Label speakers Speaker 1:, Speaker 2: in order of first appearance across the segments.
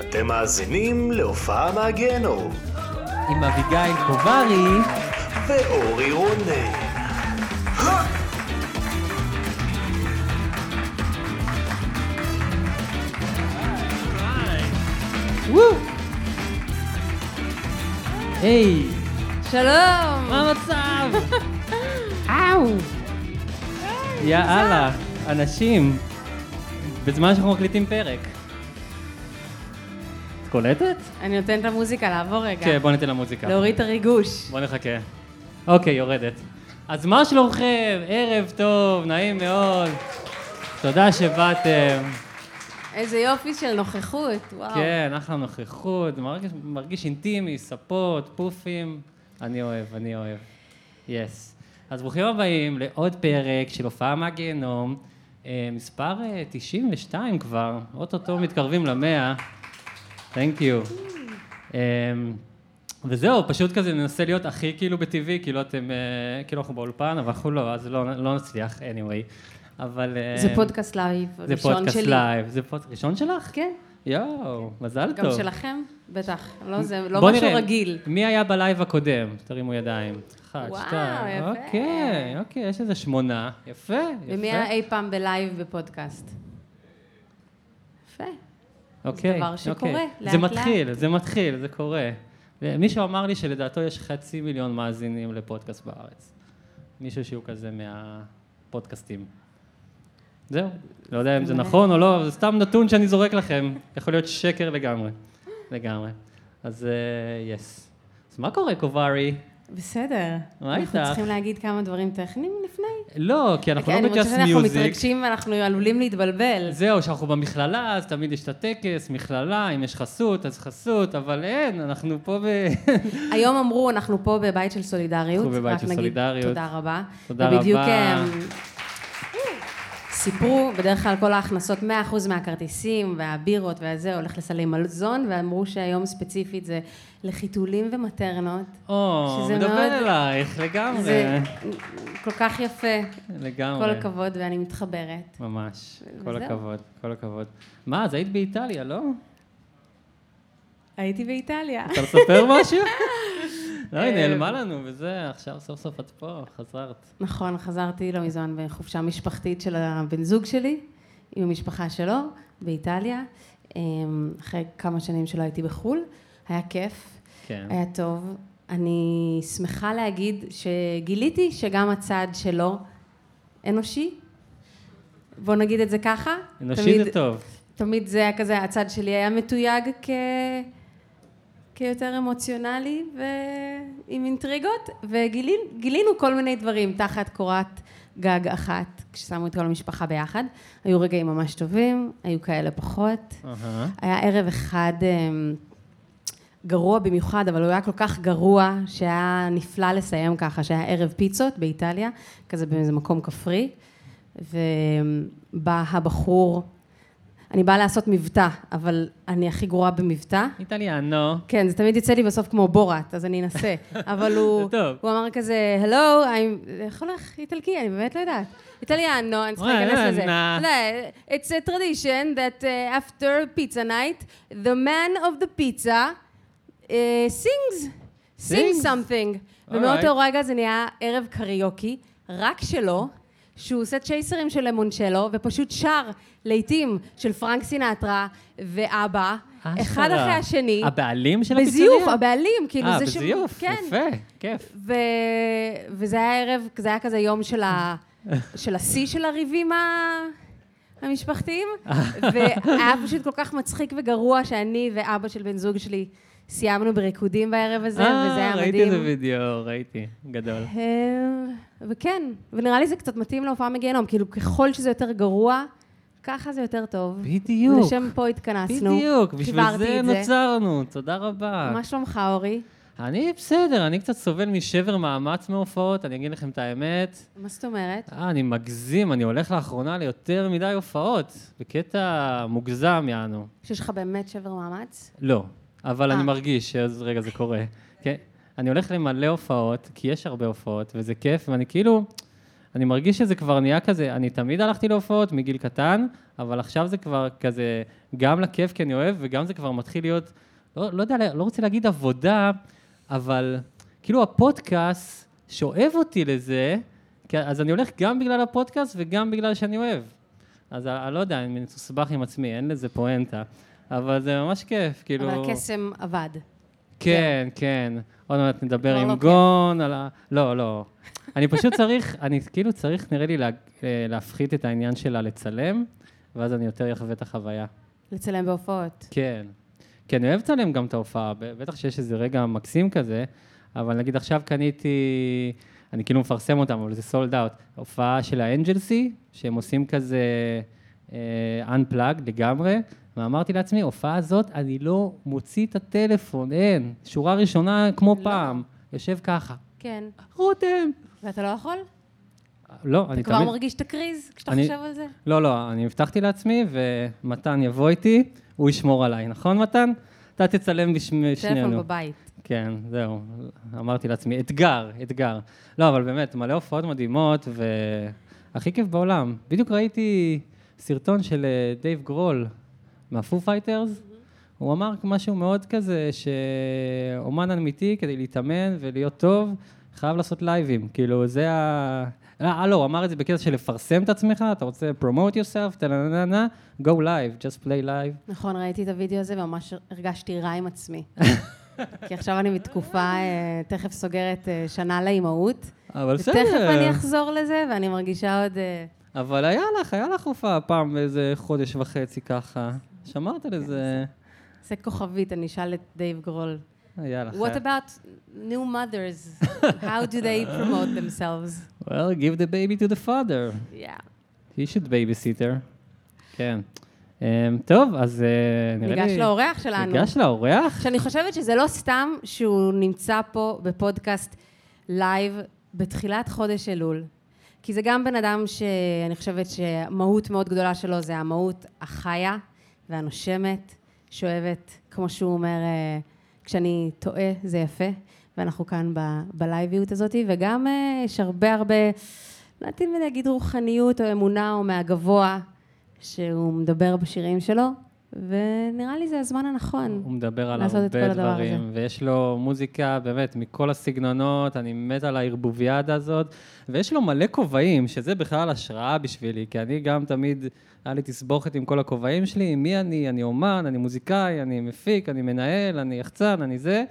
Speaker 1: אתם מאזינים להופעה מהגיהנום,
Speaker 2: עם אביגיל קוברי,
Speaker 1: ואורי רונן.
Speaker 2: וואו! היי,
Speaker 3: שלום!
Speaker 2: מה המצב? אאו! יאללה, אנשים, בזמן שאנחנו מקליטים פרק. את קולטת?
Speaker 3: אני נותנת למוזיקה לעבור רגע.
Speaker 2: כן, בוא ניתן למוזיקה.
Speaker 3: כן. להוריד את הריגוש.
Speaker 2: בוא נחכה. אוקיי, יורדת. אז מה שלומכם? ערב טוב, נעים מאוד. תודה שבאתם.
Speaker 3: איזה יופי של נוכחות, וואו.
Speaker 2: כן, אחלה נוכחות, מרגיש, מרגיש אינטימי, ספות, פופים. אני אוהב, אני אוהב. יס. אז ברוכים הבאים לעוד פרק של הופעה מהגיהנום, אה, מספר אה, 92 כבר, אוטוטו מתקרבים למאה. Thank you. אה, וזהו, פשוט כזה ננסה להיות הכי כאילו בטבעי, כאילו אתם, אה, כאילו אנחנו באולפן, אבל אנחנו לא, אז לא, לא נצליח, anyway. אבל... אה,
Speaker 3: זה פודקאסט לייב,
Speaker 2: זה
Speaker 3: הראשון
Speaker 2: פודקאסט
Speaker 3: שלי.
Speaker 2: לייב. זה פודקאסט ראשון שלך?
Speaker 3: כן,
Speaker 2: יואו, מזל
Speaker 3: גם
Speaker 2: טוב.
Speaker 3: שלכם, בטח. לא, זה לא
Speaker 2: בוא
Speaker 3: משהו
Speaker 2: נראה,
Speaker 3: רגיל.
Speaker 2: מי היה בלייב הקודם? תרימו ידיים. אחת,
Speaker 3: וואו,
Speaker 2: שתיים.
Speaker 3: יפה.
Speaker 2: אוקיי, אוקיי, יש איזה שמונה. יפה, יפה.
Speaker 3: ומי היה אי פעם בלייב בפודקאסט? יפה.
Speaker 2: אוקיי,
Speaker 3: זה דבר שקורה,
Speaker 2: אוקיי.
Speaker 3: לאט
Speaker 2: זה
Speaker 3: לאט.
Speaker 2: מתחיל, זה מתחיל, זה קורה. מישהו אמר לי שלדעתו יש חצי מיליון מאזינים לפודקאסט בארץ. מישהו שהוא כזה מהפודקאסטים. זהו, לא יודע אם זה
Speaker 3: מעולה.
Speaker 2: נכון או לא, זה סתם נתון שאני זורק לכם. יכול להיות שקר לגמרי. לגמרי. אז יס. אז מה קורה, קוברי?
Speaker 3: בסדר.
Speaker 2: מה
Speaker 3: אנחנו
Speaker 2: איתך?
Speaker 3: צריכים להגיד כמה דברים טכניים לפני?
Speaker 2: לא, כי אנחנו
Speaker 3: אוקיי, אני
Speaker 2: לא
Speaker 3: מרגישה
Speaker 2: בג'אסט
Speaker 3: שאנחנו
Speaker 2: מיוזיק.
Speaker 3: מתרגשים ואנחנו עלולים להתבלבל.
Speaker 2: זהו, שאנחנו במכללה, אז תמיד יש את הטקס, מכללה, אם יש חסות, אז חסות, אבל אין, אנחנו פה ב...
Speaker 3: היום אמרו, אנחנו פה בבית של סולידריות.
Speaker 2: אנחנו בבית
Speaker 3: רק
Speaker 2: של
Speaker 3: נגיד
Speaker 2: סולידריות.
Speaker 3: תודה רבה.
Speaker 2: תודה
Speaker 3: ובדיוק
Speaker 2: רבה.
Speaker 3: הם סיפרו, בדרך כלל כל ההכנסות, 100% מהכרטיסים והבירות והזה הולך לסלי מזון, ואמרו שהיום ספציפית זה לחיתולים ומטרנות.
Speaker 2: אה, או,
Speaker 3: שזה
Speaker 2: מדבר
Speaker 3: מאוד-
Speaker 2: אלייך, לגמרי.
Speaker 3: זה כל כך יפה.
Speaker 2: לגמרי.
Speaker 3: כל הכבוד, ואני מתחברת.
Speaker 2: ממש, כל
Speaker 3: וזהו.
Speaker 2: הכבוד, כל הכבוד. מה, אז היית באיטליה, לא?
Speaker 3: הייתי באיטליה.
Speaker 2: רוצה לספר משהו? לא, היא
Speaker 3: אה,
Speaker 2: נעלמה לנו, וזה, עכשיו סוף סוף את פה, חזרת.
Speaker 3: נכון, חזרתי לא מזמן בחופשה משפחתית של הבן זוג שלי, עם המשפחה שלו, באיטליה, אמ, אחרי כמה שנים שלא הייתי בחו"ל. היה כיף,
Speaker 2: כן.
Speaker 3: היה טוב. אני שמחה להגיד שגיליתי שגם הצד שלו אנושי. בוא נגיד את זה ככה.
Speaker 2: אנושי
Speaker 3: תמיד-
Speaker 2: זה טוב.
Speaker 3: תמיד זה היה כזה, הצד שלי היה מתויג כ... כיותר אמוציונלי ועם אינטריגות, וגילינו כל מיני דברים תחת קורת גג אחת, כששמו את כל המשפחה ביחד. היו רגעים ממש טובים, היו כאלה פחות.
Speaker 2: אהה.
Speaker 3: היה ערב אחד אמ, גרוע במיוחד, אבל הוא היה כל כך גרוע, שהיה נפלא לסיים ככה, שהיה ערב פיצות באיטליה, כזה באיזה מקום כפרי, ובא הבחור, אני באה לעשות מבטא, אבל אני הכי גרועה במבטא.
Speaker 2: איטליאנו.
Speaker 3: כן, זה תמיד יוצא לי בסוף כמו בורת, אז אני אנסה. אבל הוא,
Speaker 2: זה טוב.
Speaker 3: הוא אמר כזה, הלו, I'm- איך הולך איטלקי? אני באמת לא יודעת. איטליאנו, אני צריכה
Speaker 2: וואי,
Speaker 3: להיכנס
Speaker 2: לא,
Speaker 3: לזה.
Speaker 2: נא.
Speaker 3: לא, It's a tradition that uh, after pizza night, the man of the pizza uh, sings,
Speaker 2: Sings.
Speaker 3: sings something.
Speaker 2: Alright.
Speaker 3: ומאותו רגע זה נהיה ערב קריוקי, רק שלו, שהוא עושה צ'ייסרים של למונצ'לו, ופשוט שר לעיתים של פרנק סינטרה ואבא, אחד
Speaker 2: אשכרה.
Speaker 3: אחרי השני.
Speaker 2: הבעלים של הפיצריה?
Speaker 3: בזיוף, הבעלים, כאילו
Speaker 2: אה,
Speaker 3: זה ש-
Speaker 2: בזיוף,
Speaker 3: כן.
Speaker 2: יפה, כיף.
Speaker 3: ו... וזה היה ערב, זה היה כזה יום של, ה... של השיא של הריבים ה... המשפחתיים, והיה פשוט כל כך מצחיק וגרוע שאני ואבא של בן זוג שלי סיימנו בריקודים בערב הזה, וזה היה
Speaker 2: אה, ראיתי
Speaker 3: מדהים.
Speaker 2: את הוידאו, ראיתי, גדול.
Speaker 3: אה, וכן, ונראה לי זה קצת מתאים להופעה מגיהנום, כאילו ככל שזה יותר גרוע, ככה זה יותר טוב.
Speaker 2: בדיוק.
Speaker 3: לשם פה התכנסנו.
Speaker 2: בדיוק, בשביל
Speaker 3: חיברתי
Speaker 2: זה
Speaker 3: את
Speaker 2: נוצרנו, תודה רבה.
Speaker 3: מה שלומך, אורי?
Speaker 2: אני בסדר, אני קצת סובל משבר מאמץ מהופעות, אני אגיד לכם את האמת.
Speaker 3: מה זאת אומרת?
Speaker 2: אה, אני מגזים, אני הולך לאחרונה ליותר מדי הופעות, בקטע מוגזם יענו.
Speaker 3: שיש לך באמת שבר מאמץ?
Speaker 2: לא, אבל
Speaker 3: אה.
Speaker 2: אני מרגיש שאז רגע זה קורה. כן, אני הולך למלא הופעות, כי יש הרבה הופעות, וזה כיף, ואני כאילו, אני מרגיש שזה כבר נהיה כזה, אני תמיד הלכתי להופעות מגיל קטן, אבל עכשיו זה כבר כזה, גם לכיף כי אני אוהב, וגם זה כבר מתחיל להיות, לא, לא יודע, לא רוצה להגיד עבודה, אבל כאילו הפודקאסט שואב אותי לזה, כי- אז אני הולך גם בגלל הפודקאסט וגם בגלל שאני אוהב. אז אני אני לא יודע, אני מסוסבך עם עצמי, אין לזה פואנטה. אבל זה ממש כיף, כאילו...
Speaker 3: אבל הקסם עבד.
Speaker 2: כן, כן. עוד מעט נדבר
Speaker 3: כבר לא
Speaker 2: עם
Speaker 3: כיף.
Speaker 2: גון על ה... לא, לא. אני פשוט צריך, אני כאילו צריך, נראה לי, לה- אה, להפחית את העניין שלה לצלם, ואז אני יותר אחווה את החוויה.
Speaker 3: לצלם בהופעות.
Speaker 2: כן. כי אני אוהב לצלם גם את ההופעה, ב- בטח שיש איזה רגע מקסים כזה, אבל נגיד עכשיו קניתי, אני כאילו מפרסם אותם, אבל זה סולד אאוט, הופעה של האנג'לסי, שהם עושים כזה אה, unplugged לגמרי, ואמרתי לעצמי, הופעה הזאת, אני לא מוציא את הטלפון, אין. שורה ראשונה כמו
Speaker 3: לא.
Speaker 2: פעם, יושב ככה,
Speaker 3: כן.
Speaker 2: רותם.
Speaker 3: ואתה לא יכול?
Speaker 2: לא, אני
Speaker 3: אתה
Speaker 2: תמיד...
Speaker 3: כבר מרגיש את הקריז כשאתה
Speaker 2: אני-
Speaker 3: חושב על זה?
Speaker 2: לא, לא, אני הבטחתי לעצמי, ומתן יבוא איתי, הוא ישמור עליי, נכון, מתן? אתה תצלם בשמי
Speaker 3: טלפון
Speaker 2: שנינו.
Speaker 3: בבית.
Speaker 2: כן, זהו. אמרתי לעצמי, אתגר, אתגר. לא, אבל באמת, מלא הופעות מדהימות, והכי כיף בעולם. בדיוק ראיתי סרטון של אה, דייב גרול מהפו פייטרס. הוא אמר משהו מאוד כזה, שאומן אמיתי, כדי להתאמן ולהיות טוב, חייב לעשות לייבים. כאילו, זה ה... לא, אה, לא, הוא אמר את זה בקטע של לפרסם את עצמך, אתה רוצה promote yourself, טה-נה-נה-נה, go live, just play live.
Speaker 3: נכון, ראיתי את הוידאו הזה וממש הרגשתי רע עם עצמי. כי עכשיו אני בתקופה, אה, תכף סוגרת אה, שנה לאימהות.
Speaker 2: אבל בסדר.
Speaker 3: ותכף אני אחזור לזה, ואני מרגישה עוד... אה,
Speaker 2: אבל היה לך, היה לך הופעה פעם באיזה חודש וחצי ככה. שמרת לזה.
Speaker 3: זה כוכבית, אני אשאל את דייב גרול.
Speaker 2: היה לך.
Speaker 3: What about new mothers? How do they promote themselves?
Speaker 2: Well, give the baby to the father.
Speaker 3: Yeah.
Speaker 2: He should babysitter. כן. Um, טוב, אז אה, נראה לי...
Speaker 3: ניגש לאורח שלנו.
Speaker 2: ניגש לאורח?
Speaker 3: שאני חושבת שזה לא סתם שהוא נמצא פה בפודקאסט לייב בתחילת חודש אלול. כי זה גם בן אדם שאני חושבת שמהות מאוד גדולה שלו זה המהות החיה והנושמת, שאוהבת, כמו שהוא אומר, אה, כשאני טועה זה יפה, ואנחנו כאן ב- בלייביות הזאת, וגם אה, יש הרבה הרבה, לא יודעת אם להגיד רוחניות או אמונה או מהגבוה, שהוא מדבר בשירים שלו, ונראה לי זה הזמן הנכון.
Speaker 2: הוא מדבר על
Speaker 3: לעשות את כל
Speaker 2: הרבה
Speaker 3: הדבר הזה.
Speaker 2: דברים, ויש לו מוזיקה באמת מכל הסגנונות, אני מת על הערבוביאדה הזאת, ויש לו מלא כובעים, שזה בכלל השראה בשבילי, כי אני גם תמיד, היה לי תסבוכת עם כל הכובעים שלי, מי אני, אני אומן, אני מוזיקאי, אני מפיק, אני מנהל, אני יחצן, אני זה,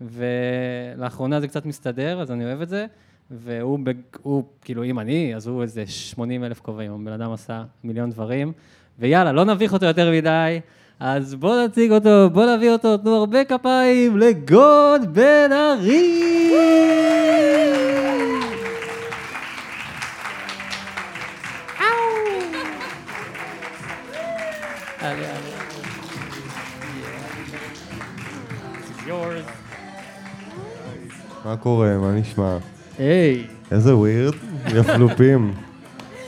Speaker 2: ולאחרונה זה קצת מסתדר, אז אני אוהב את זה. והוא, בג... הוא, כאילו, אם אני, אז הוא איזה 80 אלף כובעים, הבן אדם עשה מיליון דברים, ויאללה, לא נביך אותו יותר מדי, אז בואו נציג אותו, בואו נביא אותו, תנו הרבה כפיים לגוד בן ארי! עלה, עלה. Yeah. Yours.
Speaker 4: מה קורה? מה נשמע?
Speaker 2: היי.
Speaker 4: איזה ווירד, יפלופים.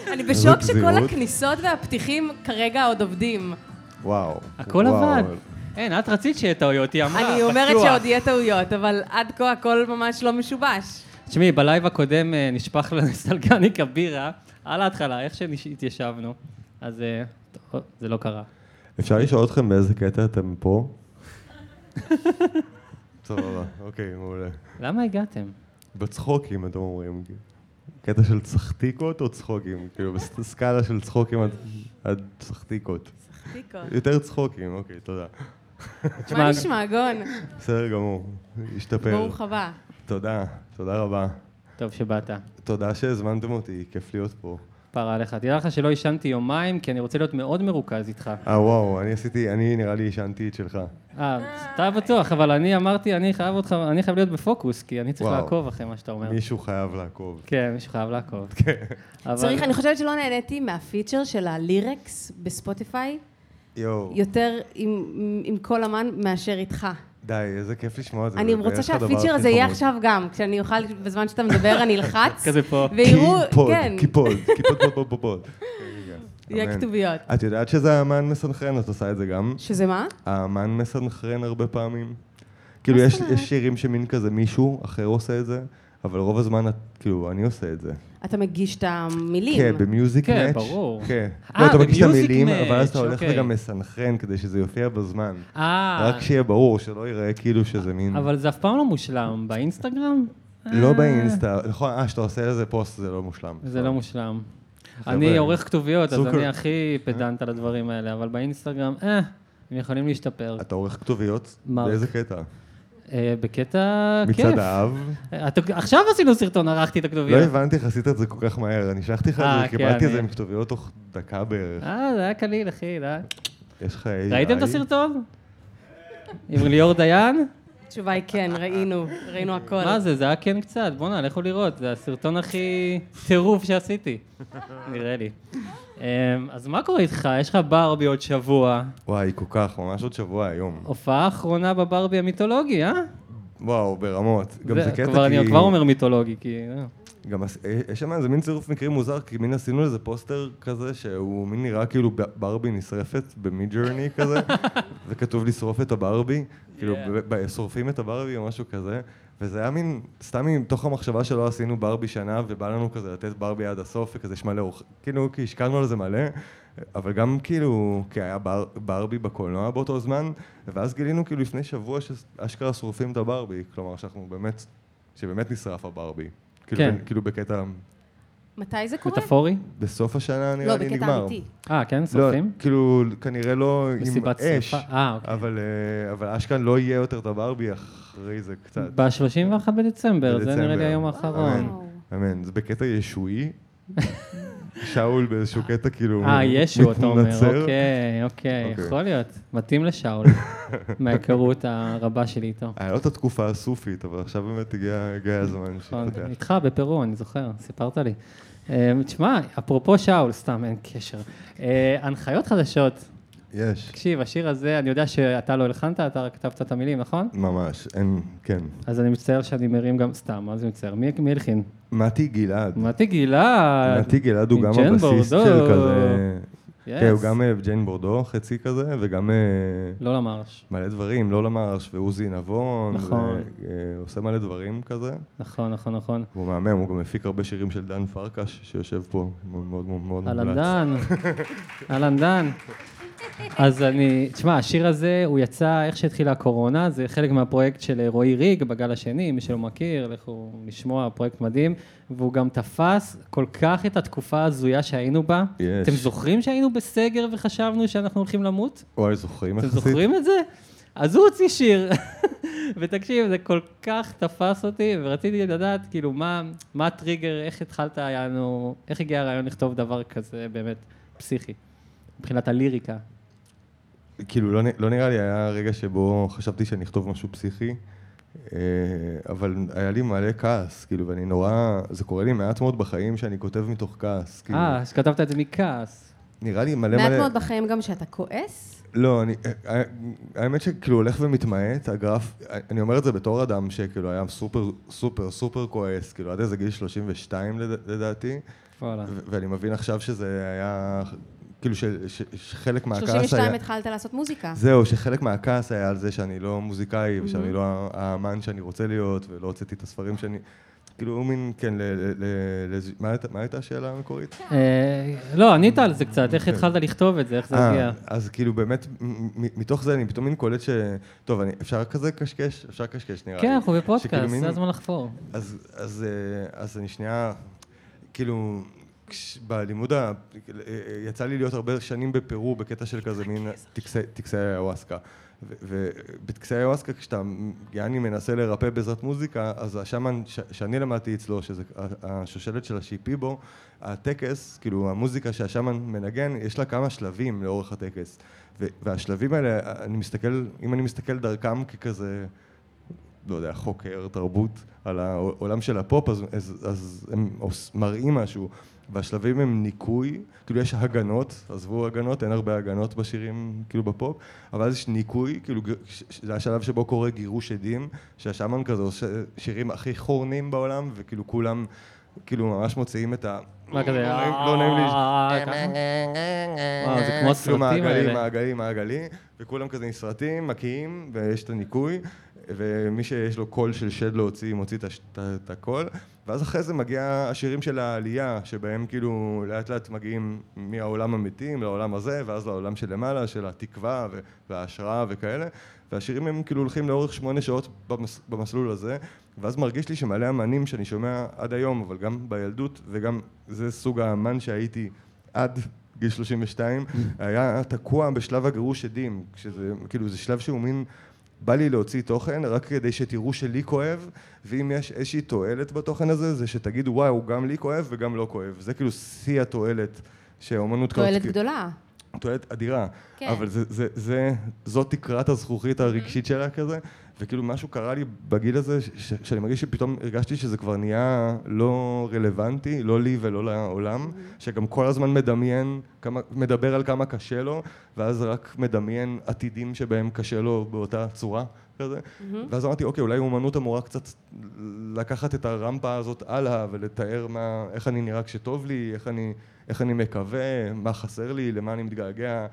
Speaker 3: אני
Speaker 4: איזו
Speaker 3: בשוק שכל
Speaker 4: גזירות.
Speaker 3: הכניסות והפתיחים כרגע עוד עובדים.
Speaker 4: וואו.
Speaker 2: הכל
Speaker 4: וואו.
Speaker 2: עבד. אין, את רצית שיהיה טעויות, היא אמרה,
Speaker 3: אני אומרת
Speaker 2: בטוח.
Speaker 3: שעוד יהיה טעויות, אבל עד כה הכל ממש לא משובש.
Speaker 2: תשמעי, בלייב הקודם אה, נשפך לנו סלגניק הבירה, על ההתחלה, איך שהתיישבנו, אז אה, טוב, זה לא קרה.
Speaker 4: אפשר לשאול אתכם באיזה קטע אתם פה? סבבה, אוקיי, מעולה.
Speaker 2: למה הגעתם?
Speaker 4: בצחוקים, אתם אומרים. קטע של צחטיקות או צחוקים? כאילו, בסקאלה של צחוקים עד- עד צחטיקות. יותר צחוקים, אוקיי, תודה.
Speaker 3: מה נשמע, גון?
Speaker 4: בסדר גמור, השתפר.
Speaker 3: ברוך הבא.
Speaker 4: תודה, תודה רבה.
Speaker 2: טוב שבאת,
Speaker 4: תודה שהזמנתם אותי, כיף להיות פה.
Speaker 2: פרה עליך. תדע לך שלא עישנתי יומיים, כי אני רוצה להיות מאוד מרוכז איתך.
Speaker 4: אה, וואו, אני עשיתי, אני נראה לי עישנתי את שלך.
Speaker 2: אה, אתה בטוח, אבל אני אמרתי, אני חייב אותך, אני חייב להיות בפוקוס, כי אני צריך
Speaker 4: וואו.
Speaker 2: לעקוב אחרי מה שאתה אומר.
Speaker 4: מישהו חייב לעקוב.
Speaker 2: כן, מישהו חייב לעקוב.
Speaker 4: כן.
Speaker 2: אבל-
Speaker 3: צריך, אני חושבת שלא נהניתי מהפיצ'ר של הלירקס בספוטיפיי,
Speaker 4: אוקיי. יואו,
Speaker 3: יותר עם- עם כל אמן מאשר איתך.
Speaker 4: די, איזה כיף לשמוע את זה.
Speaker 3: אני
Speaker 4: זה
Speaker 3: רוצה
Speaker 4: בערך הדבר
Speaker 3: שהפיצ'ר
Speaker 4: הכי
Speaker 3: הזה יהיה
Speaker 4: חמוד.
Speaker 3: עכשיו גם, כשאני אוכל, בזמן שאתה מדבר אני אלחץ.
Speaker 2: כזה פה.
Speaker 3: ויראו,
Speaker 4: קיפוד,
Speaker 3: כן,
Speaker 4: קיפוד, קיפוד, פוד, פוד, פוד, פוד.
Speaker 3: יהיה
Speaker 4: אמן.
Speaker 3: כתוביות.
Speaker 4: את יודעת שזה האמן מסנכרן, את עושה את זה גם?
Speaker 3: שזה מה?
Speaker 4: האמן מסנכרן הרבה פעמים. כאילו, יש יש שירים שמין כזה מישהו אחר עושה את זה, אבל רוב הזמן, את- כאילו, אני עושה את זה.
Speaker 3: אתה מגיש את המילים.
Speaker 4: כן, במיוזיק
Speaker 2: כן,
Speaker 4: מאץ'.
Speaker 2: ברור.
Speaker 4: כן.
Speaker 2: אה,
Speaker 4: לא, אתה מגיש את
Speaker 2: במיוזיק
Speaker 4: המילים,
Speaker 2: מאץ',
Speaker 4: אבל אז אתה הולך
Speaker 2: אוקיי.
Speaker 4: וגם מסנכרן כדי שזה יופיע בזמן.
Speaker 2: אה,
Speaker 4: רק שיהיה ברור, שלא ייראה כאילו שזה מין...
Speaker 2: אבל זה אף פעם לא מושלם. באינסטגרם?
Speaker 4: לא
Speaker 2: אה,
Speaker 4: באינסטה, נכון, אה, שאתה עושה איזה פוסט זה לא מושלם.
Speaker 2: זה לא מושלם.
Speaker 4: חבר'ה,
Speaker 2: אני עורך כתוביות, אז
Speaker 4: סוכר.
Speaker 2: אני הכי פדנט על הדברים האלה, אבל באינסטגרם, אה, הם יכולים להשתפר.
Speaker 4: אתה עורך כתוביות?
Speaker 2: מרק.
Speaker 4: באיזה קטע?
Speaker 2: אה, בקטע כיף.
Speaker 4: מצעד האב?
Speaker 2: אתה- עכשיו עשינו סרטון, ערכתי את
Speaker 4: לא
Speaker 2: הכתוביות.
Speaker 4: הבנתי איך עשית את זה כל כך מהר, אני שלחתי לך
Speaker 2: אה,
Speaker 4: את זה,
Speaker 2: כן,
Speaker 4: קיבלתי את זה
Speaker 2: אני-
Speaker 4: עם כתוביות תוך דקה בערך.
Speaker 2: אה, זה היה קליל, אחי,
Speaker 4: אה,
Speaker 2: לא?
Speaker 4: יש לך AI?
Speaker 2: ראיתם את הסרטון? עם ליאור דיין?
Speaker 3: התשובה היא כן, ראינו, ראינו הכל.
Speaker 2: מה זה, זה היה כן קצת, בואנה, לכו לראות, זה הסרטון הכי טירוף שעשיתי, נראה לי. אמ, אז מה קורה איתך? יש לך ברבי עוד שבוע,
Speaker 4: וואי, כל כך, ממש עוד שבוע היום.
Speaker 2: הופעה אחרונה בברבי המיתולוגי, אה?
Speaker 4: וואו, ברמות. גם זה קטע,
Speaker 2: כבר,
Speaker 4: כי...
Speaker 2: אני כבר אומר מיתולוגי, כי...
Speaker 4: גם הס- אה, יש שם איזה מין צירוף מקרים מוזר, כי מין עשינו איזה פוסטר כזה, שהוא מין נראה כאילו ב- ברבי נשרפת במי ג'רני כזה, וכתוב לשרוף את הברבי, כאילו ב- ב- שורפים את הברבי או משהו כזה, וזה היה מין, סתם מתוך המחשבה שלא עשינו ברבי שנה, ובא לנו כזה לתת ברבי עד הסוף, וכזה יש מלא אורח, כאילו, כי השקענו על זה מלא. אבל גם כאילו, כי היה בר, ברבי בקולנוע באותו זמן, ואז גילינו כאילו לפני שבוע שאשכרה שורפים את הברבי, כלומר שאנחנו באמת, שבאמת נשרף הברבי. כאילו,
Speaker 2: כן.
Speaker 4: כן. כאילו בקטע,
Speaker 3: מתי זה קורה?
Speaker 2: מטאפורי?
Speaker 4: בסוף השנה נראה
Speaker 3: לא,
Speaker 4: לי
Speaker 3: בקטע
Speaker 4: נגמר.
Speaker 3: אמיתי.
Speaker 2: אה, כן,
Speaker 4: לא,
Speaker 2: שורפים?
Speaker 4: כאילו, כנראה לא עם
Speaker 2: מסיבת
Speaker 4: אש,
Speaker 2: שרפה? אה, אוקיי.
Speaker 4: אבל, אה, אבל אשכרה לא יהיה יותר את הברבי אחרי זה קצת.
Speaker 2: ב-31 בדצמבר, זה נראה לי
Speaker 4: בדצמבר.
Speaker 2: היום האחרון.
Speaker 3: וואו.
Speaker 4: אמן, זה בקטע ישועי. שאול באיזשהו קטע כאילו
Speaker 2: אה, ישו, אתה אומר,
Speaker 4: מתנצר.
Speaker 2: אוקיי, אוקיי,
Speaker 4: אוקיי.
Speaker 2: יכול להיות. מתאים לשאול, מההיכרות הרבה שלי איתו.
Speaker 4: היה לו את התקופה הסופית, אבל עכשיו באמת הגיע הגיע הזמן
Speaker 2: נכון,
Speaker 4: שהתפתח.
Speaker 2: איתך בפרו, אני זוכר, סיפרת לי. אה, תשמע, אפרופו שאול, סתם, אין קשר. אה, הנחיות חדשות,
Speaker 4: יש,
Speaker 2: תקשיב, השיר הזה, אני יודע שאתה לא הלחנת, אתה רק כתבת את המילים, נכון?
Speaker 4: ממש, אין, כן.
Speaker 2: אז אני מצטער שאני מרים גם, סתם, מה זה מצטער? מי מי הלחין?
Speaker 4: מתי גלעד,
Speaker 2: מתי גלעד.
Speaker 4: מתי גלעד הוא גם
Speaker 2: ג'ן
Speaker 4: הבסיסט
Speaker 2: אה, בורדו.
Speaker 4: של כזה,
Speaker 2: Yes.
Speaker 4: כן, הוא גם אה, ג'יין בורדו חצי כזה, וגם אה,
Speaker 2: לא למרש,
Speaker 4: מלא דברים, לא למרש, ועוזי נבון,
Speaker 2: נכון.
Speaker 4: ועושה מלא דברים כזה.
Speaker 2: נכון, נכון, נכון.
Speaker 4: הוא מהמם, הוא גם הפיק הרבה שירים של דן פרקש, שיושב פה, מאוד מאוד מאוד
Speaker 2: אהלן
Speaker 4: מומלץ.
Speaker 2: דן, אהלן דן. אז אני, תשמע, השיר הזה, הוא יצא איך שהתחילה הקורונה, זה חלק מהפרויקט של אה, רועי ריג בגל השני, מי שלא מכיר, לכו לשמוע, פרויקט מדהים, והוא גם תפס כל כך את התקופה ההזויה שהיינו בה.
Speaker 4: יש.
Speaker 2: אתם זוכרים שהיינו בסגר וחשבנו שאנחנו הולכים למות?
Speaker 4: וואי, זוכרים
Speaker 2: אתם
Speaker 4: יחסית?
Speaker 2: זוכרים את זה? אז הוא הוציא שיר. ותקשיב, זה כל כך תפס אותי, ורציתי לדעת, כאילו, מה, מה הטריגר, איך התחלת, יענו, איך הגיע הרעיון לכתוב דבר כזה באמת פסיכי, מבחינת הליריקה.
Speaker 4: כאילו, לא, נ- לא נראה לי היה רגע שבו חשבתי שאני אכתוב משהו פסיכי, אה, אבל היה לי מלא כעס, כאילו, ואני נורא... זה קורה לי מעט מאוד בחיים שאני כותב מתוך כעס, כאילו.
Speaker 2: אה, אז כתבת את זה מכעס.
Speaker 4: נראה לי מלא
Speaker 3: מעט
Speaker 4: מלא...
Speaker 3: מאוד בחיים גם שאתה כועס?
Speaker 4: לא, אני, אה, האמת שכאילו הולך ומתמעט, הגרף, אני אומר את זה בתור אדם שכאילו היה סופר סופר סופר כועס, כאילו עד איזה גיל 32 לד- לדעתי,
Speaker 2: וואלה.
Speaker 4: ו- ואני מבין עכשיו שזה היה, כאילו ש- ש- שחלק מהכעס היה...
Speaker 3: 32 התחלת לעשות מוזיקה.
Speaker 4: זהו, שחלק מהכעס היה על זה שאני לא מוזיקאי, ושאני לא ה- האמן שאני רוצה להיות, ולא הוצאתי את הספרים שאני... כאילו, מין, כן, ל... ל- ל- לז- מה הייתה- מה הייתה השאלה המקורית?
Speaker 2: אה, לא, ענית על זה קצת, איך התחלת לכתוב את זה, איך זה
Speaker 4: כן. אה,
Speaker 2: הגיע.
Speaker 4: אז כאילו באמת, מ- מ- מתוך זה אני פתאום מין קולט ש... טוב, אני, אפשר כזה קשקש? אפשר קשקש, נראה לי.
Speaker 2: כן, אנחנו
Speaker 4: שכאילו
Speaker 2: בפודקאסט,
Speaker 4: מין-
Speaker 2: זה הזמן לחפור.
Speaker 4: אז, אז, אה, אז אני שנייה, כאילו, כש- בלימוד ה... אה, יצא לי להיות הרבה שנים בפרו בקטע של כזה מין טקסי- טקסי איוואסקה. ובטקסי איוואסקה, כשאתה יעני מנסה לרפא בעזרת מוזיקה, אז השאמן ש- שאני למדתי אצלו, שזה ה- השושלת של השיפיבו, הטקס, כאילו המוזיקה שהשאמן מנגן, יש לה כמה שלבים לאורך הטקס. ו- והשלבים האלה, אני מסתכל, אם אני מסתכל דרכם ככזה... לא יודע, חוקר תרבות על העולם של הפופ, אז, אז, אז הם עוש- מראים משהו. והשלבים הם ניקוי, כאילו יש הגנות, עזבו הגנות, אין הרבה הגנות בשירים, כאילו בפופ, אבל אז יש ניקוי, כאילו גר- ש- ש- זה השלב שבו קורה גירוש עדים, שהשאמן כזה עושה שירים הכי חורנים בעולם, וכאילו כולם, כאילו ממש מוציאים את ה...
Speaker 2: מה כזה?
Speaker 4: לא נעים- לא נעים לי...
Speaker 2: אה, ככה? וואו, זה כמו
Speaker 4: כאילו
Speaker 2: הסרטים
Speaker 4: מעגלי,
Speaker 2: האלה.
Speaker 4: מעגלי, מעגלי, וכולם כזה נסרטים, מקיאים, ויש את הניקוי, ומי שיש לו קול של שד להוציא, מוציא את הש- את ה- את הקול, ואז אחרי זה מגיע השירים של העלייה, שבהם כאילו לאט לאט מגיעים מהעולם המתים לעולם הזה, ואז לעולם שלמעלה, של התקווה ו- וההשראה וכאלה, והשירים הם כאילו הולכים לאורך שמונה שעות במס- במסלול הזה, ואז מרגיש לי שמלא אמנים שאני שומע עד היום, אבל גם בילדות, וגם זה סוג האמן שהייתי עד גיל 32, היה תקוע בשלב הגירוש עדים, כשזה, כאילו, זה שלב שהוא מין, בא לי להוציא תוכן רק כדי שתראו שלי כואב, ואם יש איזושהי תועלת בתוכן הזה, זה שתגידו, וואו, גם לי כואב וגם לא כואב. זה כאילו שיא התועלת שהאומנות...
Speaker 3: תועלת
Speaker 4: כאילו-
Speaker 3: גדולה.
Speaker 4: תועלת אדירה.
Speaker 3: כן.
Speaker 4: כן. אבל זה, זה, זה, זאת תקרת הזכוכית הרגשית שלה כזה, וכאילו משהו קרה לי בגיל הזה, ש- ש- שאני מרגיש שפתאום הרגשתי שזה כבר נהיה לא רלוונטי, לא לי ולא לעולם, שגם כל הזמן מדמיין, כמה, מדבר על כמה קשה לו, ואז רק מדמיין עתידים שבהם קשה לו באותה צורה. כזה. ואז אמרתי, אוקיי, אולי אומנות אמורה קצת לקחת את הרמפה הזאת הלאה ולתאר מה, איך אני נראה כשטוב לי, איך אני, איך אני מקווה, מה חסר לי, למה אני מתגעגע,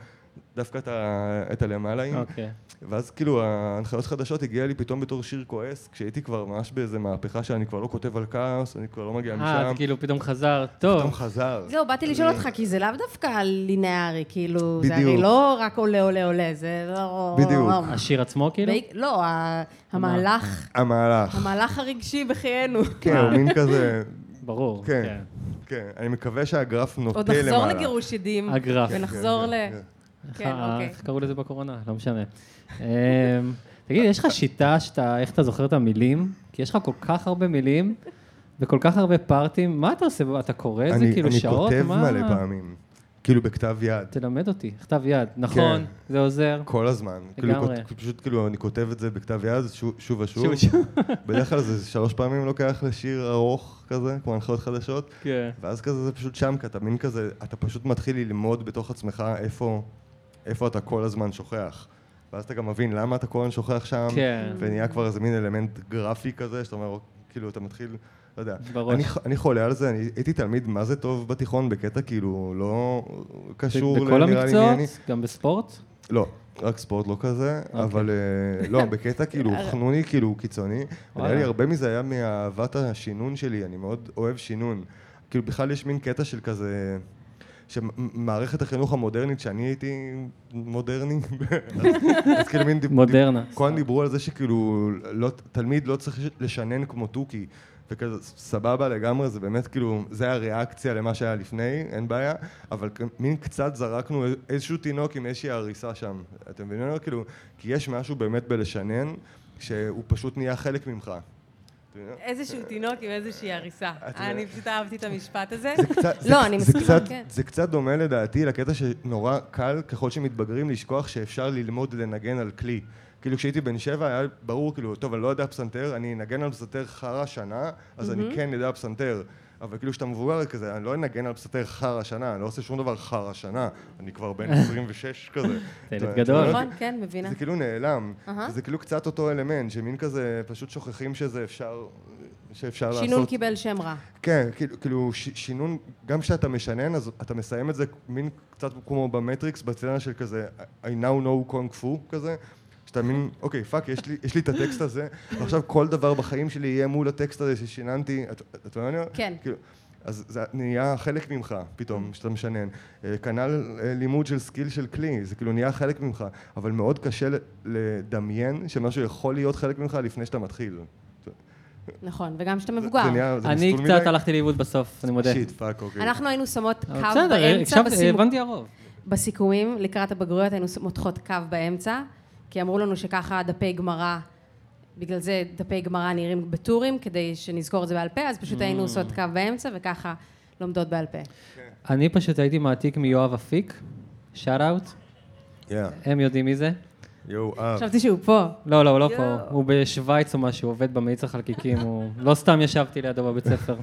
Speaker 4: דווקא את, ה, את הלמעלה.
Speaker 2: אוקיי.
Speaker 4: ואז כאילו ההנחיות חדשות הגיעה לי פתאום בתור שיר כועס, כשהייתי כבר ממש באיזה מהפכה שאני כבר לא כותב על כעס, אני כבר לא מגיע משם.
Speaker 2: אה, אז כאילו פתאום חזר, טוב.
Speaker 4: פתאום חזר.
Speaker 3: זהו, לא, באתי לשאול אותך, כי זה לאו דווקא לינארי, כאילו, זה הרי
Speaker 4: בדיוק.
Speaker 3: לא רק עולה, עולה, עולה, זה לא...
Speaker 4: בדיוק.
Speaker 2: השיר עצמו כאילו?
Speaker 3: בעיק- לא, ה- המהלך,
Speaker 4: המהלך.
Speaker 3: המהלך הרגשי בחיינו.
Speaker 4: כן, הוא מין כזה,
Speaker 2: ברור.
Speaker 4: כן, כן. אני מקווה שהגרף נוטה
Speaker 3: עוד
Speaker 4: אוקיי, למעלה.
Speaker 3: נחזור לגירוש עדים.
Speaker 2: הגרף.
Speaker 4: כן,
Speaker 3: ונחזור
Speaker 4: כן,
Speaker 3: ל...
Speaker 4: כן.
Speaker 3: כן,
Speaker 2: אה,
Speaker 3: אוקיי.
Speaker 2: איך קראו לזה בקורונה? לא משנה. אמ, תגיד, יש לך שיטה שאתה, איך אתה זוכר את המילים? כי יש לך כל כך הרבה מילים וכל כך הרבה פארטים, מה אתה עושה? אתה קורא את זה
Speaker 4: אני-
Speaker 2: כאילו שעות?
Speaker 4: אני כותב
Speaker 2: מה?
Speaker 4: מלא פעמים, כאילו בכתב יד,
Speaker 2: תלמד אותי, כתב יד,
Speaker 4: כן.
Speaker 2: נכון, זה עוזר.
Speaker 4: כל הזמן. כאילו,
Speaker 2: לגמרי.
Speaker 4: כות- פשוט כאילו אני כותב את זה בכתב יד שו- שוב
Speaker 2: שוב,
Speaker 4: ושוב.
Speaker 2: שוב.
Speaker 4: בדרך כלל זה שלוש פעמים לוקח לשיר ארוך כזה, כמו הנחיות חדשות.
Speaker 2: כן.
Speaker 4: ואז כזה זה פשוט שם, כי אתה מין כזה, אתה פשוט מתחיל ללמוד בתוך עצמך איפה, איפה אתה כל הזמן שוכח. ואז אתה גם מבין למה אתה כל הזמן שוכח שם,
Speaker 2: כן.
Speaker 4: ונהיה כבר איזה מין אלמנט גרפי כזה, שאתה אומר, כאילו, אתה מתחיל, לא יודע.
Speaker 2: בראש.
Speaker 4: אני, ח- אני חולה על זה, אני הייתי תלמיד מה זה טוב בתיכון, בקטע כאילו לא קשור, ל-
Speaker 2: בכל
Speaker 4: נראה לי, מי
Speaker 2: המקצועות?
Speaker 4: אני.
Speaker 2: גם בספורט?
Speaker 4: לא, רק ספורט לא כזה, אבל אה, לא, בקטע כאילו חנוני כאילו קיצוני. נראה לי הרבה מזה היה מאהבת השינון שלי, אני מאוד אוהב שינון. כאילו בכלל יש מין קטע של כזה... שמערכת החינוך המודרנית, שאני הייתי מודרני, אז- אז כאילו מין... דיב-
Speaker 2: מודרנה.
Speaker 4: כל הזמן דיברו על זה שכאילו, לא, תלמיד לא צריך לשנן כמו תוכי, וכזה סבבה לגמרי, זה באמת כאילו, זה הריאקציה למה שהיה לפני, אין בעיה, אבל כ- מין קצת זרקנו איזשהו תינוק עם איזושהי הריסה שם. אתם מבינים? מה? כאילו, כי יש משהו באמת בלשנן, שהוא פשוט נהיה חלק ממך. אתם מבינים?
Speaker 3: איזשהו תינוק עם איזושהי הריסה.
Speaker 4: יודעת.
Speaker 3: אני פשוט אהבתי את המשפט הזה.
Speaker 4: אה, זה קצת- זה-
Speaker 3: לא, אני
Speaker 4: זה
Speaker 3: מסכימה,
Speaker 4: קצת-
Speaker 3: כן.
Speaker 4: זה קצת דומה לדעתי לקטע שנורא קל ככל שמתבגרים לשכוח שאפשר ללמוד לנגן על כלי. כאילו כשהייתי בן שבע היה ברור כאילו, טוב, אני לא יודע פסנתר, אני אנגן על פסנתר חרא שנה, אז אני כן יודע פסנתר. אבל כאילו כשאתה מבוגר כזה, אני לא אנגן על פסנתר חרא שנה, אני לא עושה שום דבר חרא שנה, אני כבר בן 26 כזה.
Speaker 2: ילד
Speaker 4: אתה- אתה
Speaker 2: גדול.
Speaker 4: לא-
Speaker 3: נכון, כן, מבינה.
Speaker 4: זה כאילו נעלם.
Speaker 3: אהה.
Speaker 4: זה כאילו קצת אותו אלמנט, שמין כזה, פשוט שוכחים שזה אפשר, שאפשר לעשות.
Speaker 3: שינון קיבל שם רע.
Speaker 4: כן, כאילו, כאילו ש, שינון, גם כשאתה משנן, אז אתה מסיים את זה מין קצת כמו במטריקס, בסצנה של כזה, I now know קונג פו כזה, שאתה מין, אוקיי, פאק, יש לי, יש לי את הטקסט הזה, ועכשיו כל דבר בחיים שלי יהיה מול הטקסט הזה ששיננתי, אתה את מבין?
Speaker 3: כן.
Speaker 4: כאילו, אז זה נהיה חלק ממך פתאום, כשאתה משנן. אה, כנ"ל אה, לימוד של סקיל של כלי, זה כאילו נהיה חלק ממך, אבל מאוד קשה ל- לדמיין שמשהו יכול להיות חלק ממך לפני שאתה מתחיל.
Speaker 3: נכון, וגם כשאתה
Speaker 4: זה-
Speaker 3: מבוגר.
Speaker 4: זה נהיה- זה
Speaker 2: אני
Speaker 4: מסלול
Speaker 2: קצת
Speaker 4: מדי.
Speaker 2: הלכתי לאיבוד בסוף, אני מודה.
Speaker 4: שיט, פאק, אוקיי.
Speaker 3: אנחנו היינו שמות קו
Speaker 2: אבל בסדר,
Speaker 3: באמצע
Speaker 2: הקשבתי,
Speaker 3: בסימו-
Speaker 2: הבנתי הרוב.
Speaker 3: בסיכומים, לקראת הבגרויות היינו מותחות קו באמצע, כי אמרו לנו שככה דפי גמרא, בגלל זה דפי גמרא נראים בטורים, כדי שנזכור את זה בעל פה, אז פשוט
Speaker 4: Mm.
Speaker 3: היינו עושות קו באמצע וככה לומדות בעל פה.
Speaker 2: אני פשוט הייתי מעתיק מיואב אפיק, שאט אאוט,
Speaker 4: Yeah.
Speaker 2: הם יודעים מי זה.
Speaker 4: יואו, אה,
Speaker 3: חשבתי שהוא פה.
Speaker 2: לא, לא, הוא לא
Speaker 3: יואו.
Speaker 2: פה, הוא בשוויץ או משהו, עובד במאיץ החלקיקים, הוא... לא סתם ישבתי לידו בבית ספר.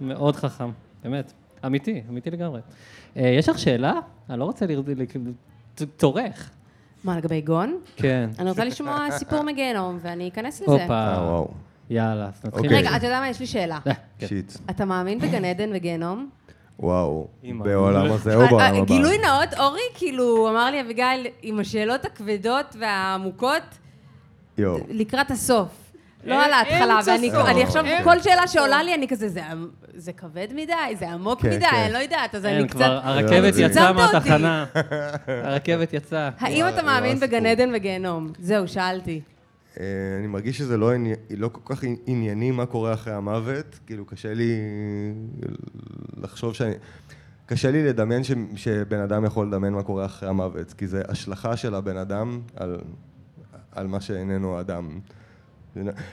Speaker 2: מאוד חכם, באמת. אמיתי, אמיתי לגמרי. אה, יש לך שאלה? אני לא רוצה לרד... ל- ת- צורך.
Speaker 3: מה, לגבי גון?
Speaker 2: כן.
Speaker 3: אני רוצה לשמוע סיפור מגיהנום, ואני אכנס לזה.
Speaker 4: אה,
Speaker 2: הופה.
Speaker 4: וואו,
Speaker 2: יאללה, אז נתחיל.
Speaker 4: אוקיי.
Speaker 3: רגע, אתה יודע מה? יש לי שאלה.
Speaker 2: אה, כן.
Speaker 4: שיט,
Speaker 3: אתה מאמין בגן עדן וגיהנום?
Speaker 4: וואו,
Speaker 2: אימא. אה,
Speaker 4: בעולם הזה או בעולם הבא.
Speaker 3: אה, גילוי נאות, אורי, כאילו, אמר לי אביגיל, עם השאלות הכבדות והעמוקות,
Speaker 4: יואו.
Speaker 3: לקראת הסוף. לא
Speaker 2: אה,
Speaker 3: על ההתחלה,
Speaker 2: אמצע
Speaker 3: ואני
Speaker 2: סוף.
Speaker 3: אני עכשיו,
Speaker 2: אה,
Speaker 3: כל שאלה שעולה לי, אני כזה, "זה עמ- זה כבד מדי, זה עמוק
Speaker 4: כן,
Speaker 3: מדי,
Speaker 4: כן.
Speaker 3: אני לא יודעת, אז אני
Speaker 2: אין,
Speaker 3: קצת...
Speaker 2: כבר הרכבת
Speaker 4: זה-
Speaker 2: יצאה
Speaker 3: צמצמת אותי.
Speaker 2: מהתחנה. הרכבת יצאה.
Speaker 3: האם אתה
Speaker 4: וואי,
Speaker 3: מאמין
Speaker 4: וואי,
Speaker 3: בגן
Speaker 4: סיפור.
Speaker 3: עדן וגיהנום? זהו, שאלתי.
Speaker 4: אה, אני מרגיש שזה לא, עני- לא כל כך ענייני מה קורה אחרי המוות, כאילו קשה לי לחשוב שאני... קשה לי לדמיין ש, שבן אדם יכול לדמיין מה קורה אחרי המוות, כי זה השלכה של הבן אדם על, על מה שאיננו אדם.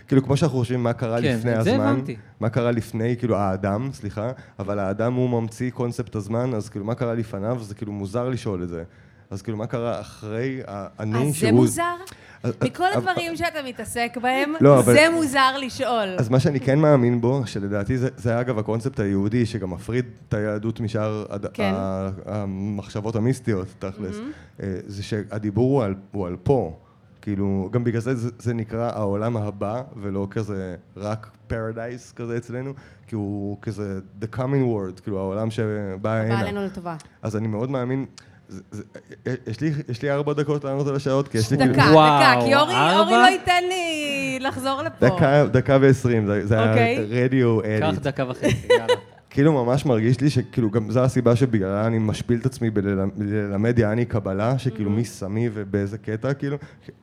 Speaker 4: כאילו, כמו שאנחנו חושבים מה קרה
Speaker 2: כן,
Speaker 4: לפני
Speaker 2: את
Speaker 4: הזמן,
Speaker 2: זה הבנתי.
Speaker 4: מה קרה לפני, כאילו, האדם, סליחה, אבל האדם הוא ממציא קונספט הזמן, אז כאילו, מה קרה לפניו, זה כאילו מוזר לשאול את זה. אז כאילו, מה קרה אחרי האני
Speaker 3: אז זה
Speaker 4: שהוא- אה,
Speaker 3: מוזר?
Speaker 4: אז-
Speaker 3: מכל
Speaker 4: אבל-
Speaker 3: הדברים שאתה מתעסק בהם,
Speaker 4: לא, אבל-
Speaker 3: זה מוזר לשאול.
Speaker 4: אז מה שאני כן מאמין בו, שלדעתי זה, זה אגב הקונספט היהודי, שגם מפריד את היהדות משאר הד...
Speaker 3: כן.
Speaker 4: ה... המחשבות המיסטיות, תכלס, mm-hmm. זה שהדיבור הוא על, הוא על פה. כאילו, גם בגלל זה, זה זה נקרא העולם הבא, ולא כזה רק paradise כזה אצלנו, כי הוא כזה the coming world, כאילו העולם שבא
Speaker 3: בא
Speaker 4: הנה.
Speaker 3: עלינו לטובה.
Speaker 4: אז אני מאוד מאמין, זה, זה, אה, יש, לי, יש לי ארבע דקות לענות על השעות, כי יש לי
Speaker 3: דקה,
Speaker 4: כאילו...
Speaker 3: דקה,
Speaker 2: וואו,
Speaker 3: כי אורי
Speaker 2: ארבע?
Speaker 3: אורי לא ייתן לי לחזור לפה.
Speaker 4: דקה, דקה ועשרים, זה, זה היה
Speaker 3: אוקיי.
Speaker 4: רדיו אדיט.
Speaker 2: קח דקה וחצי, יאללה.
Speaker 4: כאילו ממש מרגיש לי שכאילו גם זו הסיבה שבגללה אני משפיל את עצמי בלל- בללמד יעני קבלה, שכאילו מי שמי ובאיזה קטע, כאילו,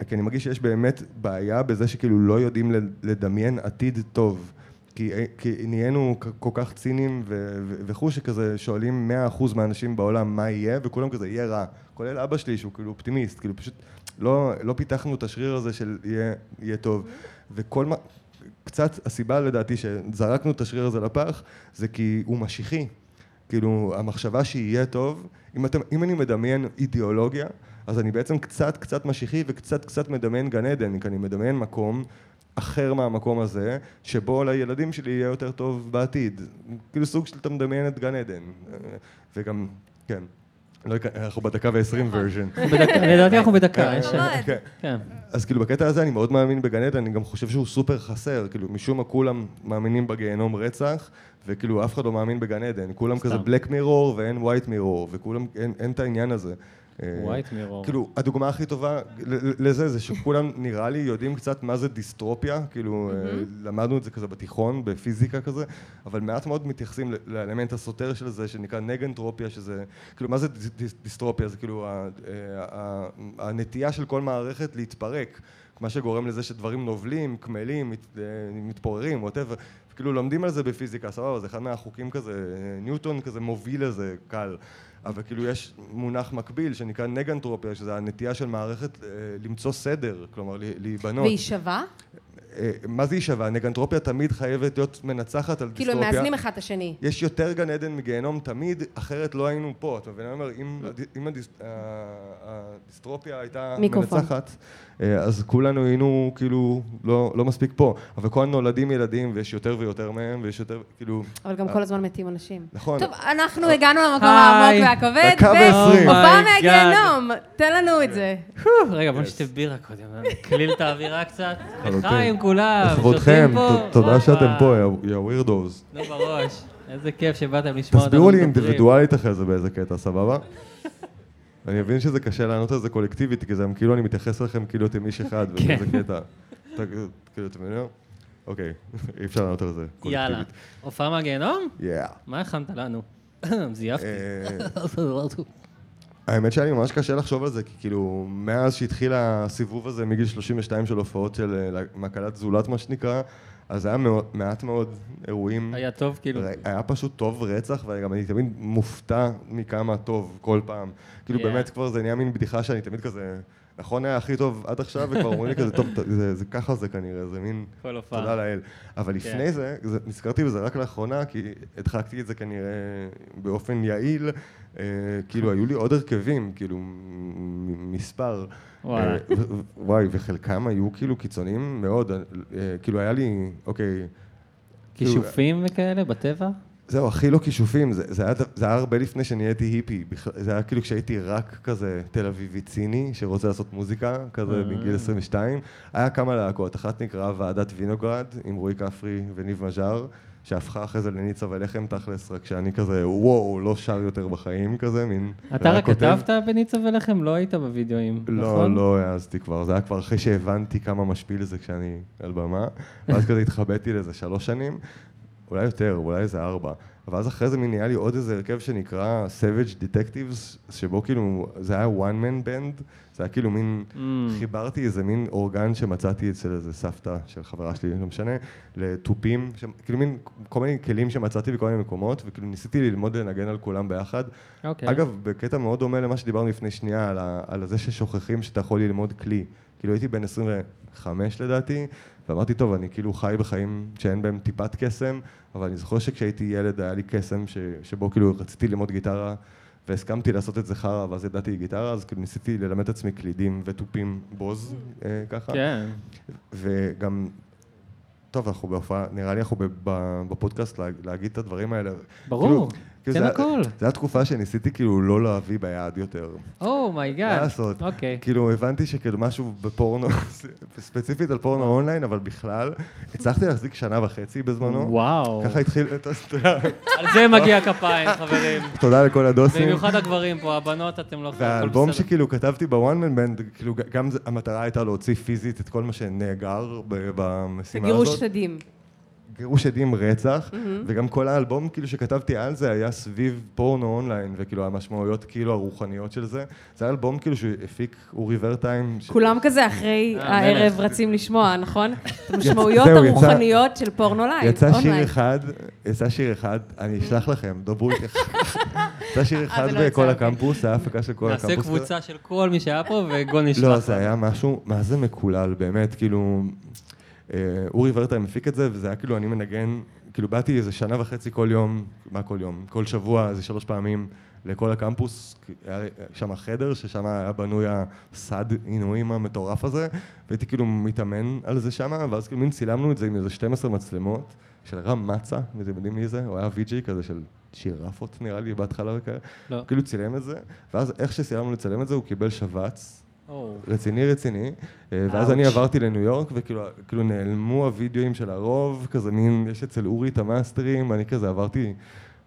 Speaker 4: כי אני מרגיש שיש באמת בעיה בזה שכאילו לא יודעים ל- לדמיין עתיד טוב. כי, כי נהיינו כ- כל כך ציניים ו- ו- וכו' שכזה שואלים 100% מהאנשים בעולם מה יהיה, וכולם כזה יהיה רע. כולל אבא שלי שהוא כאילו אופטימיסט, כאילו פשוט לא, לא פיתחנו את השריר הזה של יהיה, יהיה טוב. וכל מה, קצת הסיבה לדעתי שזרקנו את השריר הזה לפח, זה כי הוא משיחי. כאילו, המחשבה שיהיה טוב, אם, אתם, אם אני מדמיין אידיאולוגיה, אז אני בעצם קצת קצת משיחי וקצת קצת מדמיין גן עדן, כי אני מדמיין מקום אחר מהמקום הזה, שבו לילדים שלי יהיה יותר טוב בעתיד. כאילו סוג של אתה מדמיין את גן עדן. אה, וגם, כן. לא, אכ- אנחנו בדקה ועשרים ורז'ן.
Speaker 2: בדקה- לדעתי אנחנו בדקה, אין שאלה.
Speaker 3: מאוד.
Speaker 2: כן.
Speaker 3: אה.
Speaker 4: אז כאילו בקטע הזה אני מאוד מאמין בגן עדן, אני גם חושב שהוא סופר חסר, כאילו משום מה כולם מאמינים בגיהנום רצח, וכאילו אף אחד לא מאמין בגן עדן, כולם
Speaker 2: סתם.
Speaker 4: כזה בלק מירור ואין ווייט מירור, וכולם, אין, אין את העניין הזה. אה,
Speaker 2: White Mirror.
Speaker 4: כאילו, הדוגמה הכי טובה ל- ל- לזה, זה שכולם נראה לי יודעים קצת מה זה דיסטרופיה, כאילו אה, למדנו את זה כזה בתיכון, בפיזיקה כזה, אבל מעט מאוד מתייחסים ל- לאלמנט הסותר של זה, שנקרא נגנטרופיה, שזה, כאילו מה זה דיס- דיס- דיסטרופיה? זה כאילו ה- אה, ה- הנטייה של כל מערכת להתפרק, מה שגורם לזה שדברים נובלים, קמלים, מת- אה, מתפוררים, ווטאבר. כאילו לומדים על זה בפיזיקה, סבבה, זה אחד מהחוקים כזה, אה, ניוטון כזה מוביל לזה, קל. אבל כאילו יש מונח מקביל שנקרא נגנטרופיה, שזה הנטייה של מערכת אה, למצוא סדר, כלומר ל- להיבנות.
Speaker 3: והיא שווה?
Speaker 4: אה, מה זה היא שווה? נגנטרופיה תמיד חייבת להיות מנצחת על
Speaker 3: כאילו,
Speaker 4: דיסטרופיה.
Speaker 3: הם מאזנים אחד את השני.
Speaker 4: יש יותר גן עדן מגיהנום תמיד, אחרת לא היינו פה. אתה מבין? אני אומר, אם, הד- אם הדיס, ה- הדיסטרופיה הייתה
Speaker 3: מיקרופון.
Speaker 4: מנצחת, אה, אז כולנו היינו כאילו לא, לא מספיק פה. אבל כל נולדים ילדים, ויש יותר ויותר מהם, ויש יותר, כאילו...
Speaker 3: אבל גם כל הזמן מתים אנשים.
Speaker 4: נכון.
Speaker 3: טוב, אנחנו הגענו למקום
Speaker 2: היי.
Speaker 3: העמוק והכבד,
Speaker 4: דקה ועשרים.
Speaker 3: והופעה
Speaker 2: Oh my God.
Speaker 3: מהגיהנום, תן לנו את זה.
Speaker 4: אה,
Speaker 2: רגע, בוא נשתה בירה קודם, אה? נקליל את האווירה קצת.
Speaker 4: חלוטין.
Speaker 2: לחיים כולם,
Speaker 4: לכבודכם,
Speaker 2: שותים פה.
Speaker 3: אה,
Speaker 4: ת- תודה שאתם
Speaker 2: וואלה.
Speaker 4: פה, יא ווירדוז.
Speaker 2: נו בראש, איזה כיף שבאתם לשמוע אותנו.
Speaker 4: תסבירו לי
Speaker 2: מדברים.
Speaker 4: אינדיבידואלית אחרי זה באיזה קטע, סבבה? אני מבין שזה קשה לענות על זה קולקטיבית, כי זה כאילו אני מתייחס אליכם כאילו אתם איש אחד,
Speaker 2: כן.
Speaker 4: ובאיזה קטע. אתה- כאילו, אתם מבינים? אוקיי, אי אפשר לענות על זה
Speaker 2: יאללה.
Speaker 4: קולקטיבית.
Speaker 2: הופעה מהגיהנום?
Speaker 4: יאללה.
Speaker 2: מה הכנת לנו? זייפתי.
Speaker 4: אה, האמת שהיה לי ממש קשה לחשוב על זה, כי כאילו, מאז שהתחיל הסיבוב הזה מגיל 32 של הופעות של אה, לה- מקהלת זולת, מה שנקרא, אז היה מאוד- מעט מאוד אירועים.
Speaker 2: היה טוב כאילו.
Speaker 4: ר- היה פשוט טוב רצח, וגם אני תמיד מופתע מכמה טוב כל פעם. כאילו
Speaker 2: Yeah.
Speaker 4: באמת כבר זה נהיה מין בדיחה שאני תמיד כזה, נכון היה הכי טוב עד עכשיו, וכבר אומרים לי כזה, טוב, ת- זה- זה ככה זה כנראה, זה מין,
Speaker 2: כל הופעה.
Speaker 4: תודה לאל. אבל
Speaker 2: כן.
Speaker 4: לפני זה, זה- נזכרתי בזה רק לאחרונה, כי הדחקתי את זה כנראה באופן יעיל, אה, כאילו היו לי עוד הרכבים, כאילו מ- מ- מספר.
Speaker 2: וואלה.
Speaker 4: אה, ו- ו- וואי, וחלקם היו כאילו אה, קיצוניים מאוד, אה, כאילו היה לי, אוקיי,
Speaker 2: כישופים וכאלה בטבע?
Speaker 4: זהו, הכי לא כישופים, זה, זה, היה, ד- זה היה הרבה לפני שנהייתי היפי, בכלל- זה היה כאילו כשהייתי רק כזה תל אביבי ציני, שרוצה לעשות מוזיקה,
Speaker 2: אה.
Speaker 4: כזה בגיל 22. היה כמה להקות, אחת נקראה ועדת וינוגרד, עם רועי כפרי וניב מז'אר, שהפכה אחרי זה לניצה ולחם תכלס, רק שאני כזה, וואו, לא שר יותר בחיים, כזה, מין...
Speaker 2: אתה רק
Speaker 4: להקות-
Speaker 2: כתבת בניצה ולחם? לא היית בווידאוים, נכון?
Speaker 4: לא, לא העזתי כבר, זה היה כבר אחרי שהבנתי כמה משפיל זה כשאני על במה, ואז כזה התחבאתי לזה שלוש שנים, אולי יותר, אולי איזה ארבע, ואז אחרי זה מין נהיה לי עוד איזה הרכב שנקרא Savage Detectives, שבו כאילו, זה היה one man band, זה היה כאילו מין,
Speaker 2: Mm.
Speaker 4: חיברתי איזה מין אורגן שמצאתי אצל איזה סבתא של חברה שלי, לא משנה, לתופים, ש... כאילו מין כל מיני כלים שמצאתי בכל מיני מקומות, וכאילו ניסיתי ללמוד לנגן על כולם ביחד,
Speaker 2: אוקיי.
Speaker 4: אגב, בקטע מאוד דומה למה שדיברנו לפני שנייה, על, ה, על זה ששוכחים שאתה יכול ללמוד כלי. כאילו הייתי בן 25 לדעתי, ואמרתי, טוב, אני כאילו חי בחיים שאין בהם טיפת קסם, אבל אני זוכר שכשהייתי ילד היה לי קסם ש, שבו כאילו רציתי ללמוד גיטרה, והסכמתי לעשות את זה חרא, ואז ידעתי גיטרה, אז כאילו ניסיתי ללמד את עצמי קלידים ותופים בוז, אה, ככה.
Speaker 2: כן.
Speaker 4: וגם, טוב, אנחנו בהופעה, נראה לי אנחנו ב- ב- בפודקאסט לה- להגיד את הדברים האלה.
Speaker 2: ברור,
Speaker 4: כאילו- כאילו,
Speaker 2: תן
Speaker 4: זה-
Speaker 2: הכל.
Speaker 4: זו הייתה תקופה שניסיתי כאילו לא להביא ביד יותר.
Speaker 2: אומייגאד.
Speaker 4: מה לעשות?
Speaker 2: Oh אוקיי.
Speaker 4: כאילו, הבנתי שכאילו משהו בפורנו, ספציפית על פורנו אונליין, אבל בכלל, הצלחתי להחזיק שנה וחצי בזמנו.
Speaker 2: וואו.
Speaker 4: כאילו, ככה התחיל, תודה-
Speaker 2: על זה מגיע כפיים, חברים.
Speaker 4: תודה לכל הדוסים.
Speaker 2: במיוחד הגברים פה, הבנות אתם לא יכולים... הכל
Speaker 4: והאלבום
Speaker 2: בסדר.
Speaker 4: שכאילו כתבתי בוואן מן בנד, כאילו ג- גם זה- המטרה הייתה להוציא פיזית את כל מה שנאגר ב- במשימה הזאת.
Speaker 3: גירוש שדים.
Speaker 4: גירוש עדים רצח, וגם כל האלבום כאילו שכתבתי על זה היה סביב פורנו אונליין, וכאילו המשמעויות כאילו הרוחניות של זה. זה היה אלבום כאילו שהפיק אורי ורטיים. ש-
Speaker 3: כולם כזה אחרי
Speaker 2: אה,
Speaker 3: הערב
Speaker 2: מלך.
Speaker 3: רצים לשמוע, נכון? את המשמעויות
Speaker 4: זהו, יצא-
Speaker 3: הרוחניות של פורנו לייב.
Speaker 4: יצא שיר
Speaker 3: אונליין.
Speaker 4: אחד, יצא שיר אחד, אני אשלח לכם, דברו איתי. יצא שיר אחד
Speaker 3: זה לא
Speaker 4: בכל
Speaker 3: יצא, אוקיי.
Speaker 4: הקמפוס, היה הפקה של כל הקמפוס.
Speaker 2: נעשה קבוצה של כל מי שהיה פה וגול נשלח.
Speaker 4: לא, זה היה משהו, מה זה מקולל, באמת, כאילו... אה, אורי ורטיים הפיק את זה, וזה היה כאילו, אני מנגן, כאילו באתי איזה שנה וחצי כל יום, מה כל יום? כל שבוע, איזה שלוש פעמים, לכל הקמפוס, כי היה שם חדר, ששם היה בנוי הסד עינויים המטורף הזה, והייתי כאילו מתאמן על זה שם, ואז כאילו מין צילמנו את זה עם איזה 12 מצלמות, של רם מצה, אם אתם יודעים מי זה, הוא היה VJ כזה של שירפות נראה לי בהתחלה וכאלה,
Speaker 2: לא.
Speaker 4: כאילו צילם את זה, ואז איך שסיימנו לצלם את זה, הוא קיבל שבץ,
Speaker 2: או,
Speaker 4: רציני רציני, אה, ואז
Speaker 2: אאוץ'.
Speaker 4: אני עברתי לניו יורק וכאילו כאילו נעלמו הווידאוים של הרוב, כזה מין, יש אצל אורי את המאסטרים, אני כזה עברתי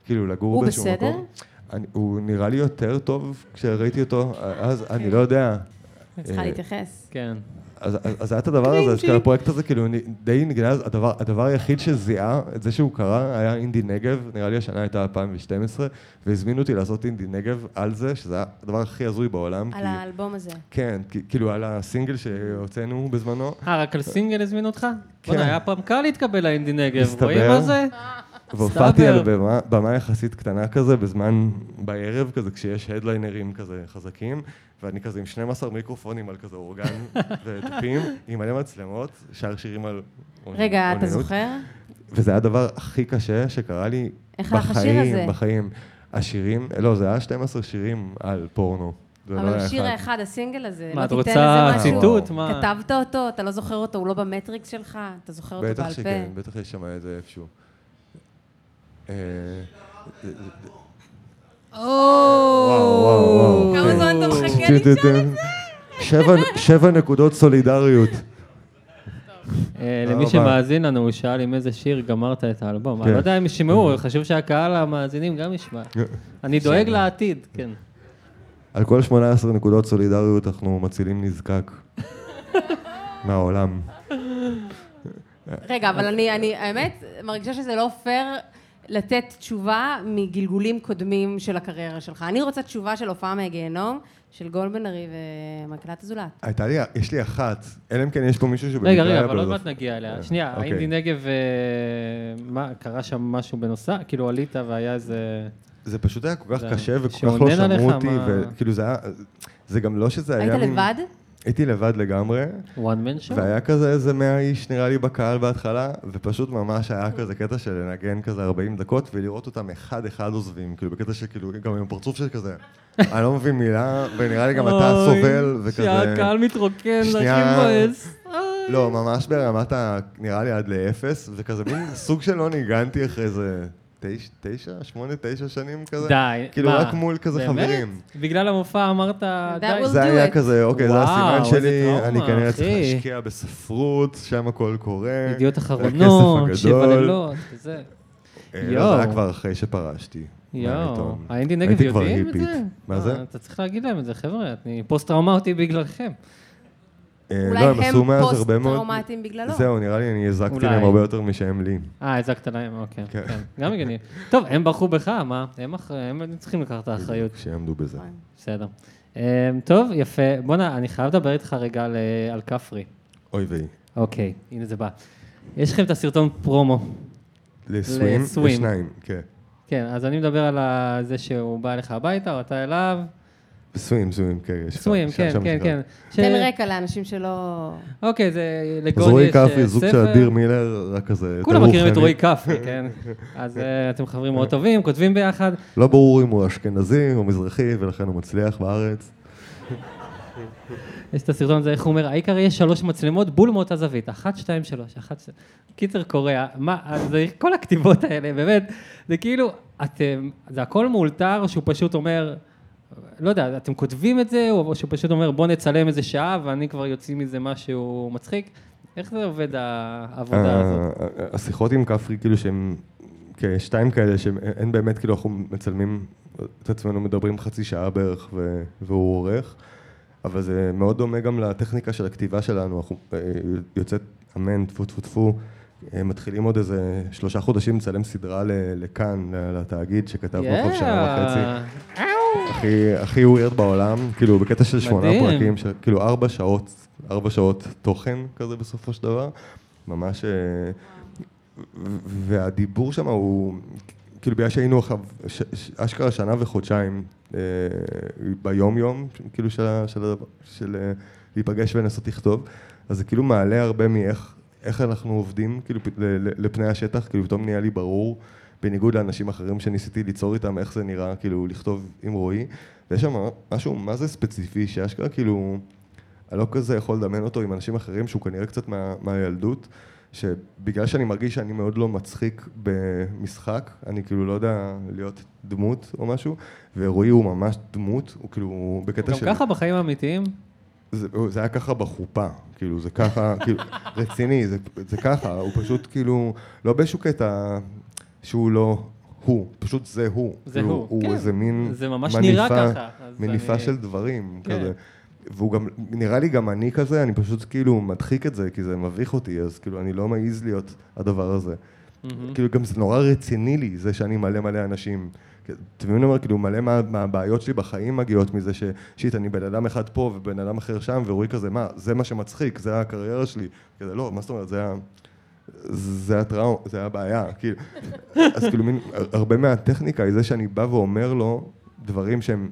Speaker 4: כאילו לגור
Speaker 3: הוא
Speaker 4: באיזשהו
Speaker 3: בסדר?
Speaker 4: מקום. אני, הוא נראה לי יותר טוב כשראיתי אותו, אז
Speaker 3: אוקיי.
Speaker 4: אני לא יודע.
Speaker 3: צריכה
Speaker 4: אה,
Speaker 3: להתייחס.
Speaker 2: כן.
Speaker 4: אז, אז, אז היה את הדבר הזה, אז כאילו הפרויקט הזה כאילו נ- די נגנז, הדבר, הדבר היחיד שזיהה את זה שהוא קרה היה אינדי נגב, נראה לי השנה הייתה 2012, והזמינו אותי לעשות אינדי נגב על זה, שזה היה הדבר הכי הזוי בעולם.
Speaker 3: על
Speaker 4: כי-
Speaker 3: האלבום הזה.
Speaker 4: כן, כ- כאילו על הסינגל שהוצאנו בזמנו.
Speaker 2: אה, רק על סינגל הזמינו אותך?
Speaker 4: כן.
Speaker 2: בוא'נה, היה פעם קל להתקבל לאינדי נגב,
Speaker 4: מסתבר.
Speaker 2: רואים מה זה?
Speaker 3: לא,
Speaker 4: והופעתי
Speaker 2: סטאבר.
Speaker 4: על במה, במה יחסית קטנה כזה, בזמן, בערב כזה, כשיש הדליינרים כזה חזקים, ואני כזה עם 12 מיקרופונים על כזה אורגן ודפים, עם מלא מצלמות, שר שירים על... אונ-
Speaker 3: רגע, אתה
Speaker 4: אוננות.
Speaker 3: זוכר?
Speaker 4: וזה היה הדבר הכי קשה שקרה לי
Speaker 3: איך הלך השיר הזה?
Speaker 4: בחיים, בחיים. השירים, לא, זה היה 12 שירים על פורנו. זה לא
Speaker 3: אבל
Speaker 4: היה
Speaker 3: השיר
Speaker 4: אחד.
Speaker 3: האחד, הסינגל הזה,
Speaker 2: מה,
Speaker 3: לא
Speaker 2: את
Speaker 3: תיתן
Speaker 2: רוצה
Speaker 3: לזה משהו?
Speaker 2: ציטוט? מה?
Speaker 3: כתבת אותו, אתה לא זוכר אותו, הוא לא במטריקס שלך, אתה זוכר אותו
Speaker 4: בטח
Speaker 3: בעל
Speaker 4: שכן,
Speaker 3: פה.
Speaker 4: בטח יש שם איזה איפשהו.
Speaker 3: אה,
Speaker 4: אה, זה- זה- אה,
Speaker 3: או,
Speaker 4: וואו,
Speaker 3: אוקיי. כמה
Speaker 4: וואו,
Speaker 3: זמן אתה
Speaker 4: כן.
Speaker 3: מחכה לשאול את זה?
Speaker 4: שבע- שבע נקודות סולידריות.
Speaker 2: אה,
Speaker 4: תודה
Speaker 2: למי
Speaker 4: רבה.
Speaker 2: שמאזין לנו, הוא שאל עם איזה שיר גמרת את האלבום. אני
Speaker 4: לא כן.
Speaker 2: לא יודע אם ישמעו, חשוב שהקהל המאזינים גם ישמע. אני דואג לעתיד, כן.
Speaker 4: על כל 18 נקודות סולידריות אנחנו מצילים נזקק. מהעולם.
Speaker 3: רגע, אבל אני, אני, האמת, מרגישה שזה לא פייר לתת תשובה מגלגולים קודמים של הקריירה שלך. אני רוצה תשובה של הופעה מהגיהנום, של גולדבן ארי ומקהלת הזולת.
Speaker 4: הייתה לי, יש לי אחת, אלא אם כן יש פה מישהו שבמקרה
Speaker 2: רגע, רגע,
Speaker 4: היה
Speaker 2: אבל עוד
Speaker 4: בלוז.
Speaker 2: מעט נגיע אליה. שנייה,
Speaker 4: לא- אוקיי.
Speaker 2: האינדי נגב, אה, מה, קרה שם משהו בנוסף? כאילו עלית והיה איזה...
Speaker 4: זה פשוט היה כל כך
Speaker 2: זה-
Speaker 4: קשה וכל כך
Speaker 2: שאונן
Speaker 4: לא שמעו
Speaker 2: עליך,
Speaker 4: אותי,
Speaker 2: מה-
Speaker 4: וכאילו זה היה, זה גם לא שזה היה...
Speaker 3: היית
Speaker 4: מין-
Speaker 3: לבד?
Speaker 4: הייתי לבד לגמרי.
Speaker 2: one man show?
Speaker 4: והיה כזה איזה 100 איש נראה לי בקהל בהתחלה, ופשוט ממש היה
Speaker 2: כן.
Speaker 4: כזה קטע של לנגן כזה 40 דקות ולראות אותם אחד-אחד עוזבים, כאילו בקטע של כאילו, גם עם הפרצוף של כזה, אני לא מבין מילה, ונראה לי גם אתה
Speaker 2: אוי,
Speaker 4: סובל, וכזה...
Speaker 2: שהקהל מתרוקן, הכי
Speaker 4: שנייה.
Speaker 2: מבאס.
Speaker 4: לא, ממש ברמת ה... נראה לי עד לאפס, וכזה מין סוג של לא ניגנתי אחרי איזה תש- תשע, שמונה, תשע שנים כזה.
Speaker 2: די,
Speaker 4: כאילו
Speaker 2: מה?
Speaker 4: רק מול כזה
Speaker 2: באמת?
Speaker 4: חברים.
Speaker 2: בגלל המופע אמרת די?
Speaker 3: will
Speaker 4: זה
Speaker 3: do
Speaker 4: היה
Speaker 3: it.
Speaker 4: כזה, אוקיי, זה
Speaker 2: וואו,
Speaker 4: הסימן
Speaker 2: איזה
Speaker 4: שלי,
Speaker 2: טראומה,
Speaker 4: אני כנראה צריך
Speaker 2: אחי.
Speaker 4: להשקיע בספרות, שם הכל קורה.
Speaker 2: ידיעות
Speaker 4: והכסף
Speaker 2: אחרונות,
Speaker 4: הגדול.
Speaker 2: שבע לילות, כזה.
Speaker 4: אה,
Speaker 2: יואו.
Speaker 4: לא, זה היה כבר אחרי שפרשתי.
Speaker 2: יואו,
Speaker 4: מהעיתון.
Speaker 2: האינדי נגב
Speaker 4: הייתי כבר
Speaker 2: יודעים את
Speaker 4: היפית.
Speaker 2: זה? אה,
Speaker 4: מה זה?
Speaker 2: אתה צריך להגיד להם את זה, חבר'ה, אני פוסט-טראומטי בגללכם.
Speaker 4: אה,
Speaker 3: אולי
Speaker 4: לא, הם
Speaker 3: הם לא?
Speaker 4: עשו מאז הרבה מאוד...
Speaker 3: פוסט-טראומטיים בגללו.
Speaker 4: זהו, נראה לי אני הזקתי
Speaker 2: אולי.
Speaker 4: להם הרבה יותר משהם לי.
Speaker 2: אה, הזקת להם, אוקיי,
Speaker 4: כן.
Speaker 2: כן, גם הגיוני. טוב, הם בחרו בך, מה? הם אחר- הם צריכים לקחת את האחריות.
Speaker 4: שיעמדו בזה.
Speaker 2: בסדר. אמ, טוב, יפה. בואנה, אני חייב לדבר איתך רגע על, אה, על כפרי.
Speaker 4: אוי ויי.
Speaker 2: אוקיי, הנה זה בא. יש לכם את הסרטון פרומו.
Speaker 4: לסווים?
Speaker 2: לסווים.
Speaker 4: לשניים, כן.
Speaker 2: כן, אז אני מדבר על ה- זה שהוא בא אליך הביתה, או אתה אליו.
Speaker 4: סווים, סווים, כן. יש לך-
Speaker 2: פצועים,
Speaker 4: שם-
Speaker 2: כן,
Speaker 4: שם
Speaker 2: כן,
Speaker 4: יש
Speaker 2: כן.
Speaker 4: לך.
Speaker 2: ש-
Speaker 3: תן רקע לאנשים שלא...
Speaker 2: אוקיי, זה
Speaker 4: אז
Speaker 2: לגוני
Speaker 4: רועי
Speaker 2: יש אה,
Speaker 4: כפרי, זוג של
Speaker 2: ספר.
Speaker 4: אדיר מילר, רק כזה...
Speaker 2: כולם
Speaker 4: תנור
Speaker 2: מכירים את
Speaker 4: חני.
Speaker 2: רועי כפרי, כן? אז אה, אתם חברים מאוד טובים, כותבים ביחד.
Speaker 4: לא ברור אם הוא אשכנזי או מזרחי, ולכן הוא מצליח בארץ.
Speaker 2: יש את הסרטון הזה, איך הוא אומר, העיקר יש שלוש מצלמות, בול מאותה זווית, אחת, שתיים, שלוש, אחת, שתיים. קיצר קורע, מה, אז זה- כל הכתיבות האלה, באמת, זה כאילו, אתם, זה הכל מאולתר, שהוא פשוט אומר, לא יודע, אתם כותבים את זה, או שהוא פשוט אומר, בוא נצלם איזה שעה, ואני כבר יוציא מזה משהו מצחיק. איך זה עובד
Speaker 4: אה,
Speaker 2: העבודה הזאת?
Speaker 4: ה- ה- השיחות עם כפרי, כאילו שהם כשתיים כאלה, שאין באמת, כאילו אנחנו מצלמים את עצמנו, מדברים חצי שעה בערך, ו- והוא עורך, אבל זה מאוד דומה גם לטכניקה של הכתיבה שלנו, אנחנו אה, יוצאת, אמן, טפו טפו טפו, אה, מתחילים עוד איזה שלושה חודשים לצלם סדרה ל- לכאן, ל- לתאגיד, שכתבנו yeah. חוב שנה וחצי. הכי, הכי ווירד בעולם, כאילו בקטע של שמונה
Speaker 2: מדהים.
Speaker 4: פרקים, של, כאילו ארבע שעות, ארבע שעות תוכן כזה בסופו של דבר, ממש, אה, ו- והדיבור שם הוא, כאילו בגלל שהיינו עכשיו, ש- ש- אשכרה שנה וחודשיים אה, ביום יום, כאילו של, ה- של, הדבר- של אה, להיפגש ולנסות לכתוב, אז זה כאילו מעלה הרבה מאיך איך אנחנו עובדים, כאילו פ- ל- ל- לפני השטח, כאילו פתאום נהיה לי ברור. בניגוד לאנשים אחרים שניסיתי ליצור איתם, איך זה נראה, כאילו, לכתוב עם רועי. ויש שם משהו, מה זה ספציפי, שאשכרה, כאילו, אני לא כזה יכול לדמיין אותו עם אנשים אחרים, שהוא כנראה קצת מה, מהילדות, שבגלל שאני מרגיש שאני מאוד לא מצחיק במשחק, אני כאילו לא יודע להיות דמות או משהו, ורועי הוא ממש דמות, הוא כאילו, הוא בקטע
Speaker 2: גם
Speaker 4: של...
Speaker 2: ככה בחיים האמיתיים?
Speaker 4: זה, זה היה ככה בחופה, כאילו, זה ככה, כאילו, רציני, זה, זה ככה, הוא פשוט כאילו, לא באיזשהו קטע שהוא לא הוא, פשוט זה הוא.
Speaker 2: זה
Speaker 4: כאילו,
Speaker 2: הוא,
Speaker 4: הוא
Speaker 2: כן.
Speaker 4: איזה מין
Speaker 2: זה ממש נראה ככה, אז
Speaker 4: מניפה
Speaker 2: אני-
Speaker 4: של דברים,
Speaker 2: כן.
Speaker 4: כזה. והוא גם, נראה לי גם אני כזה, אני פשוט כאילו מדחיק את זה, כי זה מביך אותי, אז כאילו, אני לא מעז להיות הדבר הזה. כאילו, גם זה נורא רציני לי, זה שאני מלא מלא אנשים. אתם מבינים מה אני אומר? כאילו, מלא מה- מהבעיות שלי בחיים מגיעות מזה ש... שיט, אני בן אדם אחד פה ובן אדם אחר שם, ורועי כזה, מה, זה מה שמצחיק, זה הקריירה שלי. כזה, לא, מה זאת אומרת, זה ה... זה הטראומה, זה הבעיה, כאילו. אז כאילו, מין, הרבה מהטכניקה היא זה שאני בא ואומר לו דברים שהם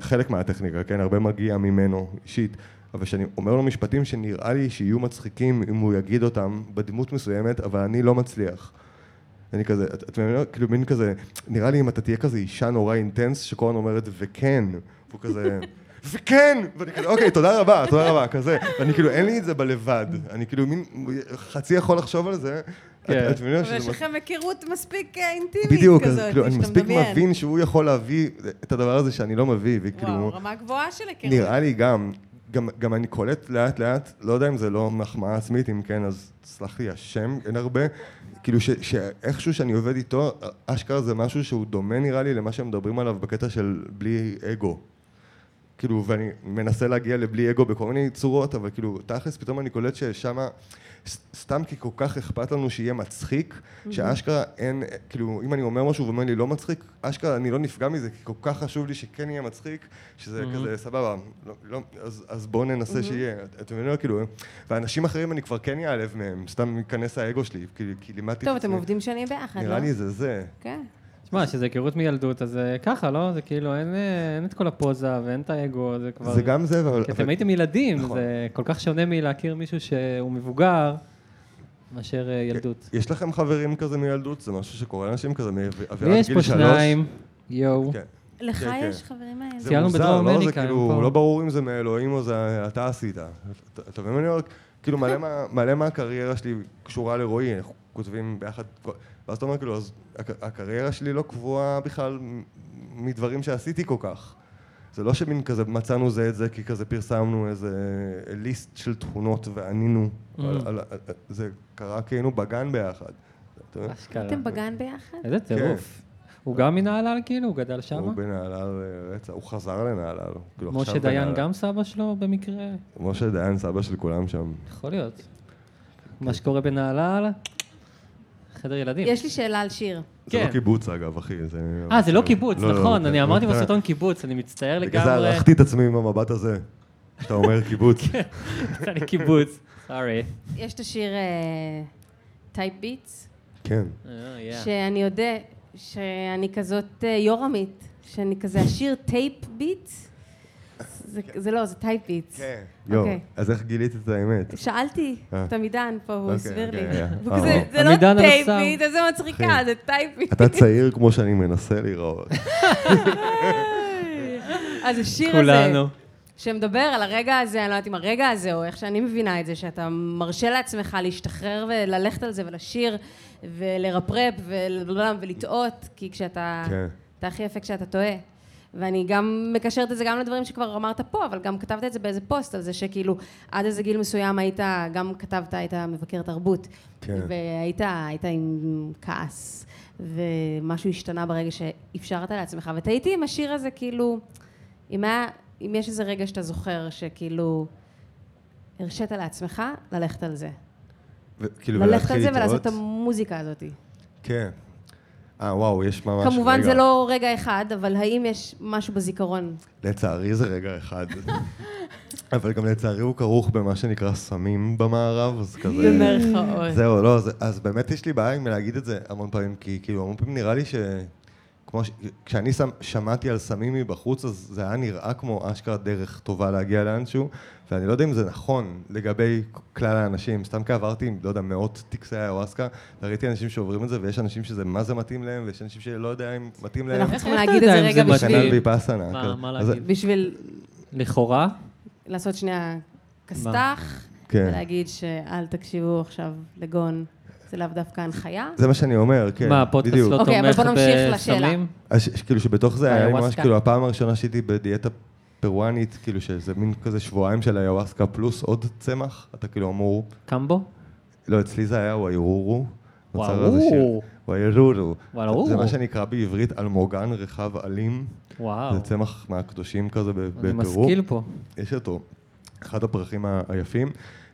Speaker 4: חלק מהטכניקה, כן? הרבה מגיע ממנו אישית. אבל כשאני אומר לו משפטים שנראה לי שיהיו מצחיקים אם הוא יגיד אותם בדמות מסוימת, אבל אני לא מצליח. אני כזה, את- את מבינה? כאילו מין כזה, נראה לי אם אתה תהיה כזה אישה נורא אינטנס, שכל הזמן אומרת וכן, והוא כזה, וכן! ואני כזה, אוקיי, תודה רבה, תודה רבה, כזה. ואני כאילו, אין לי את זה בלבד. אני כאילו מין, חצי יכול לחשוב על זה. את-
Speaker 2: כן.
Speaker 4: את מבינה
Speaker 3: אבל יש
Speaker 4: לא, שזה
Speaker 3: לכם היכרות מספיק אה, אינטימית
Speaker 4: בדיוק, אז
Speaker 3: כזאת,
Speaker 4: כאילו, אני
Speaker 3: שאתה
Speaker 4: מספיק
Speaker 3: מדמיין.
Speaker 4: מבין שהוא יכול להביא את הדבר הזה שאני לא מביא,
Speaker 3: וואו,
Speaker 4: וכאילו,
Speaker 3: רמה גבוהה של היכרות.
Speaker 4: נראה לי גם, גם, גם אני קולט לאט לאט, לא יודע אם זה לא מחמאה עצמית, אם כן, אז סלח לי השם, אין הרבה, כאילו ש- שאיכשהו שאני עובד איתו, אשכרה זה משהו שהוא דומה נראה לי למה שמדברים עליו בקטע של בלי אגו. כאילו, ואני מנסה להגיע לבלי אגו בכל מיני צורות, אבל כאילו, תכלס, פתאום אני קולט ששמה, ס- סתם כי כל כך אכפת לנו שיהיה מצחיק, שאשכרה אין, כאילו, אם אני אומר משהו ואומר לי לא מצחיק, אשכרה אני לא נפגע מזה, כי כל כך חשוב לי שכן יהיה מצחיק, שזה כזה, סבבה, לא, לא, אז, אז בואו ננסה שיהיה. אתם מבינים? כאילו, ואנשים אחרים אני כבר כן אעלב מהם, סתם ייכנס האגו שלי, כאילו, כי לימדתי את
Speaker 3: טוב, אתם
Speaker 4: עצמי.
Speaker 3: עובדים שנים ביחד, לא?
Speaker 4: נראה לי זה זה.
Speaker 3: כן.
Speaker 2: תשמע, שזה היכרות מילדות, אז אה, ככה, לא? זה כאילו, אין, אה, אין את כל הפוזה ואין את האגו, זה כבר...
Speaker 4: זה גם זה, אבל...
Speaker 2: כי
Speaker 4: אבל-
Speaker 2: אתם הייתם ילדים,
Speaker 4: נכון.
Speaker 2: זה כל כך שונה מלהכיר מישהו שהוא מבוגר, מאשר אה, ילדות.
Speaker 4: יש לכם חברים כזה מילדות? זה משהו שקורה לאנשים כזה מאווירת גיל
Speaker 2: ויש
Speaker 4: שלוש?
Speaker 2: פה שניים, יואו.
Speaker 4: כן.
Speaker 3: לך
Speaker 4: כן, כן.
Speaker 3: יש חברים מהאל?
Speaker 4: זה
Speaker 2: טיילנו
Speaker 4: מוזר,
Speaker 2: בדרום
Speaker 4: לא? זה
Speaker 2: אמריקה, הם פה.
Speaker 4: כאילו, לא ברור אם זה מאלוהים או זה אתה עשית. אתה- אתה מבין מה אני אומר? כאילו, מלא מה- מלא מהקריירה שלי קשורה לרועי, אנחנו כותבים ביחד, כל- ואז אתה אומר, כאילו, אז הק- הקריירה שלי לא קבועה בכלל מ- מדברים שעשיתי כל כך. זה לא שמין כזה מצאנו זה את זה, כי כזה פרסמנו איזה ליסט של תכונות וענינו.
Speaker 2: Mm.
Speaker 4: על- על- על- זה קרה כי היינו בגן ביחד. אתה מבין?
Speaker 2: אשכרה.
Speaker 3: אתם בגן ביחד?
Speaker 2: איזה טירוף. הוא גם מנהלל כאילו? הוא גדל שם?
Speaker 4: כן. הוא בנהלל אה, רצח, הוא חזר לנהלל. כאילו, עכשיו
Speaker 2: משה דיין
Speaker 4: בנהלל.
Speaker 2: גם סבא שלו במקרה?
Speaker 4: משה דיין, סבא של כולם שם.
Speaker 2: יכול להיות.
Speaker 4: כן.
Speaker 2: מה שקורה בנהלל, חדר ילדים.
Speaker 3: יש לי שאלה על שיר.
Speaker 4: זה
Speaker 2: כן.
Speaker 4: לא קיבוץ אגב, אחי. זה...
Speaker 2: אה, זה לא קיבוץ,
Speaker 4: לא, לא,
Speaker 2: נכון,
Speaker 4: לא,
Speaker 2: אני
Speaker 4: כן,
Speaker 2: אמרתי
Speaker 4: כן.
Speaker 2: בסרטון קיבוץ, אני מצטער
Speaker 4: בגלל זה
Speaker 2: לגמרי.
Speaker 4: ערכתי את עצמי עם המבט הזה, שאתה אומר קיבוץ.
Speaker 2: יצא לי קיבוץ, סורי.
Speaker 4: אה,
Speaker 3: יש את השיר אה, טייפ ביטס,
Speaker 4: כן.
Speaker 3: אה, שאני אודה שאני כזאת אה, יורמית, שאני כזה השיר טייפ ביטס. זה
Speaker 4: אוקיי.
Speaker 3: זה לא, זה טייפ ביטס.
Speaker 4: יואו,
Speaker 3: אוקיי.
Speaker 4: אז איך גילית את האמת?
Speaker 3: שאלתי
Speaker 4: אה.
Speaker 3: את עמידן פה, הוא
Speaker 4: אוקיי,
Speaker 3: הסביר לי.
Speaker 4: אוקיי, היה.
Speaker 3: הוא
Speaker 4: אה,
Speaker 3: כזה,
Speaker 4: אה.
Speaker 3: זה לא
Speaker 2: עמידן על
Speaker 3: טייפ
Speaker 2: הסאונד."
Speaker 3: ביטס, איזה מצחיקה,
Speaker 4: אחי.
Speaker 3: זה טייפ ביטס.
Speaker 4: אתה צעיר כמו שאני מנסה להיראות.
Speaker 3: אז השיר הזה...
Speaker 2: כולנו.
Speaker 3: שמדבר על הרגע הזה, אני לא יודעת אם הרגע הזה, או איך שאני מבינה את זה, שאתה מרשה לעצמך להשתחרר וללכת על זה ולשיר ולרפרפ ול- ולטעות, כי כשאתה...
Speaker 4: כן.
Speaker 3: אתה הכי יפה כשאתה טועה. ואני גם מקשרת את זה גם לדברים שכבר אמרת פה, אבל גם כתבת את זה באיזה פוסט על זה שכאילו עד איזה גיל מסוים היית, גם כתבת, היית מבקר תרבות.
Speaker 4: כן.
Speaker 3: והיית היית עם כעס, ומשהו השתנה ברגע שאפשרת לעצמך. ותהיתי עם השיר הזה כאילו, אם, היה, אם יש איזה רגע שאתה זוכר שכאילו הרשית לעצמך ללכת על זה.
Speaker 4: וכאילו,
Speaker 3: ללכת
Speaker 4: כאילו ולהתחיל
Speaker 3: על זה
Speaker 4: להתראות?
Speaker 3: ולעשות את המוזיקה הזאת.
Speaker 4: כן. אה, וואו, יש ממש רגע.
Speaker 3: כמובן זה לא רגע אחד, אבל האם יש משהו בזיכרון?
Speaker 4: לצערי זה רגע אחד. אבל גם לצערי הוא כרוך במה שנקרא סמים במערב, אז כזה...
Speaker 3: במרכאות.
Speaker 4: זהו, לא, זה, אז באמת יש לי בעיה עם להגיד את זה המון פעמים, כי כאילו המון פעמים נראה לי ש... כמו ש... כשאני שמ... שמעתי על סמים מבחוץ, אז זה היה נראה כמו אשכרה דרך טובה להגיע לאנשהו, ואני לא יודע אם זה נכון לגבי כלל האנשים. סתם כי עברתי, לא יודע, מאות טקסי איוואסקה, וראיתי אנשים שעוברים את זה, ויש אנשים שזה מה זה מתאים להם, ויש אנשים שלא יודע אם מתאים להם.
Speaker 3: אנחנו צריכים
Speaker 2: איך אתה
Speaker 3: להגיד את
Speaker 2: יודע
Speaker 3: זה
Speaker 2: אם
Speaker 3: רגע
Speaker 2: נכון. זה
Speaker 4: כנ"ל
Speaker 2: מתאים?
Speaker 3: בשביל,
Speaker 4: ויפאסנה.
Speaker 2: מה-
Speaker 4: כזה.
Speaker 2: מה
Speaker 4: אז-
Speaker 2: להגיד?
Speaker 3: בשביל
Speaker 2: לכאורה,
Speaker 3: לעשות שנייה כסת"ח,
Speaker 4: כן.
Speaker 3: ולהגיד שאל תקשיבו עכשיו לגון, זה לאו דווקא הנחיה.
Speaker 4: זה מה שאני אומר, כן,
Speaker 2: מה, הפודקאסט
Speaker 4: בדיוק.
Speaker 2: לא
Speaker 3: אוקיי, אבל
Speaker 2: תומך
Speaker 3: בוא נמשיך לשאלה.
Speaker 2: בסמים?
Speaker 4: אז ש- כאילו שבתוך זה היה לי ממש,
Speaker 2: באיוואסקה.
Speaker 4: כאילו הפעם הראשונה שהייתי בדיאטה פרואנית, כאילו שזה מין כזה שבועיים של איוואסקה פלוס עוד צמח, אתה כאילו אמור,
Speaker 2: קמבו?
Speaker 4: לא, אצלי זה היה וואירורו. נוצר
Speaker 2: וואו.
Speaker 4: איזה שיר. וואירורו.
Speaker 2: וואירורו.
Speaker 4: זה מה שנקרא בעברית אלמוגן רחב עלים.
Speaker 2: וואו.
Speaker 4: זה צמח מהקדושים כזה ב- בפרו.
Speaker 2: אני משכיל פה.
Speaker 4: יש אותו. אחד הפרחים ה- היפים.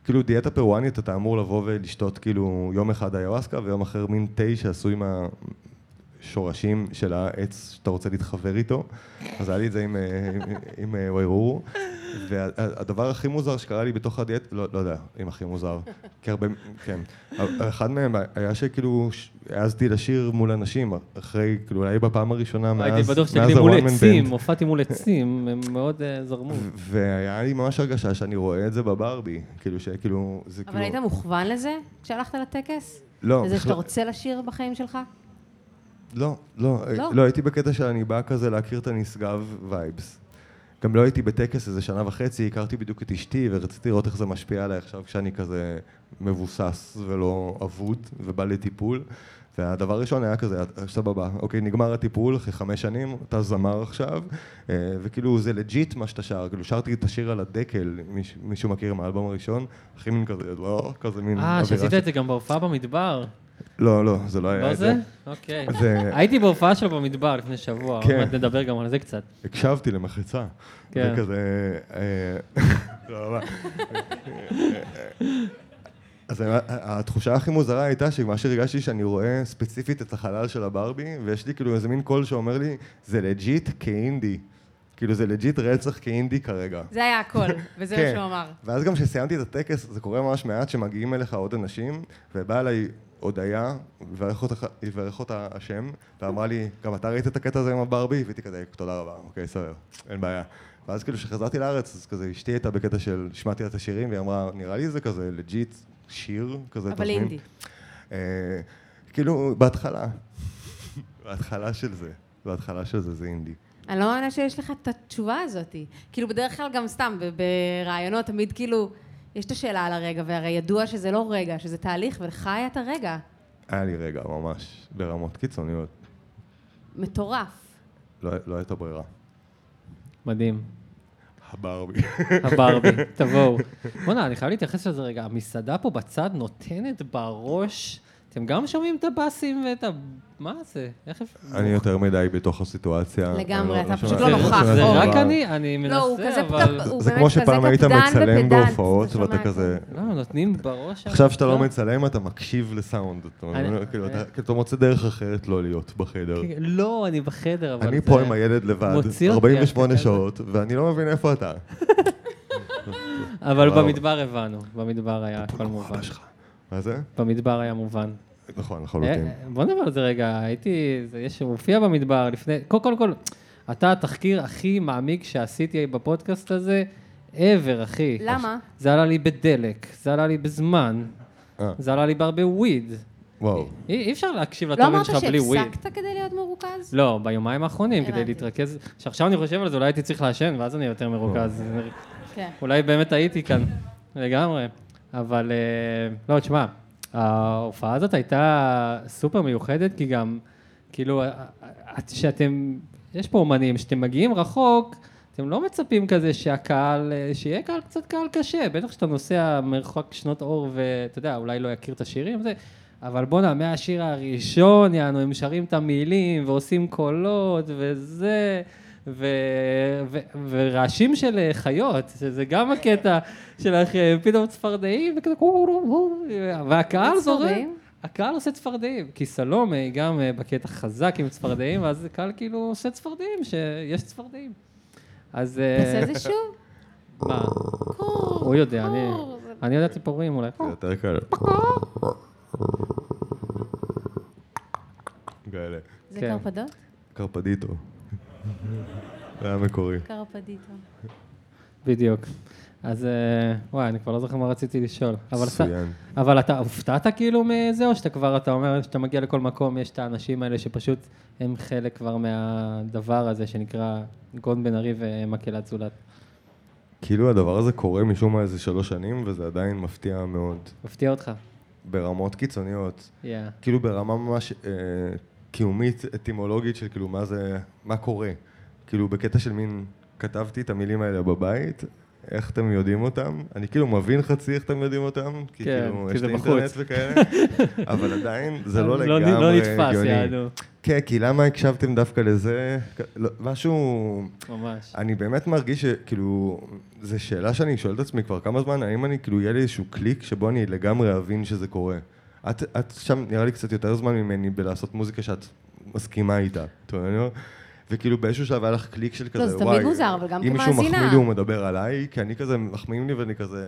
Speaker 4: כאילו דיאטה פרואנית, אתה אמור לבוא ולשתות כאילו יום אחד איוואסקה ויום אחר מין תה שעשוי מהשורשים של העץ שאתה רוצה להתחבר איתו. אז היה לי את זה עם, אה, עם, עם אה, ויירורו. והדבר הכי מוזר שקרה לי בתוך הדיאטה, לא, לא יודע אם הכי מוזר, כי הרבה, כן. אבל אחד מהם היה שכאילו ש- העזתי לשיר מול אנשים אחרי, כאילו אולי בפעם הראשונה מאז,
Speaker 2: הייתי בטוח
Speaker 4: מאז
Speaker 2: שתגידי מול
Speaker 4: ה-one man band.
Speaker 2: עצים, הופעתי מול עצים, הם מאוד אה, זרמו.
Speaker 4: והיה לי ממש הרגשה שאני רואה את זה בברבי, כאילו שכאילו, זה
Speaker 3: אבל היית
Speaker 4: כאילו,
Speaker 3: מוכוון לזה כשהלכת לטקס?
Speaker 4: לא,
Speaker 3: לזה שאתה
Speaker 4: בכלל-
Speaker 3: רוצה לשיר בחיים שלך?
Speaker 4: לא, לא,
Speaker 3: לא?
Speaker 4: לא, הייתי בקטע שאני בא כזה להכיר את הנשגב וייבס. גם לא הייתי בטקס איזה שנה וחצי, הכרתי בדיוק את אשתי ורציתי לראות איך זה משפיע עליי עכשיו כשאני כזה מבוסס ולא אבוד ובא לטיפול. והדבר הראשון היה כזה, "אה, סבבה, אוקיי, נגמר הטיפול אחרי חמש שנים, אתה זמר עכשיו, אה, וכאילו זה לג'יט מה שאתה שר, כאילו שרתי את השיר על הדקל, מיש- מישהו מכיר מהאלבום הראשון, הכי מין כזה, לא, כזה מין
Speaker 2: אה, שעשית
Speaker 4: של-
Speaker 2: את זה גם בהופעה במדבר.
Speaker 4: לא, לא, זה לא היה
Speaker 2: לא
Speaker 4: את
Speaker 2: זה?
Speaker 4: זה.
Speaker 2: אוקיי.
Speaker 4: זה-
Speaker 2: הייתי בהופעה שלו במדבר לפני שבוע, עוד
Speaker 4: כן.
Speaker 2: מעט נדבר גם על זה קצת.
Speaker 4: הקשבתי למחצה.
Speaker 2: כן.
Speaker 4: כן. וכזה... אה, לא, לא. אז אני- התחושה הכי מוזרה הייתה שמה שהרגשתי שאני רואה ספציפית את החלל של הברבי, ויש לי כאילו איזה מין קול שאומר לי, זה לג'יט כאינדי. כאילו זה לג'יט רצח כאינדי כרגע.
Speaker 3: זה היה הכל, וזה
Speaker 4: כן.
Speaker 3: מה שהוא אמר.
Speaker 4: ואז גם כשסיימתי את הטקס, זה קורה ממש מעט שמגיעים אליך עוד אנשים, ובאה אליי הודיה, יברך אותך- יברך אותה השם, ואמרה לי, גם אתה ראית את הקטע הזה עם הברבי? והייתי כזה, תודה רבה, אוקיי, סבב, אין בעיה. ואז כאילו כשחזרתי לארץ, אז כזה אשתי הייתה בקטע של, שמעתי לה את השירים, והיא אמרה, נראה לי זה כזה לג'יט שיר, כזה
Speaker 3: אבל
Speaker 4: תוכנית."
Speaker 3: אינדי.
Speaker 4: אה, כאילו, בהתחלה. בהתחלה של זה, בהתחלה של זה זה אינדי.
Speaker 3: אני לא מאמינה שיש לך את התשובה הזאת. כאילו, בדרך כלל גם סתם, ב- ברעיונות תמיד כאילו, יש את השאלה על הרגע, והרי ידוע שזה לא רגע, שזה תהליך, ולך היה את הרגע.
Speaker 4: היה לי רגע, ממש, ברמות קיצוניות.
Speaker 3: מטורף.
Speaker 4: לא, לא הייתה ברירה.
Speaker 2: מדהים.
Speaker 4: הברבי.
Speaker 2: הברבי, תבואו. בוא'נה, אני חייב להתייחס לזה רגע. המסעדה פה בצד נותנת בראש. אתם גם שומעים את הבאסים ואת ה... מה זה? איך אפשר...
Speaker 4: אני יותר מדי בתוך הסיטואציה.
Speaker 3: לגמרי,
Speaker 4: אני
Speaker 3: אתה פשוט
Speaker 4: שומע-
Speaker 3: לא נוכח,
Speaker 4: שומע
Speaker 2: זה
Speaker 3: אור.
Speaker 4: דבר.
Speaker 2: רק אני? אני מנסה,
Speaker 3: לא, הוא כזה
Speaker 2: אבל...
Speaker 3: פתח, הוא
Speaker 4: זה
Speaker 3: באמת
Speaker 4: כמו
Speaker 3: כזה
Speaker 4: שפעם היית
Speaker 3: קפדן
Speaker 4: מצלם
Speaker 3: ופדנט,
Speaker 4: בהופעות,
Speaker 3: אתה
Speaker 4: ואתה
Speaker 3: שומע?
Speaker 4: כזה...
Speaker 2: לא, נותנים בראש...
Speaker 4: עכשיו שאתה לא
Speaker 2: אבל-
Speaker 4: מצלם, אתה מקשיב לסאונד. אתה
Speaker 2: אני- אה.
Speaker 4: מבין? כאילו, אתה- כאילו, אתה מוצא דרך אחרת לא להיות בחדר.
Speaker 2: לא, אני בחדר, אבל...
Speaker 4: אני
Speaker 2: זה-
Speaker 4: פה עם הילד לבד,
Speaker 2: מוציא אותי
Speaker 4: 48
Speaker 2: הקטע
Speaker 4: שעות, ואני לא מבין איפה אתה.
Speaker 2: אבל
Speaker 4: וואו.
Speaker 2: במדבר הבנו. במדבר היה הכל מובן.
Speaker 4: מה זה?
Speaker 2: במדבר היה מובן.
Speaker 4: נכון, לחלוטין.
Speaker 2: אה, בוא נדבר על זה רגע, הייתי, זה יש, מופיע במדבר לפני, קודם כל, כל, אתה התחקיר הכי מעמיק שעשיתי בפודקאסט הזה, ever, אחי.
Speaker 3: למה?
Speaker 2: זה עלה לי בדלק, זה עלה לי בזמן,
Speaker 4: אה,
Speaker 2: זה עלה לי בהרבה וויד.
Speaker 4: וואו.
Speaker 2: אי, אי אפשר להקשיב
Speaker 3: לא
Speaker 2: לתוכן
Speaker 3: אמרת
Speaker 2: שלך בלי וויד.
Speaker 3: שהפסקת כדי להיות מרוכז?
Speaker 2: לא, ביומיים האחרונים, כדי
Speaker 3: הבנתי.
Speaker 2: להתרכז, שעכשיו אני חושב על זה, אולי הייתי צריך לעשן, ואז אני יותר
Speaker 4: לא.
Speaker 2: מרוכז.
Speaker 3: כן.
Speaker 2: אולי באמת הייתי כאן, לגמרי. אבל אה, לא, תשמע, ההופעה הזאת הייתה סופר מיוחדת, כי גם, כאילו, אה, אה, שאתם, יש פה אומנים, שאתם מגיעים רחוק, אתם לא מצפים כזה שהקהל, אה, שיהיה קהל קצת קהל קשה, בטח כשאתה נוסע מרחק שנות אור ואתה יודע, אולי לא יכיר את השירים, זה, אבל בואנה, מהשיר הראשון, יענו, הם שרים את המילים ועושים קולות וזה, ו, ו, ורעשים של אה, חיות, שזה גם הקטע של איך, אה, פתאום צפרדעים, וכזה, "קו, קו, קו", והקהל זורם.
Speaker 3: צפרדעים?
Speaker 2: הקהל עושה צפרדעים, כי סלומה היא גם אה, בקטע חזק עם צפרדעים, ואז הקהל כאילו עושה צפרדעים, שיש צפרדעים. אז... אה,
Speaker 3: תעשה את זה שוב.
Speaker 2: מה?
Speaker 3: קור,
Speaker 2: הוא יודע, אני...
Speaker 3: קור. זה-
Speaker 2: אני יודע ציפורים אולי.
Speaker 4: זה יותר קל. כאלה.
Speaker 3: זה
Speaker 2: כן.
Speaker 3: קרפדות?
Speaker 4: קרפדיטו. זה היה מקורי.
Speaker 3: קרפדיטו.
Speaker 2: בדיוק. אז אה, וואי, אני כבר לא זוכר מה רציתי לשאול. אבל אתה-
Speaker 4: מצוין.
Speaker 2: אבל אתה הופתעת כאילו מזה, או שאתה כבר, אתה אומר, שאתה מגיע לכל מקום, יש את האנשים האלה שפשוט הם חלק כבר מהדבר הזה שנקרא גון בן ארי ומקהלת זולת.
Speaker 4: כאילו הדבר הזה קורה משום מה איזה שלוש שנים, וזה עדיין מפתיע מאוד.
Speaker 2: מפתיע אותך.
Speaker 4: ברמות קיצוניות.
Speaker 2: יאה.
Speaker 4: כאילו ברמה ממש אה, קיומית, אטימולוגית של כאילו מה זה, מה קורה. כאילו בקטע של מין, כתבתי את המילים האלה בבית, איך אתם יודעים אותם? אני כאילו מבין חצי איך אתם יודעים אותם, כי
Speaker 2: כן,
Speaker 4: כאילו
Speaker 2: כי
Speaker 4: יש
Speaker 2: זה
Speaker 4: לי
Speaker 2: בחוץ.
Speaker 4: אינטרנט וכאלה, אבל עדיין זה לא
Speaker 2: לא-
Speaker 4: לגמרי
Speaker 2: לא
Speaker 4: הגיוני.
Speaker 2: נתפס, יענו.
Speaker 4: כן, כי למה הקשבתם דווקא לזה? לא, משהו...
Speaker 2: ממש.
Speaker 4: אני באמת מרגיש שכאילו, זו שאלה שאני שואל את עצמי כבר כמה זמן, האם אני כאילו, יהיה לי איזשהו קליק שבו אני לגמרי אבין שזה קורה. את, את שם נראה לי קצת יותר זמן ממני בלעשות מוזיקה שאת מסכימה איתה, אתה מבין? וכאילו באיזשהו שלב היה לך קליק של כזה,
Speaker 3: לא, זה תמיד מוזר, אבל גם
Speaker 4: אם מישהו
Speaker 3: כמאזינה."
Speaker 4: מחמיא לי הוא מדבר עליי, כי אני כזה, מחמיאים לי ואני כזה...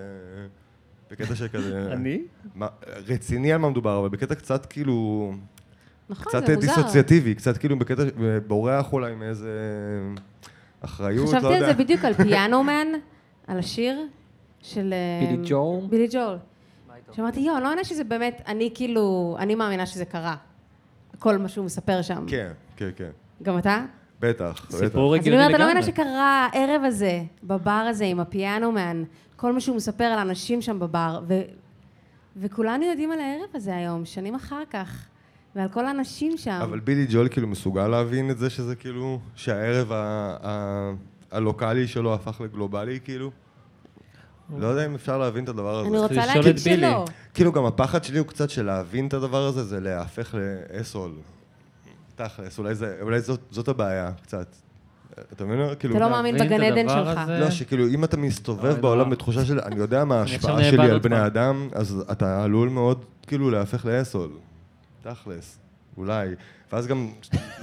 Speaker 4: בקטע שכזה...
Speaker 2: אני?
Speaker 4: מה- רציני על מה מדובר, אבל בקטע קצת כאילו...
Speaker 3: נכון,
Speaker 4: קצת אה,
Speaker 3: זה מוזר.
Speaker 4: דיסוציאטיבי, קצת כאילו בקטע, ש- בורח אולי מאיזה אחריות, לא
Speaker 3: חשבתי על
Speaker 4: יודע.
Speaker 3: זה בדיוק על פיאנומן, על השיר של... אה,
Speaker 2: בילי ג'ול?
Speaker 3: בילי ג'ול. שאמרתי, יואו, אני לא מאמינה שזה באמת, אני כאילו, אני מאמינה שזה קרה. כל מה שהוא מספר שם.
Speaker 4: כן, כן, כן.
Speaker 3: גם אתה?
Speaker 4: בטח, בטח.
Speaker 2: סיפור
Speaker 3: אז אני
Speaker 2: רגיל
Speaker 3: אומרת, אני לא
Speaker 2: לגמרי.
Speaker 3: מאמינה שקרה הערב הזה, בבר הזה עם הפיאנומן, כל מה שהוא מספר על האנשים שם בבר, ו... וכולנו יודעים על הערב הזה היום, שנים אחר כך, ועל כל האנשים שם.
Speaker 4: אבל בילי ג'ול כאילו מסוגל להבין את זה שזה כאילו, שהערב ה- ה- הלוקאלי שלו הפך לגלובלי כאילו? לא יודע אם אפשר להבין את הדבר
Speaker 3: אני
Speaker 4: הזה.
Speaker 3: רוצה
Speaker 2: לשאול
Speaker 3: להגיד
Speaker 2: את בילי.
Speaker 3: שלא.
Speaker 4: כאילו גם הפחד שלי הוא קצת של להבין את הדבר הזה, זה להפך לאסול. תכלס, אולי זה- אולי זאת זאת הבעיה קצת. אתה מבין? כאילו...
Speaker 3: אתה לא מאמין
Speaker 2: להבין את
Speaker 3: בגן עדן
Speaker 2: הדבר
Speaker 3: שלך.
Speaker 2: הזה.
Speaker 4: לא, שכאילו, אם אתה מסתובב
Speaker 2: לא.
Speaker 4: בעולם בתחושה של, אני יודע מה ההשפעה
Speaker 2: עכשיו
Speaker 4: שלי
Speaker 2: נאבד
Speaker 4: על
Speaker 2: אותך.
Speaker 4: בני אדם, אז אתה עלול מאוד, כאילו, להפך לאסול. תכלס, אולי. ואז גם,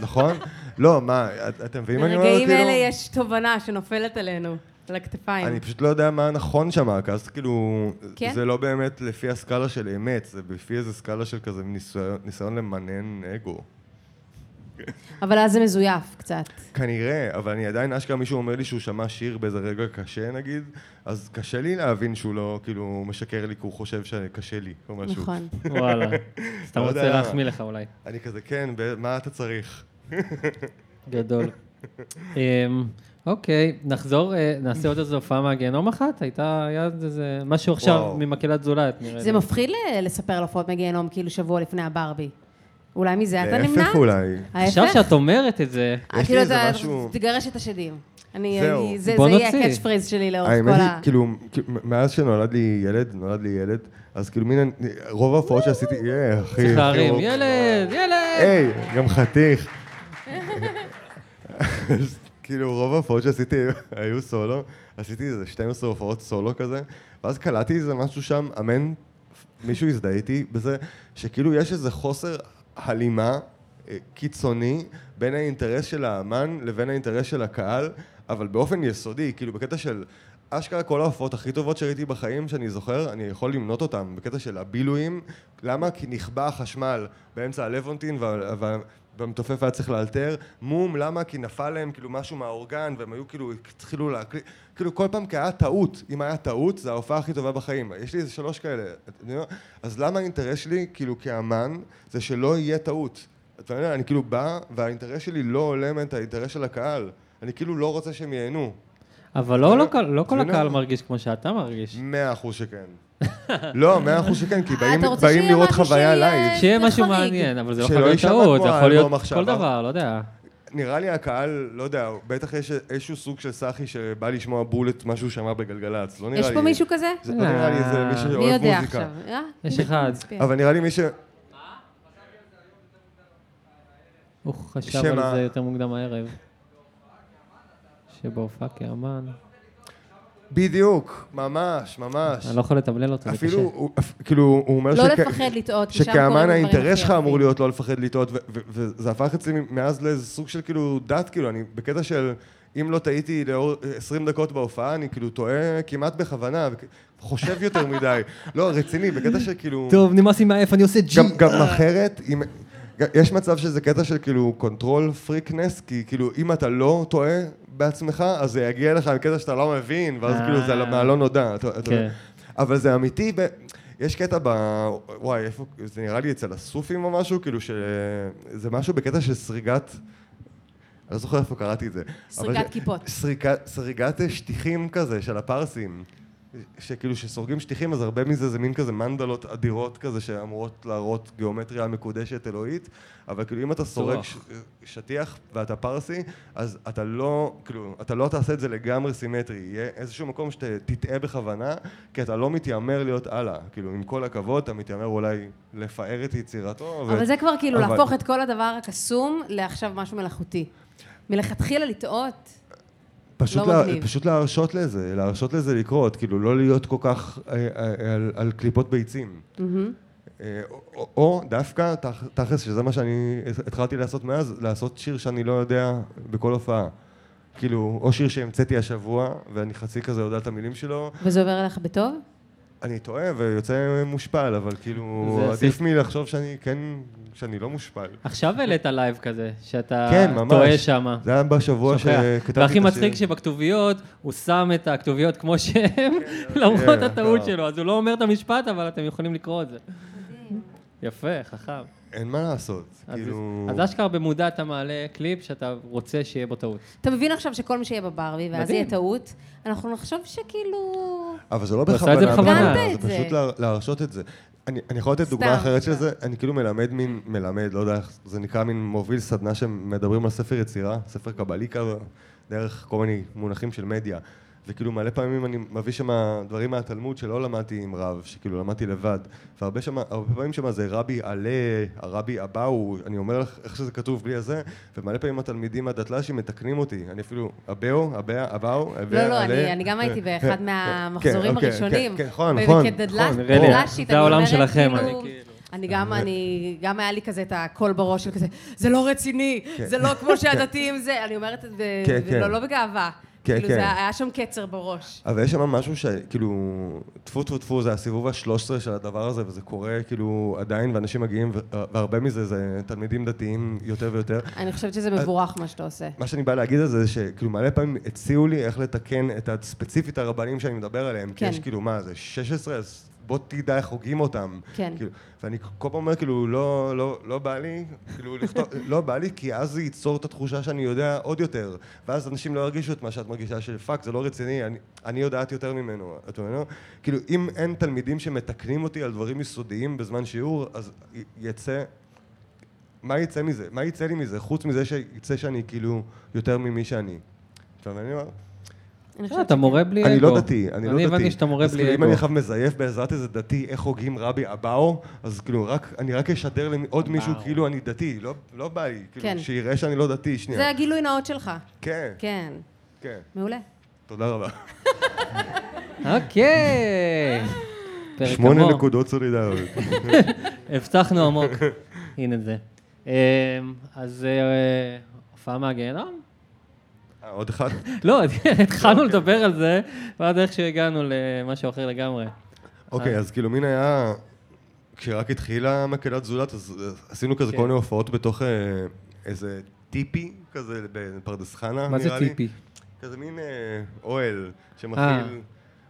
Speaker 4: נכון? לא, מה, את- אתם מבינים מה אני אומר?
Speaker 3: ברגעים
Speaker 4: כאילו,
Speaker 3: האלה יש תובנה שנופלת עלינו, על הכתפיים.
Speaker 4: אני פשוט לא יודע מה נכון שם, כי אז כאילו,
Speaker 3: כן?
Speaker 4: זה לא באמת לפי הסקאלה של אמת, זה לפי איזה סקאלה של כזה ניסיון- ניסיון למנן אגו.
Speaker 3: אבל אז זה מזויף קצת.
Speaker 4: כנראה, אבל אני עדיין, אשכרה מישהו אומר לי שהוא שמע שיר באיזה רגע קשה נגיד, אז קשה לי להבין שהוא לא, כאילו, הוא משקר לי כי הוא חושב שקשה לי, או משהו.
Speaker 3: נכון.
Speaker 2: וואלה. אז אתה
Speaker 4: לא
Speaker 2: רוצה
Speaker 4: יודע.
Speaker 2: להחמיא לך אולי.
Speaker 4: אני כזה, כן, ב- מה אתה צריך?
Speaker 2: גדול. אמ, אוקיי, נחזור, אה, נעשה עוד איזו הופעה מהגיהנום אחת? הייתה, היה עוד איזה משהו עכשיו
Speaker 4: וואו.
Speaker 2: ממקהלת זולת, נראה לי.
Speaker 3: זה מפחיד ל- לספר על הופעות מגיהנום כאילו שבוע לפני הברבי. אולי מזה אתה נמנע?
Speaker 4: להפך אולי.
Speaker 2: עכשיו
Speaker 3: ההפך?
Speaker 2: שאת אומרת את זה,
Speaker 3: אה,
Speaker 4: יש
Speaker 3: כאילו
Speaker 4: לי איזה
Speaker 3: אתה
Speaker 4: משהו-
Speaker 3: תגרש את השדים. אני,
Speaker 4: זהו.
Speaker 3: אני- זה
Speaker 2: בוא
Speaker 3: זה יהיה
Speaker 2: נוציא.
Speaker 3: הקאץ' פרייז שלי לאורך כל
Speaker 4: האמת
Speaker 3: ה...
Speaker 4: היא, כאילו, כאילו, מאז שנולד לי ילד, נולד לי ילד, אז כאילו מין, רוב ההופעות שעשיתי, יהיה, אחי, כאילו, אחי,
Speaker 2: צריך להרים,
Speaker 4: הוא-
Speaker 2: ילד, ילד!
Speaker 4: היי, גם חתיך. אז כאילו, רוב ההופעות שעשיתי היו סולו, עשיתי איזה 12 הופעות סולו כזה, ואז קלטתי איזה משהו שם, אמן, מישהו הזדהה איתי בזה, שכאילו יש איזה חוסר הלימה אה, קיצוני בין האינטרס של האמן לבין האינטרס של הקהל, אבל באופן יסודי, כאילו בקטע של... אשכרה כל ההופעות הכי טובות שראיתי בחיים שאני זוכר, אני יכול למנות אותן בקטע של הבילויים. למה? כי נכבה החשמל באמצע הלוונטין וה- וה- והמתופף היה צריך לאלתר. מום, למה? כי נפל להם כאילו משהו מהאורגן והם היו כאילו, התחילו להקליט. כאילו כל פעם כי היה טעות. אם היה טעות, זו ההופעה הכי טובה בחיים. יש לי איזה שלוש כאלה. אתם יודעים מה? אז למה האינטרס שלי, כאילו כאמן, זה שלא יהיה טעות. אתה יודע, אני כאילו בא, והאינטרס שלי לא הולם את האינטרס של הקהל. אני כאילו לא רוצה שהם ייהנו.
Speaker 2: אבל לא- לא כל- לא כל
Speaker 4: אה, זה לא-
Speaker 2: הקהל מרגיש כמו שאתה
Speaker 3: אה,
Speaker 2: מרגיש.
Speaker 4: מאה אחוז שכן. לא, מאה אחוז שכן, כי
Speaker 3: אתה
Speaker 4: באים
Speaker 3: רוצה
Speaker 4: באים
Speaker 3: שיהיה
Speaker 4: לראות
Speaker 3: משהו
Speaker 4: חוויה
Speaker 3: שיהיה-
Speaker 4: לייב.
Speaker 2: שיהיה
Speaker 3: זה
Speaker 2: משהו
Speaker 3: חריג.
Speaker 2: מעניין, אבל זה לא
Speaker 4: שלא
Speaker 2: חייב להיות
Speaker 4: יישמע
Speaker 2: טעות,
Speaker 4: כמו
Speaker 2: זה יכול
Speaker 4: האלבום
Speaker 2: להיות
Speaker 4: עכשיו,
Speaker 2: כל
Speaker 4: אה?
Speaker 2: דבר, לא יודע.
Speaker 4: נראה לי הקהל, לא יודע, בטח יש איזשהו סוג של סאחי שבא לשמוע בול את מה שהוא שמע בגלגלצ. לא נראה לי...
Speaker 3: יש פה מישהו כזה?
Speaker 4: זה לא נראה לי איזה מישהו
Speaker 3: מי
Speaker 4: שאוהב
Speaker 3: יודע
Speaker 4: מוזיקה.
Speaker 3: עכשיו? אה?
Speaker 2: יש אחד,
Speaker 3: מצפיע.
Speaker 4: אבל נראה לי מי ש...
Speaker 2: הוא חשב
Speaker 4: שמה?
Speaker 2: על זה יותר מוקדם הערב. שבהופעה כאמן,
Speaker 4: בדיוק, ממש, ממש.
Speaker 2: אני לא יכול לתמלל אותו, זה קשה.
Speaker 4: אפילו, הוא- אפ- כאילו, הוא אומר
Speaker 3: לא
Speaker 4: שכ-
Speaker 3: לפחד לטעות, כי שם קורים
Speaker 4: שכאמן
Speaker 3: דברים
Speaker 4: האינטרס שלך
Speaker 3: הכי
Speaker 4: אמור
Speaker 3: יפים.
Speaker 4: להיות לא לפחד לטעות, ו- ו- וזה הפך אצלי מאז לאיזה סוג של כאילו דת, כאילו, אני בקטע של אם לא טעיתי לאור 20 דקות בהופעה, אני כאילו טועה כמעט בכוונה, וכ- חושב יותר מדי. לא, רציני, בקטע כאילו- שכאילו...
Speaker 2: טוב, נמאס לי מהאף, אני עושה ג'י.
Speaker 4: גם, גם אחרת, אם... ג- יש מצב שזה קטע של כאילו קונטרול פריקנס, כי כאילו אם אתה לא טועה בעצמך, אז זה יגיע לך לקטע שאתה לא מבין, ואז
Speaker 2: אה.
Speaker 4: כאילו זה מהלא נודע. אתה- אתה-
Speaker 2: כן.
Speaker 4: אבל זה אמיתי, ב... יש קטע ב... וואי, איפה... זה נראה לי אצל הסופים או משהו, כאילו ש... זה משהו בקטע של סריגת... אני לא זוכר איפה קראתי את זה. אבל
Speaker 3: סריגת
Speaker 4: זה-
Speaker 3: כיפות.
Speaker 4: סריקה- סריגת שטיחים כזה, של הפרסים. שכאילו, שסורגים שטיחים, אז הרבה מזה זה מין כזה מנדלות אדירות כזה, שאמורות להראות גיאומטריה מקודשת אלוהית, אבל כאילו, אם אתה סורג ש- שטיח ואתה פרסי, אז אתה לא, כאילו, אתה לא תעשה את זה לגמרי סימטרי. יהיה איזשהו מקום שתטעה בכוונה, כי אתה לא מתיימר להיות אללה. כאילו, עם כל הכבוד, אתה מתיימר אולי לפאר את יצירתו. ו-
Speaker 3: אבל זה כבר כאילו
Speaker 4: אבל-
Speaker 3: להפוך את כל הדבר הקסום לעכשיו משהו מלאכותי. מלכתחילה לטעות.
Speaker 4: פשוט,
Speaker 3: לא
Speaker 4: לה,
Speaker 3: מגניב.
Speaker 4: פשוט להרשות לזה, להרשות לזה לקרות, כאילו לא להיות כל כך אה, אה, על, על קליפות ביצים. אה, או, או- או דווקא, תכ- תכלס, שזה מה שאני התחלתי לעשות מאז, לעשות שיר שאני לא יודע בכל הופעה. כאילו, או שיר שהמצאתי השבוע, ואני חצי כזה יודע את המילים שלו,
Speaker 3: וזה עובר אליך בטוב?
Speaker 4: אני טועה ויוצא מושפל, אבל כאילו,
Speaker 2: זה
Speaker 4: עדיף
Speaker 2: הסיס-
Speaker 4: מלחשוב שאני כן, שאני לא מושפל.
Speaker 2: עכשיו העלית לייב כזה, שאתה
Speaker 4: כן, ממש.
Speaker 2: טועה שמה.
Speaker 4: זה היה בשבוע
Speaker 2: שוכח.
Speaker 4: שכתבתי את השיר.
Speaker 2: והכי מצחיק שבכתוביות, הוא שם את הכתוביות כמו שהן, למרות
Speaker 4: כן,
Speaker 2: הטעות
Speaker 4: כן.
Speaker 2: שלו, אז הוא לא אומר את המשפט, אבל אתם יכולים לקרוא את זה. יפה, חכם.
Speaker 4: אין מה לעשות,
Speaker 2: אז-
Speaker 4: כאילו...
Speaker 2: אז אשכרה במודע אתה מעלה קליפ שאתה רוצה שיהיה בו טעות.
Speaker 3: אתה מבין עכשיו שכל מי שיהיה בברבי, ואז
Speaker 2: מדהים.
Speaker 3: יהיה טעות, אנחנו נחשוב שכאילו...
Speaker 4: אבל זה לא
Speaker 2: הוא עשה את זה בכוונה.
Speaker 3: הבנת
Speaker 4: זה
Speaker 3: את זה.
Speaker 4: פשוט לה- להרשות את זה. אני, אני יכול לתת
Speaker 3: סתם,
Speaker 4: דוגמה אחרת
Speaker 3: סתם.
Speaker 4: של זה, אני כאילו מלמד מין, מלמד, לא יודע איך, זה נקרא מין מוביל סדנה שמדברים על ספר יצירה, ספר קבלי כזה, דרך כל מיני מונחים של מדיה. וכאילו מלא פעמים אני מביא שם דברים מהתלמוד שלא למדתי עם רב, שכאילו למדתי לבד. והרבה שמה, הרבה פעמים שם זה רבי עלה, הרבי אבאו, אני אומר לך איך שזה כתוב בלי הזה, ומלא פעמים התלמידים הדתל"שים מתקנים אותי, אני אפילו אבאו, אבאו, אבאו,
Speaker 3: לא, לא,
Speaker 4: עלה.
Speaker 3: אני אני גם הייתי באחד מהמחזורים
Speaker 4: אוקיי,
Speaker 3: הראשונים.
Speaker 4: כן, כן, נכון, נכון, נכון,
Speaker 2: נראה לי,
Speaker 3: כדדל"שית,
Speaker 2: זה העולם
Speaker 3: אני אומרת,
Speaker 2: שלכם,
Speaker 3: כאילו,
Speaker 2: אני כאילו.
Speaker 3: אני גם, אני, גם היה לי כזה את הקול בראש של כזה, זה לא רציני, זה לא כמו שהדתיים זה, אני אומרת את זה,
Speaker 4: כן,
Speaker 3: ולא-
Speaker 4: כן.
Speaker 3: לא בגאווה.
Speaker 4: כן,
Speaker 3: כאילו,
Speaker 4: כן.
Speaker 3: זה היה שם קצר בראש.
Speaker 4: אבל יש שם משהו שכאילו, טפו טפו טפו, זה הסיבוב ה-13 של הדבר הזה, וזה קורה כאילו עדיין, ואנשים מגיעים, ו- והרבה מזה זה תלמידים דתיים יותר ויותר.
Speaker 3: אני חושבת שזה מבורך מה שאתה עושה.
Speaker 4: מה שאני בא להגיד על זה, שכאילו מלא פעמים הציעו לי איך לתקן את הספציפית הרבנים שאני מדבר עליהם, כי
Speaker 3: כן.
Speaker 4: יש כאילו, מה, זה 16? אז בוא תדע איך הוגים אותם.
Speaker 3: כן.
Speaker 4: כאילו, ואני כל פעם אומר, כאילו, לא, לא, לא בא לי, כאילו, לכתוב, לא בא לי, כי אז זה ייצור את התחושה שאני יודע עוד יותר. ואז אנשים לא ירגישו את מה שאת מרגישה של פאק, זה לא רציני, אני, אני יודעת יותר ממנו, את מבינה? כאילו, אם אין תלמידים שמתקנים אותי על דברים יסודיים בזמן שיעור, אז י- יצא... מה יצא מזה? מה יצא לי מזה? חוץ מזה שיצא שאני כאילו יותר ממי שאני. אתה מבין מה אני אומר?
Speaker 3: אני
Speaker 2: אה,
Speaker 3: חושבת
Speaker 2: אתה מורה בלי אגו.
Speaker 4: אני לא דתי, אני לא
Speaker 2: אני
Speaker 4: דתי.
Speaker 2: הבנתי שאתה מורה
Speaker 4: אז כאילו,
Speaker 2: בלי
Speaker 4: אם אני
Speaker 2: אגו.
Speaker 4: עכשיו מזייף בעזרת איזה דתי איך הוגים רבי אבאו, אז כאילו, רק- אני רק אשדר לעוד מישהו
Speaker 2: אבאו.
Speaker 4: כאילו אני דתי, לא- לא בא לי,
Speaker 3: כן.
Speaker 4: כאילו, שיראה שאני לא דתי,
Speaker 3: זה
Speaker 4: שנייה.
Speaker 3: הגילוי נאות שלך.
Speaker 4: כן,
Speaker 3: כן,
Speaker 4: כן.
Speaker 3: מעולה.
Speaker 4: תודה רבה.
Speaker 2: אוקיי. פרק
Speaker 4: שמונה
Speaker 2: גמור.
Speaker 4: נקודות סולידריות.
Speaker 2: הבטחנו עמוק. הנה זה. אה, אז אה, הופעה מהגיהנום?
Speaker 4: אה, עוד אחת?
Speaker 2: לא, התחלנו לדבר על זה, ועד איך שהגענו למשהו אחר לגמרי.
Speaker 4: אוקיי, אז כאילו, מין היה... כשרק התחילה מקהלת זולת, אז אה, עשינו כזה
Speaker 2: כן.
Speaker 4: כל מיני הופעות בתוך אה, איזה טיפי, כזה בפרדס חנה, נראה לי.
Speaker 2: מה זה טיפי?
Speaker 4: כזה מין אה, אוהל
Speaker 2: אה.
Speaker 4: שמכיל,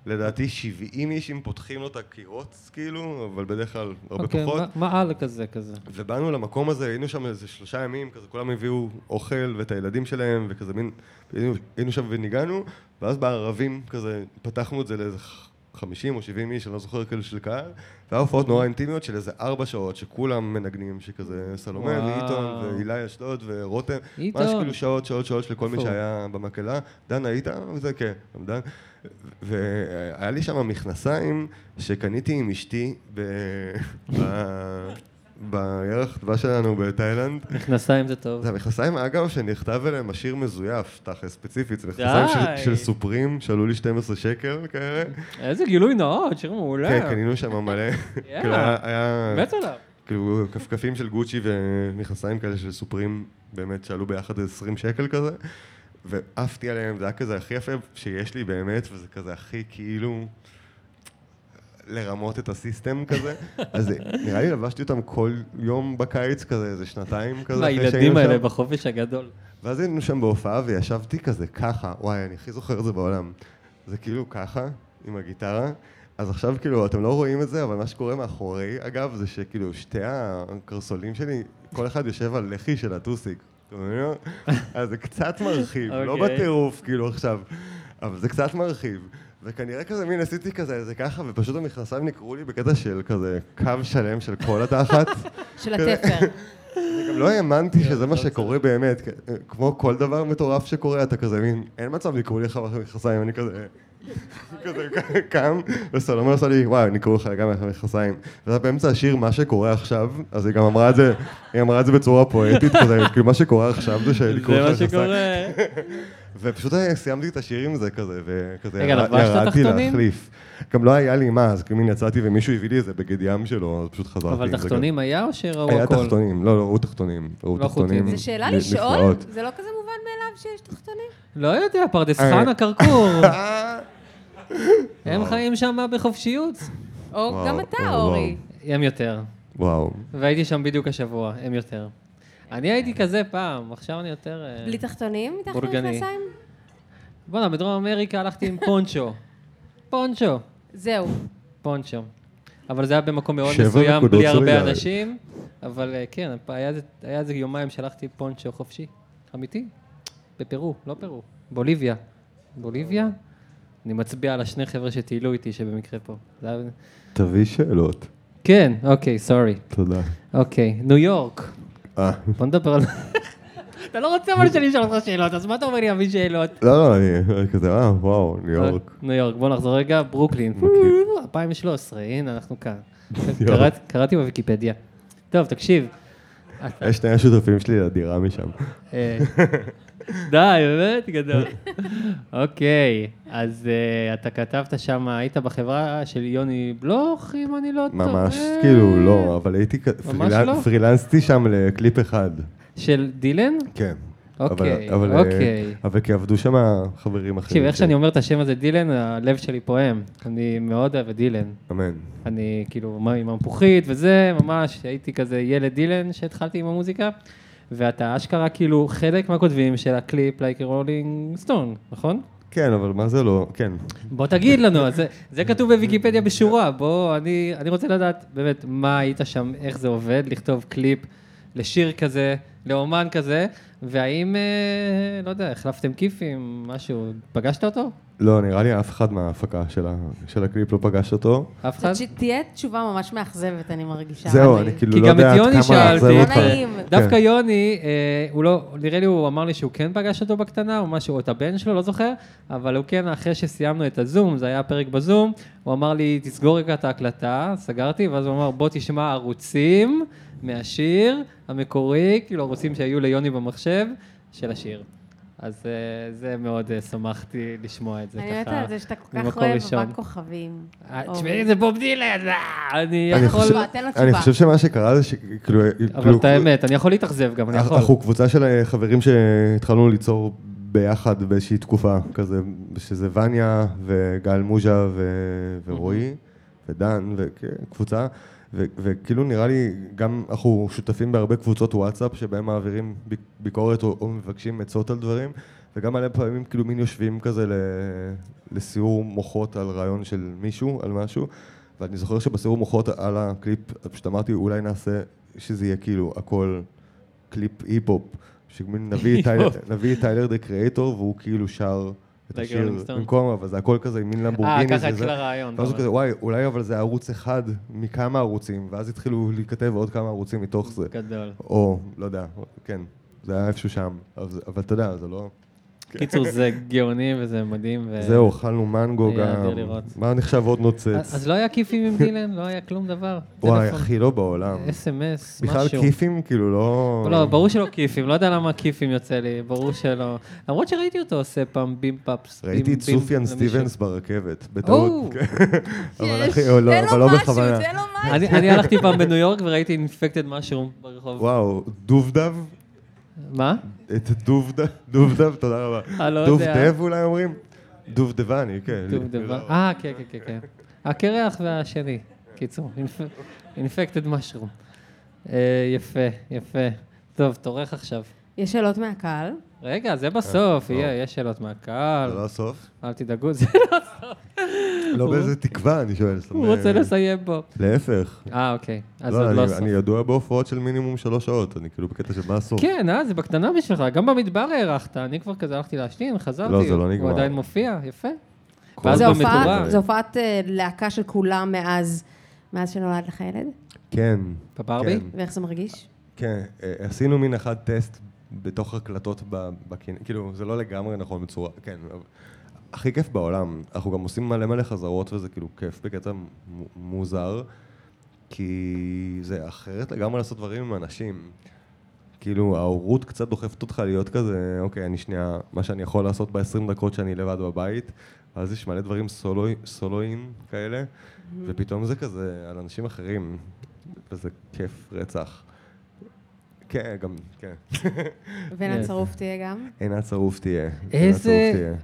Speaker 4: לדעתי, 70 איש אם פותחים לו את הקירות, כאילו, אבל בדרך כלל הרבה
Speaker 2: אוקיי,
Speaker 4: פחות.
Speaker 2: מה- מה על כזה כזה?
Speaker 4: ובאנו למקום הזה, היינו שם איזה שלושה ימים, כזה כולם הביאו אוכל ואת הילדים שלהם, וכזה מין, היינו, היינו שם וניגענו, ואז בערבים כזה, פתחנו את זה לאיזה ח- 50 או 70 איש, אני לא זוכר כאילו של קהל, והיו הופעות נורא אינטימיות של איזה ארבע שעות, שכולם מנגנים, שכזה סלומה
Speaker 2: וואו.
Speaker 4: ואיתון ואילי אשדוד ורותם,
Speaker 2: איתון.
Speaker 4: ממש כאילו שעות, שעות, שעות של כל מי
Speaker 2: איפה הוא?
Speaker 4: שהיה במקהלה. דן, היית? וזה כן, גם דן. והיה לי שם מכנסיים שקניתי עם אשתי ב... ב- בירח דבש שלנו בתאילנד.
Speaker 2: נכון. מכנסיים זה טוב.
Speaker 4: זה המכנסיים, אגב, שנכתב אליהם השיר מזויף, תכל'ס ספציפית, זה מכנסיים
Speaker 2: די.
Speaker 4: של, של סופרים, שעלו לי 12 שקל כאלה.
Speaker 2: איזה גילוי נאות, שיר מעולה.
Speaker 4: כן, קנינו שם מלא. כאילו, היה- היה...
Speaker 2: מת עליו.
Speaker 4: כאילו כפכפים של גוצ'י ומכנסיים כאלה של סופרים, באמת, שעלו ביחד איזה 20 שקל כזה, ועפתי עליהם, זה היה כזה הכי יפה שיש לי באמת, וזה כזה הכי כאילו לרמות את הסיסטם כזה. אז נראה לי לבשתי אותם כל יום בקיץ כזה, איזה שנתיים כזה. אחרי
Speaker 2: והילדים
Speaker 4: שהיינו
Speaker 2: האלה
Speaker 4: שם.
Speaker 2: בחופש הגדול.
Speaker 4: ואז היינו שם בהופעה וישבתי כזה ככה, וואי, אני הכי זוכר את זה בעולם. זה כאילו ככה, עם הגיטרה. אז עכשיו כאילו, אתם לא רואים את זה, אבל מה שקורה מאחורי, אגב, זה שכאילו שתי הקרסולים שלי, כל אחד יושב על לחי של הטוסיק. אתם מבינים? אז זה קצת מרחיב, לא
Speaker 2: אוקיי.
Speaker 4: בטירוף כאילו עכשיו, אבל זה קצת מרחיב. וכנראה כזה מין עשיתי כזה, איזה ככה, ופשוט המכנסיים נקרו לי בקטע של כזה קו שלם של כל התחת.
Speaker 3: של
Speaker 4: כן.
Speaker 3: התפר.
Speaker 4: גם לא האמנתי
Speaker 2: כן,
Speaker 4: שזה מה שקורה באמת, כ- כמו כל דבר מטורף שקורה, אתה כזה מין, אין מצב ניקרו לי חבר מכנסיים, אני כזה... כזה ק- קם, וסולומון עשה לי, וואי, ניקרו לך גם מכנסיים. ואז באמצע השיר, מה שקורה עכשיו, אז היא גם אמרה את זה, היא אמרה את זה בצורה פואטית, כזה, כאילו, מה שקורה עכשיו זה שניקרו
Speaker 2: זה
Speaker 4: לך
Speaker 2: מה
Speaker 4: מכנסיים.
Speaker 2: שקורה.
Speaker 4: אוקיי, ופשוט אה, סיימתי את השיר עם זה כזה, וכזה
Speaker 2: רגע,
Speaker 4: ירד-
Speaker 2: לבשת תחתונים?
Speaker 4: להחליף. גם לא היה לי מה, אז כאילו מין יצאתי ומישהו הביא לי איזה בגד ים שלו, אז פשוט חזרתי. עם
Speaker 2: אבל
Speaker 4: זה גם.
Speaker 2: תחתונים היה או שראו
Speaker 4: היה
Speaker 2: הכל?
Speaker 4: תחתונים, לא, לא, ראו תחתונים. ראו
Speaker 2: לא
Speaker 4: תחתונים.
Speaker 2: חוטים.
Speaker 3: זו שאלה
Speaker 4: נ-
Speaker 3: לשאול?
Speaker 4: נפלאות.
Speaker 3: זה לא כזה מובן מאליו שיש תחתונים?
Speaker 2: לא יודע, פרדס
Speaker 4: אה.
Speaker 2: חנה כרכור.
Speaker 4: אה,
Speaker 2: הם חיים שם בחופשיות.
Speaker 3: או
Speaker 4: וואו,
Speaker 3: גם אתה,
Speaker 4: וואו.
Speaker 3: אורי.
Speaker 2: הם יותר.
Speaker 4: וואו.
Speaker 2: והייתי שם בדיוק השבוע, הם יותר. אני הייתי כזה פעם, עכשיו אני יותר... אה,
Speaker 3: בלי תחתונים? מתחת
Speaker 2: בורגני.
Speaker 3: למכנסיים?
Speaker 2: בואנה, בדרום אמריקה הלכתי עם פונצ'ו. פונצ'ו.
Speaker 3: זהו.
Speaker 2: פונצ'ו. אבל זה היה במקום מאוד
Speaker 4: שבע
Speaker 2: מסוים,
Speaker 4: נקודות
Speaker 2: בלי הרבה
Speaker 4: סולידריות.
Speaker 2: אנשים. אבל אה, כן, היה איזה- היה איזה יומיים שהלכתי עם פונצ'ו חופשי. אמיתי? בפרו, לא פרו. בוליביה. בוליביה? אני מצביע על השני חבר'ה שטיילו איתי, שבמקרה פה. זה היה-
Speaker 4: תביא שאלות.
Speaker 2: כן, אוקיי, סורי.
Speaker 4: תודה.
Speaker 2: אוקיי, ניו יורק.
Speaker 4: אה,
Speaker 2: בוא נדבר על... אתה לא רוצה אבל שאני אשאל אותך שאלות, אז מה אתה אומר לי להביא שאלות?
Speaker 4: לא, לא, אני אני כזה, אה, וואו, ניו יורק.
Speaker 2: ניו יורק, בוא נחזור רגע, ברוקלין.
Speaker 4: מכיר.
Speaker 2: 2013, הנה, אנחנו כאן.
Speaker 4: יואו.
Speaker 2: קראת- קראתי בוויקיפדיה. טוב, תקשיב. אתה-
Speaker 4: יש שני השותפים שלי לדירה משם.
Speaker 2: אה, די, באמת גדול. אוקיי, אז אה, אתה כתבת שם, היית בחברה של יוני בלוך, אם אני לא טועה?
Speaker 4: ממש,
Speaker 3: אה.
Speaker 4: כאילו, לא, אבל הייתי כ-
Speaker 2: ממש
Speaker 4: פרילנ-
Speaker 2: לא?
Speaker 4: פרילנסתי שם לקליפ אחד.
Speaker 2: של דילן?
Speaker 4: כן.
Speaker 2: אוקיי,
Speaker 4: אבל- אבל, אה,
Speaker 2: אוקיי.
Speaker 4: אבל כי עבדו שם חברים אחרים.
Speaker 2: תקשיב, איך
Speaker 4: ש-
Speaker 2: שאני אומר את השם הזה דילן, הלב שלי פועם. אני מאוד אוהב את דילן.
Speaker 4: אמן.
Speaker 2: אני כאילו מה- עם המפוחית וזה, ממש הייתי כזה ילד דילן שהתחלתי עם המוזיקה, ואתה אשכרה כאילו חלק מהכותבים של הקליפ לייקי רולינג סטון, נכון?
Speaker 4: כן, אבל מה זה לא? כן.
Speaker 2: בוא תגיד לנו, אז זה, זה כתוב בוויקיפדיה בשורה, בוא, אני, אני רוצה לדעת באמת מה היית שם, איך זה עובד, לכתוב קליפ לשיר כזה, לאומן כזה, והאם, אה, לא יודע, החלפתם כיפים, משהו, פגשת אותו?
Speaker 4: לא, נראה לי אף אחד מההפקה של ה- של הקליפ לא פגש אותו.
Speaker 2: אף אחד?
Speaker 3: זאת שתהיה תשובה ממש מאכזבת, אני מרגישה.
Speaker 4: זהו,
Speaker 3: אבל-
Speaker 4: אני כאילו
Speaker 2: כי
Speaker 4: לא
Speaker 2: גם
Speaker 4: יודע
Speaker 2: את
Speaker 4: עד
Speaker 2: יוני
Speaker 4: כמה
Speaker 2: שאלתי.
Speaker 4: לאכזב אותך.
Speaker 3: לא נעים.
Speaker 4: כן.
Speaker 2: דווקא יוני, אה, הוא לא, נראה לי הוא אמר לי שהוא כן פגש אותו בקטנה, או משהו, או את הבן שלו, לא זוכר, אבל הוא כן, אחרי שסיימנו את הזום, זה היה פרק בזום, הוא אמר לי, תסגור רגע את ההקלטה, סגרתי, ואז הוא אמר, בוא תשמע ערוצים מהשיר המקורי, כאילו ערוצים שהיו ליוני במחשב, של השיר. אז אה, זה מאוד אה, שמחתי לשמוע את זה ככה.
Speaker 3: אני מתה על זה שאתה כל כך
Speaker 2: ממקור
Speaker 3: אוהב
Speaker 2: ראשון.
Speaker 3: רק כוכבים.
Speaker 2: אה,
Speaker 3: אורי.
Speaker 2: תשמעי, זה בוב דילן, אה, אני
Speaker 4: אני
Speaker 2: יכול...
Speaker 4: חושב-
Speaker 3: לא, תן לו
Speaker 4: אני
Speaker 3: תשובה.
Speaker 4: חושב שמה שקרה זה שכאילו...
Speaker 2: אבל
Speaker 4: כאילו-
Speaker 2: את האמת, אני יכול להתאכזב גם, אני יכול.
Speaker 4: אנחנו קבוצה של אה, חברים שהתחלנו ליצור ביחד באיזושהי תקופה כזה, שזה וניה וגל מוז'ה ו- ורועי ודן, וקבוצה, ו- וכאילו נראה לי, גם אנחנו שותפים בהרבה קבוצות וואטסאפ שבהם מעבירים ביק- ביקורת או, או מבקשים עצות על דברים, וגם הרבה פעמים כאילו מין יושבים כזה ל- לסיור מוחות על רעיון של מישהו, על משהו. ואני זוכר שבסיור מוחות על הקליפ, פשוט אמרתי, אולי נעשה שזה יהיה כאילו הכל קליפ היפ-הופ, שנביא את טיילר- נביא את טיילר דה קריאטור, והוא כאילו שר את
Speaker 2: The
Speaker 4: השיר
Speaker 2: Rolling Stone.
Speaker 4: במקום, אבל זה הכל כזה עם מין
Speaker 2: אה,
Speaker 4: למבורגיני.
Speaker 2: ככה התחיל הרעיון.
Speaker 4: ואז הוא
Speaker 2: אבל.
Speaker 4: כזה, וואי, אולי אבל זה ערוץ אחד מכמה ערוצים, ואז התחילו להיכתב עוד כמה ערוצים מתוך זה.
Speaker 2: גדול.
Speaker 4: או, לא יודע, כן, זה היה איפשהו שם, אבל אבל אתה יודע, זה לא...
Speaker 2: קיצור, זה גאוני וזה מדהים. ו...
Speaker 4: זהו, אכלנו מנגו
Speaker 2: אה, היה
Speaker 4: גם.
Speaker 2: אדיר לראות.
Speaker 4: מה נחשב עוד
Speaker 2: אז
Speaker 4: נוצץ?
Speaker 2: אז לא היה כיפים עם דילן? לא היה כלום דבר? נכון.
Speaker 4: וואי,
Speaker 2: טלפון,
Speaker 4: אחי, לא בעולם.
Speaker 2: אס.אם.אס,
Speaker 4: בכלל
Speaker 2: אה, משהו.
Speaker 4: כיפים, כאילו, לא...
Speaker 2: לא, ברור שלא כיפים, לא יודע למה כיפים יוצא לי, ברור שלא. למרות שראיתי אותו עושה פעם בים פאפס.
Speaker 4: ראיתי
Speaker 2: בים-
Speaker 4: את
Speaker 2: בים
Speaker 4: סופיאן
Speaker 2: למישהו.
Speaker 4: סטיבנס ברכבת,
Speaker 2: או,
Speaker 4: בטעות. אבל אחי, לא,
Speaker 3: תן לו
Speaker 4: אבל לא
Speaker 3: משהו,
Speaker 4: בכוונה.
Speaker 3: תן לו משהו.
Speaker 2: אני אני הלכתי פעם בניו יורק וראיתי אינפקטד משרום ברחוב.
Speaker 4: וואו, דובדב?
Speaker 2: מה?
Speaker 4: את דובדב? דובדב, תודה רבה.
Speaker 2: אה, לא יודע.
Speaker 4: דובדב אולי אומרים? דובדבני, כן.
Speaker 2: דובדבן.
Speaker 4: לא.
Speaker 2: אה, כן, כן, כן, כן. הקרח והשני, קיצור, אינפקטד משרום. יפה, יפה. טוב, תורך עכשיו.
Speaker 3: יש שאלות מהקהל?
Speaker 2: רגע, זה בסוף, יהיה, יש שאלות מהקהל,
Speaker 4: זה אה, לא הסוף?
Speaker 2: אל תדאגו, זה-
Speaker 4: לא באיזה תקווה, אני שואל. סתם,
Speaker 2: הוא רוצה
Speaker 4: אה,
Speaker 2: לסיים פה.
Speaker 4: להפך.
Speaker 2: אה, אוקיי, אז
Speaker 4: לא,
Speaker 2: עוד לא
Speaker 4: אני-
Speaker 2: סוף.
Speaker 4: אני ידוע בהופעות של מינימום שלוש שעות, אני כאילו בקטע של מה הסוף.
Speaker 2: כן, אה, זה בקטנה בשבילך, גם במדבר הארכת, אני כבר כזה הלכתי להשתין, חזרתי,
Speaker 4: לא, זה לא
Speaker 2: הוא-
Speaker 4: נגמר.
Speaker 2: הוא עדיין מופיע, יפה.
Speaker 4: כל
Speaker 2: ואז
Speaker 3: זו
Speaker 4: הזמן
Speaker 2: במטורה,
Speaker 3: הופעת-
Speaker 4: זה.
Speaker 3: זו הופעת אה, להקה של כולם מאז מאז שנולד לך ילד?
Speaker 4: כן.
Speaker 2: בברבי?
Speaker 4: כן.
Speaker 3: ואיך זה מרגיש?
Speaker 4: כן, אה, עשינו מין אחד טסט בתוך הקלטות, ב- בקינ- כאילו, זה לא לגמרי נכון בצורה, כן. אבל- הכי כיף בעולם, אנחנו גם עושים מלא מלא חזרות וזה כאילו כיף בקטע מ- מוזר, כי זה אחרת לגמרי לעשות דברים עם אנשים. כאילו, ההורות קצת דוחפת אותך להיות כזה, אוקיי, אני שנייה, מה שאני יכול לעשות ב-20 דקות שאני לבד בבית, אז יש מלא דברים סולוי, סולואים כאלה, ופתאום זה כזה על אנשים אחרים, וזה כיף רצח. כן, גם, כן.
Speaker 3: ועינת
Speaker 2: Yes.
Speaker 3: שרוף תהיה גם?
Speaker 4: עינת שרוף תהיה. עינת
Speaker 2: איזה-
Speaker 4: שרוף תהיה. כן.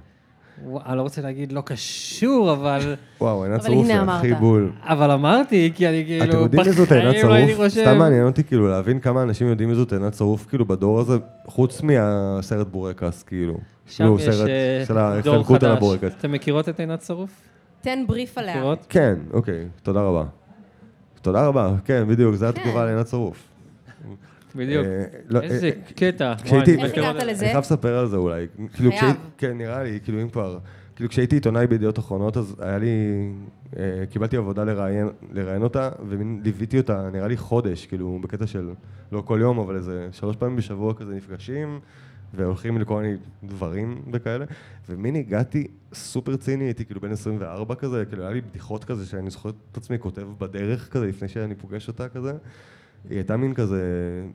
Speaker 2: וואו, אני לא רוצה להגיד לא קשור, אבל...
Speaker 4: וואו, עינת
Speaker 3: אבל
Speaker 4: שרוף
Speaker 3: הנה
Speaker 4: זה
Speaker 3: אמרת.
Speaker 4: הכי בול.
Speaker 2: אבל אמרתי, כי אני כאילו...
Speaker 4: אתם יודעים מי זאת
Speaker 2: בחיים
Speaker 4: עינת
Speaker 2: לא הייתי
Speaker 4: שרוף?
Speaker 2: חושב.
Speaker 4: סתם מעניין אותי כאילו להבין כמה אנשים יודעים מי זאת עינת שרוף כאילו בדור הזה, חוץ מהסרט בורקס כאילו.
Speaker 2: שם
Speaker 4: כאילו,
Speaker 2: יש
Speaker 4: סרט
Speaker 2: אה,
Speaker 4: של
Speaker 2: דור
Speaker 4: ההתחלקות על
Speaker 2: חדש.
Speaker 4: הבורקס.
Speaker 2: אתם מכירות את עינת שרוף?
Speaker 3: תן בריף עליה.
Speaker 2: מכירות?
Speaker 4: כן, אוקיי, תודה רבה. תודה רבה, כן, בדיוק, זו
Speaker 3: כן.
Speaker 4: התגובה לעינת שרוף.
Speaker 2: בדיוק.
Speaker 4: אה, לא,
Speaker 2: איזה
Speaker 4: אה,
Speaker 2: קטע.
Speaker 4: כשהייתי-
Speaker 2: וואי, אני
Speaker 3: איך
Speaker 2: מכיר
Speaker 3: הגעת
Speaker 2: אותה.
Speaker 3: לזה?
Speaker 4: אני חייב לספר על זה אולי. כאילו,
Speaker 3: חייב.
Speaker 4: כשהי- כן, נראה לי, כאילו אם כבר... כאילו כשהייתי עיתונאי בידיעות אחרונות, אז היה לי... אה, קיבלתי עבודה לראיין, לראיין אותה, ומין ליוויתי אותה נראה לי חודש, כאילו בקטע של לא כל יום, אבל איזה שלוש פעמים בשבוע כזה נפגשים, והולכים לכל מיני דברים וכאלה, ומין הגעתי סופר ציני, הייתי כאילו בן 24 כזה, כאילו היה לי בדיחות כזה שאני זוכר את עצמי כותב בדרך כזה, לפני שאני פוגש אותה כזה. היא הייתה מין כזה,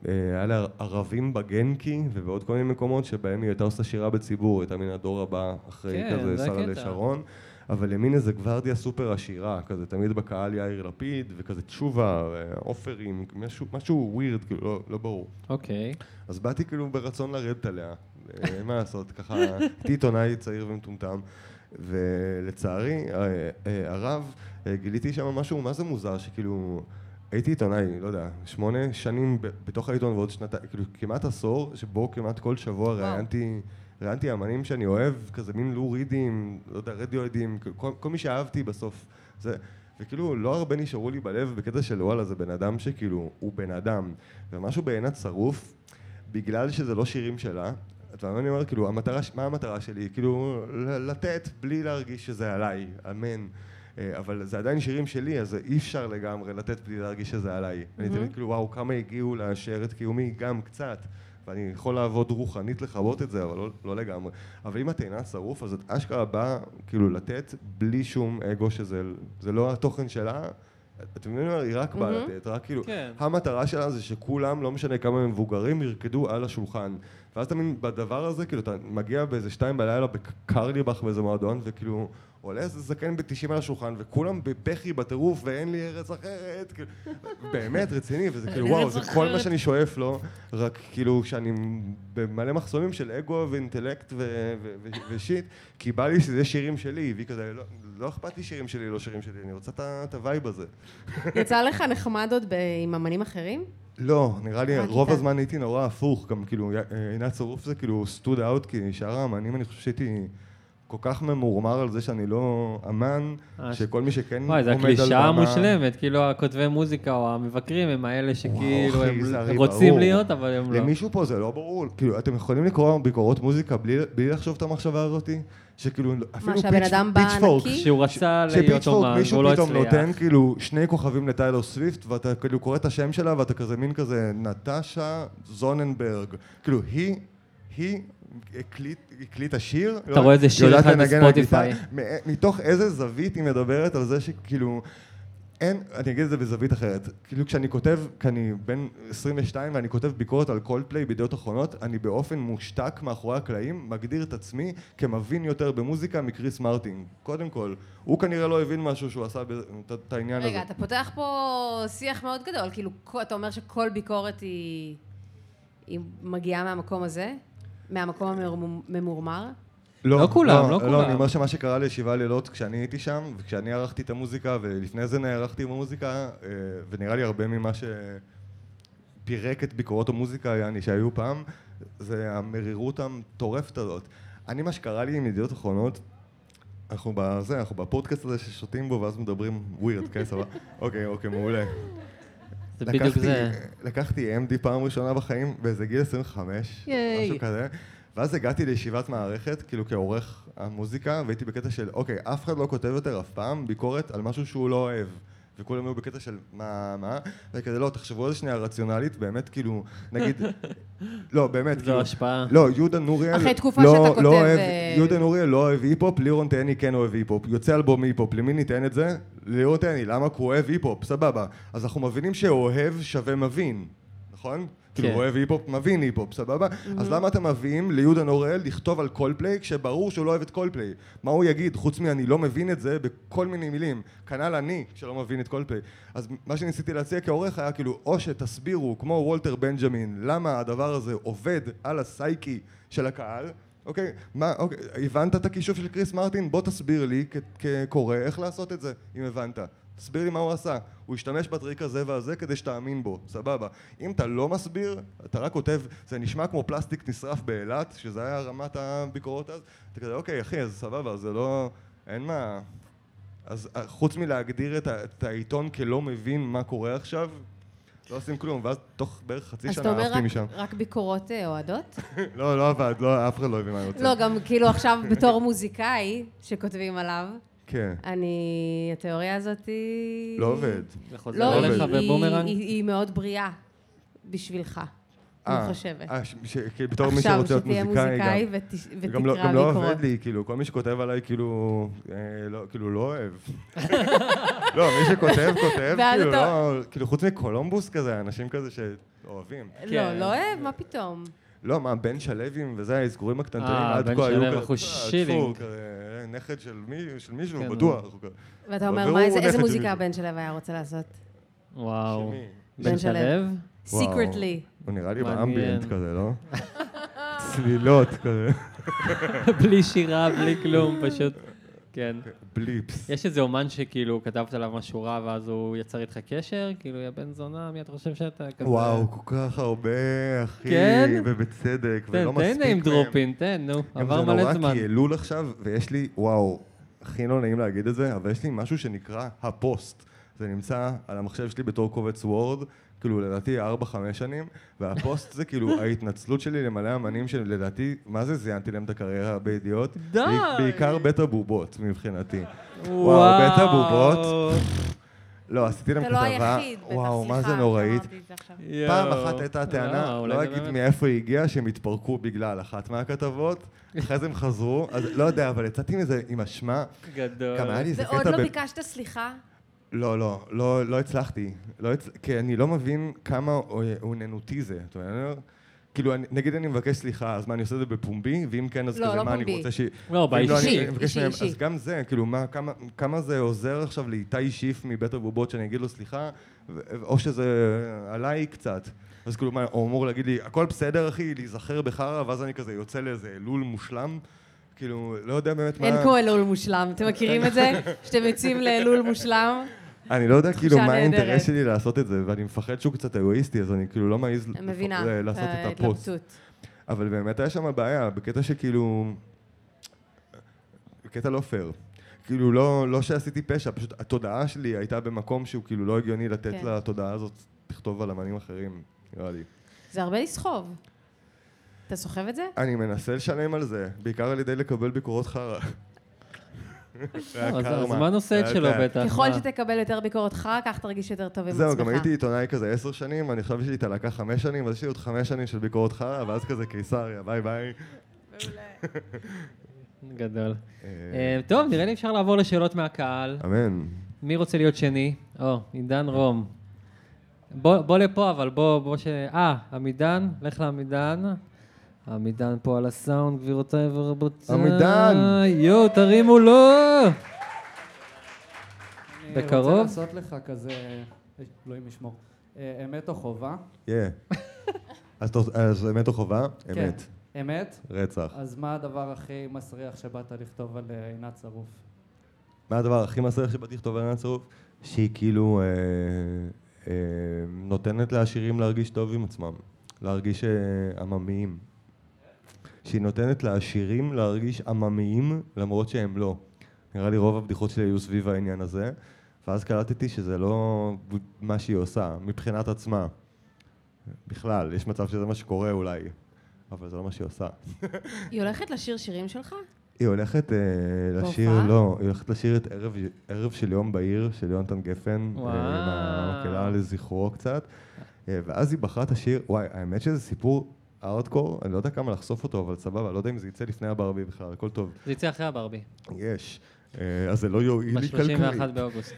Speaker 4: אה, היה לה ערבים בגנקי ובעוד כל מיני מקומות שבהם היא הייתה עושה שירה בציבור, הייתה מן הדור הבא אחרי
Speaker 2: כן,
Speaker 4: כזה
Speaker 2: זה
Speaker 4: שרה
Speaker 2: הקטע.
Speaker 4: לשרון, אבל למין איזה גוורדיה סופר עשירה, כזה תמיד בקהל יאיר לפיד וכזה תשובה, אה, עופרים, משהו, משהו ווירד, כאילו לא, לא ברור.
Speaker 2: אוקיי.
Speaker 4: אז באתי כאילו ברצון לרדת עליה, אה, אין מה לעשות, ככה, הייתי עיתונאי צעיר ומטומטם, ולצערי אה, אה, הרב, אה, גיליתי שם משהו, מה זה מוזר, שכאילו, הייתי עיתונאי, לא יודע, שמונה שנים ב- בתוך העיתון ועוד שנתיים, כאילו כמעט עשור, שבו כמעט כל שבוע ראיינתי ראיינתי אמנים שאני אוהב, כזה מין לו רידים, לא יודע, רדיואדים, כל, כל מי שאהבתי בסוף. זה, וכאילו, לא הרבה נשארו לי בלב בקטע של וואלה, זה בן אדם שכאילו, הוא בן אדם. ומשהו בעינת שרוף, בגלל שזה לא שירים שלה, אתה מבין? אני אומר, כאילו, המטרה, ש- מה המטרה שלי? כאילו, ל- לתת בלי להרגיש שזה עליי, אמן. אה, אבל זה עדיין שירים שלי, אז אי אפשר לגמרי לתת בלי להרגיש שזה עליי. אני תמיד כאילו, וואו, כמה הגיעו לאשר את קיומי גם קצת. ואני יכול לעבוד רוחנית לכבות את זה, אבל לא, לא לגמרי. אבל אם הטעינה שרוף, אז את אשכרה באה כאילו לתת בלי שום אגו שזה זה לא התוכן שלה. אתם מבינים מה? היא רק באה לתת, רק כאילו,
Speaker 2: כן.
Speaker 4: המטרה שלה זה שכולם, לא משנה כמה הם מבוגרים, ירקדו על השולחן. ואז אתה מבין, בדבר הזה, כאילו, אתה מגיע באיזה שתיים בלילה בקרליבך באיזה מועדון, וכאילו, עולה איזה זקן ב-90 על השולחן, וכולם בבכי, בטירוף, ואין לי ארץ אחרת, כאילו, באמת, רציני, וזה כאילו, וואו, זה כל מה שאני שואף לו, רק כאילו, שאני במלא מחסומים של אגו ואינטלקט ו- ו- ו- ושיט, כי בא לי שזה שירים שלי, והיא כזה, "לא- לא אכפת לי שירים שלי, לא שירים שלי, אני רוצה את ה- את הווייב הזה.
Speaker 3: יצא לך נחמד עוד ב- עם אמנים אחרים?
Speaker 4: לא, נראה לי
Speaker 3: רק
Speaker 4: רוב
Speaker 3: איתה.
Speaker 4: הזמן הייתי נורא הפוך, גם כאילו אה, עינת שרוף זה כאילו סטוד אאוט, כי שאר האמנים אני חושב שהייתי כל כך ממורמר על זה שאני לא אמן,
Speaker 2: אה,
Speaker 4: שכל מי שכן עומד על
Speaker 2: וואי, זו
Speaker 4: במה...
Speaker 2: הקלישאה המושלמת, כאילו הכותבי מוזיקה או המבקרים הם האלה שכאילו
Speaker 4: אחי,
Speaker 2: הם
Speaker 4: זה הרי
Speaker 2: רוצים
Speaker 4: ברור.
Speaker 2: להיות, אבל הם לא.
Speaker 4: למישהו פה זה לא ברור, כאילו אתם יכולים לקרוא ביקורות מוזיקה בלי, בלי לחשוב את המחשבה הזאתי? שכאילו אפילו
Speaker 3: שהבן
Speaker 4: פיצ'-
Speaker 3: אדם בא
Speaker 4: פיצ'פורק,
Speaker 3: נקי?
Speaker 2: שהוא רצה להיות
Speaker 4: שפיצ'פורק
Speaker 2: אומן
Speaker 4: מישהו
Speaker 2: והוא לא
Speaker 4: פתאום נותן
Speaker 2: הצליח.
Speaker 4: כאילו שני כוכבים לטיילור סוויפט ואתה כאילו קורא את השם שלה ואתה כזה מין כזה נטשה זוננברג כאילו היא היא הקליט- הקליטה שיר לא-
Speaker 2: רואה איזה שיר
Speaker 4: יודעת
Speaker 2: אחד
Speaker 4: לנגן על
Speaker 2: בספוטיפיי.
Speaker 4: גיטרה. מא- מתוך איזה זווית היא מדברת על זה שכאילו אין, אני אגיד את זה בזווית אחרת. כאילו כשאני כותב, כי אני בן 22 ואני כותב ביקורת על קולדפליי בידיעות אחרונות, אני באופן מושתק מאחורי הקלעים מגדיר את עצמי כמבין יותר במוזיקה מקריס מרטין. קודם כל, הוא כנראה לא הבין משהו שהוא עשה בזה- את- את העניין הזה.
Speaker 3: רגע, אתה פותח פה שיח מאוד גדול, כאילו, כל- אתה אומר שכל ביקורת היא היא מגיעה מהמקום הזה? מהמקום הממורמר- ממורמר?
Speaker 2: לא כולם, לא כולם.
Speaker 4: לא, אני אומר שמה שקרה לישיבה לילות כשאני הייתי שם, וכשאני ערכתי את המוזיקה, ולפני זה נערכתי במוזיקה, אה, ונראה לי הרבה ממה שפירק את ביקורות המוזיקה, יעני, שהיו פעם, זה המרירות המטורפת הזאת. אני, מה שקרה לי עם ידיעות אחרונות, אנחנו בזה, אנחנו בפודקאסט הזה ששותים בו, ואז מדברים ווירד, כן, סבבה. אוקיי, אוקיי, מעולה.
Speaker 2: זה בדיוק
Speaker 4: לקחתי- כאילו.
Speaker 2: זה.
Speaker 4: לקחתי MD פעם ראשונה בחיים, באיזה גיל 25,
Speaker 3: ייי.
Speaker 4: משהו כזה. ואז הגעתי לישיבת מערכת, כאילו כעורך המוזיקה, והייתי בקטע של, אוקיי, אף אחד לא כותב יותר אף פעם ביקורת על משהו שהוא לא אוהב. וכולם היו בקטע של מה, מה, וכזה לא, תחשבו על זה שנייה רציונלית, באמת כאילו, נגיד, לא, באמת,
Speaker 2: זו
Speaker 4: כאילו,
Speaker 2: השפעה.
Speaker 4: לא, יהודה נוריאל,
Speaker 3: אחרי תקופה
Speaker 4: לא,
Speaker 3: שאתה כותב,
Speaker 4: לא אוהב,
Speaker 3: אה,
Speaker 4: יהודה נוריאל לא אוהב היפ-הופ, לירון תהני כן אוהב היפ-הופ, יוצא אלבום היפ-הופ, למי ניתן את זה? לירון תהני, למה? כי הוא אוהב היפ-הופ, סבבה. אז אנחנו מבינים שאוהב שווה מבין, נכון? כאילו אוהב היפ-הופ, מבין היפ-הופ, סבבה? אז למה אתם מביאים ליהודה נוראל לכתוב על קולפליי כשברור שהוא לא אוהב את קולפליי? מה הוא יגיד, חוץ מ"אני לא מבין את זה" בכל מיני מילים? כנ"ל אני, שלא מבין את קולפליי. אז מה שניסיתי להציע כעורך היה כאילו, או שתסבירו, כמו וולטר בנג'מין, למה הדבר הזה עובד על הסייקי של הקהל, אוקיי? מה, אוקיי, הבנת את הכישוף של קריס מרטין? בוא תסביר לי, כ- כקורא, איך לעשות את זה, אם הבנת. תסביר לי מה הוא עשה. הוא השתמש בטריק הזה והזה כדי שתאמין בו, סבבה. אם אתה לא מסביר, אתה רק כותב, זה נשמע כמו פלסטיק נשרף באילת, שזה היה רמת הביקורות אז, אתה כזה, אוקיי, אחי, אז סבבה, זה לא... אין מה... אז אה, חוץ מלהגדיר את, ה- את העיתון כלא מבין מה קורה עכשיו, לא עושים כלום, ואז תוך בערך חצי
Speaker 3: אז אתה
Speaker 4: שנה
Speaker 3: אומר
Speaker 4: עפתי
Speaker 3: רק-
Speaker 4: משם.
Speaker 3: רק ביקורות אה, אוהדות?
Speaker 4: לא, לא עבד, לא, אף אחד לא הבין מה אני רוצה.
Speaker 3: לא, גם כאילו עכשיו בתור מוזיקאי שכותבים עליו,
Speaker 4: כן.
Speaker 3: אני, התיאוריה הזאת היא...
Speaker 4: לא עובד.
Speaker 2: זה
Speaker 3: לא,
Speaker 2: חוזר
Speaker 4: עובד.
Speaker 2: אליך
Speaker 3: היא-
Speaker 2: בבומרנג.
Speaker 3: היא היא מאוד בריאה בשבילך, אני חושבת.
Speaker 4: אה, ש- ש- כאילו, בתור מי שרוצה להיות מוזיקאי גם.
Speaker 3: עכשיו, שתהיה מוזיקאי ות-
Speaker 4: גם לא,
Speaker 3: ותקרא
Speaker 4: גם לא
Speaker 3: ביקורות.
Speaker 4: עובד לי, כאילו, כל מי שכותב עליי, כאילו, אה, לא, כאילו, לא אוהב. לא, מי שכותב, כותב,
Speaker 3: ואז
Speaker 4: כאילו,
Speaker 3: אתה-
Speaker 4: לא, כאילו, חוץ מקולומבוס כזה, אנשים כזה שאוהבים.
Speaker 3: לא,
Speaker 2: כן.
Speaker 3: לא אוהב, מה פתאום?
Speaker 4: לא, מה, בן שלווים וזה, האזכורים הקטנטנים,
Speaker 2: אה,
Speaker 4: עד
Speaker 2: בן
Speaker 4: כה היו
Speaker 2: שלו,
Speaker 4: כזה,
Speaker 2: אנחנו
Speaker 4: "אה,
Speaker 2: שיטינג."
Speaker 4: טפו, כזה, אה, נכד של מי- של מישהו,
Speaker 2: כן,
Speaker 4: בטוח.
Speaker 3: ואתה אומר,
Speaker 4: בבירור
Speaker 3: מה, איזה-
Speaker 4: הוא
Speaker 3: איזה
Speaker 4: נכד
Speaker 3: מוזיקה
Speaker 4: שלי.
Speaker 3: הבן שלו היה רוצה לעשות?
Speaker 2: וואו.
Speaker 4: שמי?
Speaker 2: בן
Speaker 3: בן שלו.
Speaker 2: שלו?
Speaker 4: וואו.
Speaker 3: סיקרטלי.
Speaker 4: הוא נראה לי
Speaker 2: מעניין.
Speaker 4: באמביאנט כזה, לא? צלילות כזה.
Speaker 2: בלי שירה, בלי כלום, פשוט. כן.
Speaker 4: בליפס.
Speaker 2: יש איזה אומן שכאילו כתבת עליו משהו רע ואז הוא יצר איתך קשר? כאילו, יא בן זונה, מי אתה חושב שאתה? כזה...
Speaker 4: וואו, כל כך הרבה, אחי,
Speaker 2: כן?
Speaker 4: ובצדק,
Speaker 2: תן,
Speaker 4: ולא מספיק
Speaker 2: תן
Speaker 4: להם.
Speaker 2: name דרופין, תן, נו.
Speaker 4: גם
Speaker 2: עבר מלא
Speaker 4: זה נורא כאילו.
Speaker 2: זמן.
Speaker 4: כאלול עכשיו, ויש לי, וואו, הכי לא נעים להגיד את זה, אבל יש לי משהו שנקרא הפוסט. זה נמצא על המחשב שלי בתור קובץ וורד, כאילו לדעתי 4-5 שנים, והפוסט זה כאילו ההתנצלות שלי למלא אמנים שלדעתי, מה זה זיינתי להם את הקריירה בידיעות?
Speaker 2: די!
Speaker 4: ב- בעיקר בית הבובות מבחינתי.
Speaker 2: וואו.
Speaker 4: וואו, בית הבובות. לא, עשיתי להם
Speaker 3: אתה לא
Speaker 4: כתבה,
Speaker 3: היחיד, בטח,
Speaker 4: וואו, מה
Speaker 3: סליחה,
Speaker 4: זה נוראית.
Speaker 3: שאמרתי את זה עכשיו.
Speaker 2: יואו.
Speaker 4: פעם אחת הייתה
Speaker 2: אה,
Speaker 4: טענה,
Speaker 2: אולי
Speaker 4: לא
Speaker 2: זה
Speaker 4: אגיד
Speaker 2: באמת-
Speaker 4: מאיפה היא הגיעה, שהם התפרקו בגלל אחת מהכתבות, אחרי זה הם חזרו, אז לא יודע, אבל יצאתי מזה עם אשמה.
Speaker 2: גדול.
Speaker 4: גם היה לי איזה קטע...
Speaker 3: ועוד לא
Speaker 4: ב-
Speaker 3: ביקשת סליחה?
Speaker 4: לא, לא, לא, לא הצלחתי. לא הצ... כי אני לא מבין כמה אוננותי זה. אתה מבין? כאילו, אני, נגיד אני מבקש סליחה, אז מה, אני עושה את זה בפומבי? ואם כן, אז
Speaker 3: לא,
Speaker 4: כזה,
Speaker 3: לא
Speaker 4: מה אני
Speaker 3: פומבי.
Speaker 4: רוצה ש...
Speaker 2: לא,
Speaker 4: ואם אני-
Speaker 2: באישי,
Speaker 4: אני מבקש
Speaker 3: אישי,
Speaker 4: מהם-
Speaker 3: אישי.
Speaker 4: אז גם זה, כאילו, מה, כמה, כמה זה עוזר עכשיו לאיתי שיף מבית הבובות שאני אגיד לו סליחה, ו- או שזה עליי קצת. אז כאילו, מה, הוא אמור להגיד לי, הכל בסדר, אחי, להיזכר בחרא, ואז אני כזה יוצא לאיזה אלול מושלם. כאילו, לא יודע באמת מה...
Speaker 3: אין כמו אלול מושלם, אתם מכירים את זה? שאתם יוצאים לאלול מושלם?
Speaker 4: אני לא יודע כאילו מה
Speaker 3: נהדרת.
Speaker 4: האינטרס שלי לעשות את זה, ואני מפחד שהוא קצת אגואיסטי, אז אני כאילו לא מעז
Speaker 3: אני מבינה. אה,
Speaker 4: לפ- לעשות את הפוסט.
Speaker 3: ההתלבטות.
Speaker 4: אבל באמת היה שם בעיה, בקטע שכאילו... בקטע לא פייר. כאילו לא, לא שעשיתי פשע, פשוט התודעה שלי הייתה במקום שהוא כאילו לא הגיוני לתת
Speaker 3: כן.
Speaker 4: לתודעה הזאת לכתוב על אמנים אחרים, נראה לי.
Speaker 3: זה הרבה לסחוב. אתה סוחב את זה?
Speaker 4: אני מנסה לשלם על זה, בעיקר על ידי לקבל ביקורות חרא. זה
Speaker 2: לא, אז- אז
Speaker 4: הקרמה.
Speaker 2: מה נושא את
Speaker 4: זה
Speaker 2: שלו
Speaker 4: זה.
Speaker 2: בטח?
Speaker 3: ככל
Speaker 2: מה?
Speaker 3: שתקבל יותר ביקורת חרא, כך תרגיש יותר טוב עם עצמך.
Speaker 4: זהו, גם הייתי עיתונאי כזה עשר שנים, אני חשבתי שלי את הלהקה חמש שנים, אז יש לי עוד חמש שנים של ביקורת חרא, ואז כזה קיסריה, ביי ביי.
Speaker 2: גדול.
Speaker 4: אה,
Speaker 2: אה, טוב, נראה לי אפשר לעבור לשאלות מהקהל.
Speaker 4: אמן.
Speaker 2: מי רוצה להיות שני? או, עידן רום. בוא, בוא לפה, אבל בוא, בוא ש... אה, עמידן, לך לעמידן. עמידן פה על הסאונד, גבירותיי ורבותיי.
Speaker 4: עמידן!
Speaker 2: יואו, תרימו לו!
Speaker 5: אני
Speaker 2: בקרוב?
Speaker 5: רוצה לעשות לך כזה, אלוהים ישמור, אה, אמת או חובה.
Speaker 4: יא. אז תוס- אז אמת או חובה? אמת.
Speaker 5: כן. אמת?
Speaker 4: רצח.
Speaker 5: אז מה הדבר הכי מסריח שבאת לכתוב על אה, עינת שרוף?
Speaker 4: מה הדבר הכי מסריח שבאתי לכתוב על ענת צרוף? שהיא כאילו אה, אה, נותנת לעשירים להרגיש טוב עם עצמם, להרגיש אה, עממיים. שהיא נותנת לעשירים להרגיש עממיים למרות שהם לא. נראה לי רוב הבדיחות שלי היו סביב העניין הזה, ואז קלטתי שזה לא מה שהיא עושה, מבחינת עצמה. בכלל, יש מצב שזה מה שקורה אולי, אבל זה לא מה שהיא עושה.
Speaker 3: היא הולכת לשיר שירים שלך?
Speaker 4: היא הולכת אה, לשיר,
Speaker 3: בהופעה?
Speaker 4: לא, היא הולכת לשיר את ערב, ערב של יום בעיר של יונתן גפן, אה,
Speaker 2: וואו.
Speaker 4: עם המקהלה לזכרו קצת, אה, ואז היא בחרה את השיר, וואי, האמת שזה סיפור הארדקור, אני לא יודע כמה לחשוף אותו, אבל סבבה, לא יודע אם זה יצא לפני הברבי בכלל, הכל טוב,
Speaker 2: זה יצא אחרי הברבי,
Speaker 4: יש. אה, אז זה לא יועיל לי כלכלית.
Speaker 2: ב-31 באוגוסט.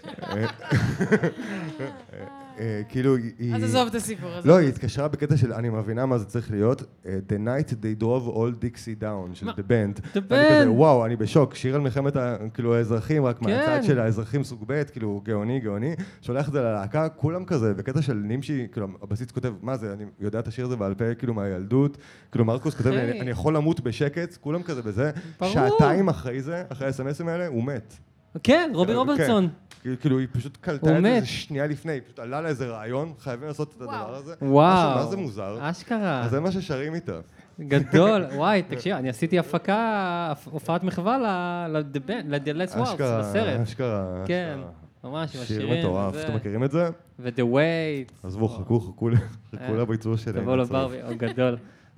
Speaker 4: אה, כאילו, היא...
Speaker 3: אז עזוב את הסיפור הזה.
Speaker 4: לא, היא התקשרה בקטע של, אני מבינה מה זה צריך להיות, אה, The Night They Drove All Dixie Down, של The Band.
Speaker 2: The
Speaker 4: ואני כזה,
Speaker 2: Band.
Speaker 4: וואו, אני בשוק, שיר על מלחמת ה- כאילו, האזרחים, רק
Speaker 2: כן.
Speaker 4: מהצד של האזרחים סוג ב', כאילו, גאוני, גאוני. שולח את זה ללהקה, כולם כזה, בקטע של נמשי, כאילו, הבסיס כותב, מה זה, אני יודע את השיר הזה בעל פה, כאילו, מהילדות. כאילו, מרקוס כותב, לי,
Speaker 2: אחי.
Speaker 4: אני אני יכול למות בשקט, כולם כזה בזה.
Speaker 2: כן. ברור.
Speaker 4: שעתיים אחרי זה, אחרי האסמסים האלה, הוא מת.
Speaker 2: כן, רובי
Speaker 4: כן,
Speaker 2: רוברטסון.
Speaker 4: כאילו, כאילו, היא פשוט
Speaker 2: הוא
Speaker 4: קלטה את זה
Speaker 2: מת.
Speaker 4: איזה שנייה לפני, היא פשוט עלה לאיזה רעיון, חייבים לעשות את הדבר
Speaker 3: וואו.
Speaker 4: הזה.
Speaker 2: וואו. אה.
Speaker 4: משהו, מה זה מוזר?
Speaker 2: אשכרה.
Speaker 4: אה? אז זה מה ששרים איתה.
Speaker 2: גדול, וואי,
Speaker 4: כן.
Speaker 2: תקשיב, אני עשיתי הפקה, הופעת מחווה ל- ל-The Band, ל-The Let's Waltz,
Speaker 4: אשכרה,
Speaker 2: לסרט.
Speaker 4: אשכרה.
Speaker 2: כן,
Speaker 4: אשכרה.
Speaker 2: ממש עם השירים.
Speaker 4: שיר מטורף,
Speaker 2: וזה.
Speaker 4: אתם מכירים את זה?
Speaker 2: ו-The Wait.
Speaker 4: עזבו, חכו, חכו ל- חכו לביצוע שלהם.
Speaker 2: אה,
Speaker 4: לא
Speaker 2: תבוא לברבי, או גדול.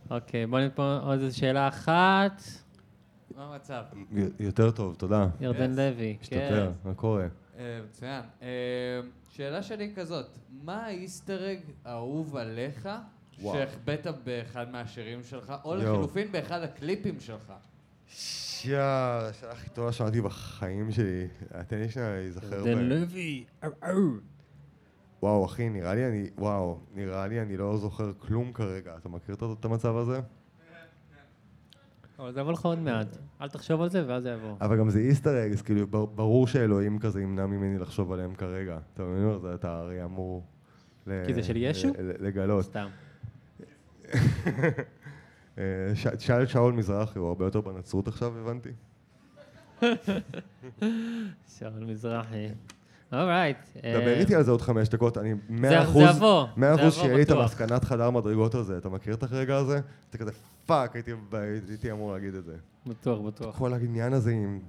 Speaker 2: אוקיי, בוא נפה עוד איזו שאלה אחת.
Speaker 6: מה המצב?
Speaker 4: י- יותר טוב, תודה.
Speaker 2: ירדן לוי, כן.
Speaker 4: משתפר, מה קורה?
Speaker 6: אה, מצוין. אה, שאלה שלי כזאת, מה האיסטרג האהוב עליך
Speaker 4: וואו.
Speaker 6: שהחבאת באחד מהשירים שלך, או
Speaker 4: יואו.
Speaker 6: לחילופין באחד הקליפים שלך?
Speaker 4: שיה, השאלה הכי טובה שמעתי בחיים שלי. תן לי שנייה להיזכר. ב-
Speaker 2: ירדן לוי.
Speaker 4: וואו, אחי, נראה לי אני, וואו, נראה לי אני לא זוכר כלום כרגע. אתה מכיר את- את המצב הזה?
Speaker 2: אבל זה יבוא לך עוד מעט. אל תחשוב על זה ואז זה יבוא.
Speaker 4: אבל גם זה איסטר אגס, כאילו, בר- ברור שאלוהים כזה ימנע ממני לחשוב עליהם כרגע. אתה מבין מה זה? אתה הרי אמור... ל-
Speaker 2: כי זה של ישו?
Speaker 4: ל- ל- לגלות.
Speaker 2: סתם.
Speaker 4: אה, ש- תשאל את שאול מזרחי, הוא הרבה יותר בנצרות עכשיו, הבנתי.
Speaker 2: שרון מזרחי. אורייט.
Speaker 4: דבר איתי על זה עוד חמש דקות, אני מאה
Speaker 2: זה
Speaker 4: אחוז,
Speaker 2: יעבור,
Speaker 4: מאה
Speaker 2: אה, זה
Speaker 4: אחוז
Speaker 2: יעבור
Speaker 4: שיהיה לי את
Speaker 2: בטוח.
Speaker 4: המסקנת חדר מדרגות הזה, אתה מכיר את הרגע הזה? אתה כזה פאק, הייתי- הייתי אמור להגיד את זה.
Speaker 2: בטוח, בטוח.
Speaker 4: כל העניין הזה עם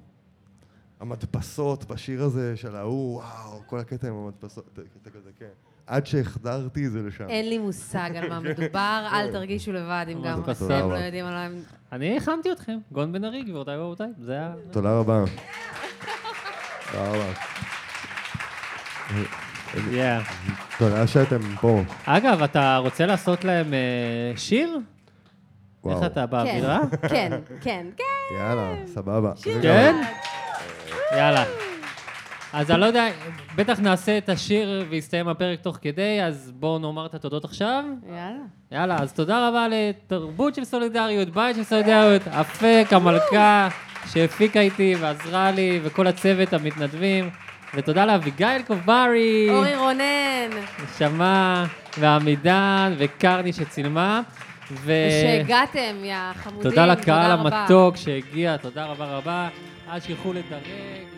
Speaker 4: המדפסות בשיר הזה של ההוא, וואו, כל הקטע עם המדפסות, אתה כזה, כן. עד שהחדרתי את זה לשם.
Speaker 3: אין לי מושג על מה מדובר,
Speaker 4: לא.
Speaker 3: אל תרגישו לבד אם גם
Speaker 2: תודה
Speaker 3: אתם לא
Speaker 4: רבה.
Speaker 3: יודעים על מה...
Speaker 2: אני הכנתי אתכם, גון בן ארי, גבירותיי ורבותיי. זה היה...
Speaker 4: תודה רבה. תודה רבה. אוקיי.
Speaker 2: Yeah.
Speaker 4: תודה שאתם פה.
Speaker 2: אגב, אתה רוצה לעשות להם אה, שיר?
Speaker 4: וואו.
Speaker 2: איך אתה באווירה?
Speaker 3: כן, כן, כן.
Speaker 4: יאללה, סבבה.
Speaker 2: כן? יאללה. אז אני לא יודע, בטח נעשה את השיר ויסתיים הפרק תוך כדי, אז בואו נאמר את התודות עכשיו.
Speaker 3: יאללה.
Speaker 2: יאללה, אז תודה רבה לתרבות של סולידריות, בית של סולידריות, אפק המלכה שהפיקה איתי ועזרה לי, וכל הצוות המתנדבים, ותודה לאביגיל קוברי.
Speaker 3: אורי רונן,
Speaker 2: נשמה, ועמידן, וקרני שצילמה. ו...
Speaker 3: שהגעתם, יא חמודים,
Speaker 2: אה, תודה לקהל
Speaker 3: רבה.
Speaker 2: המתוק שהגיע, תודה רבה רבה. אל שכחו לדרג.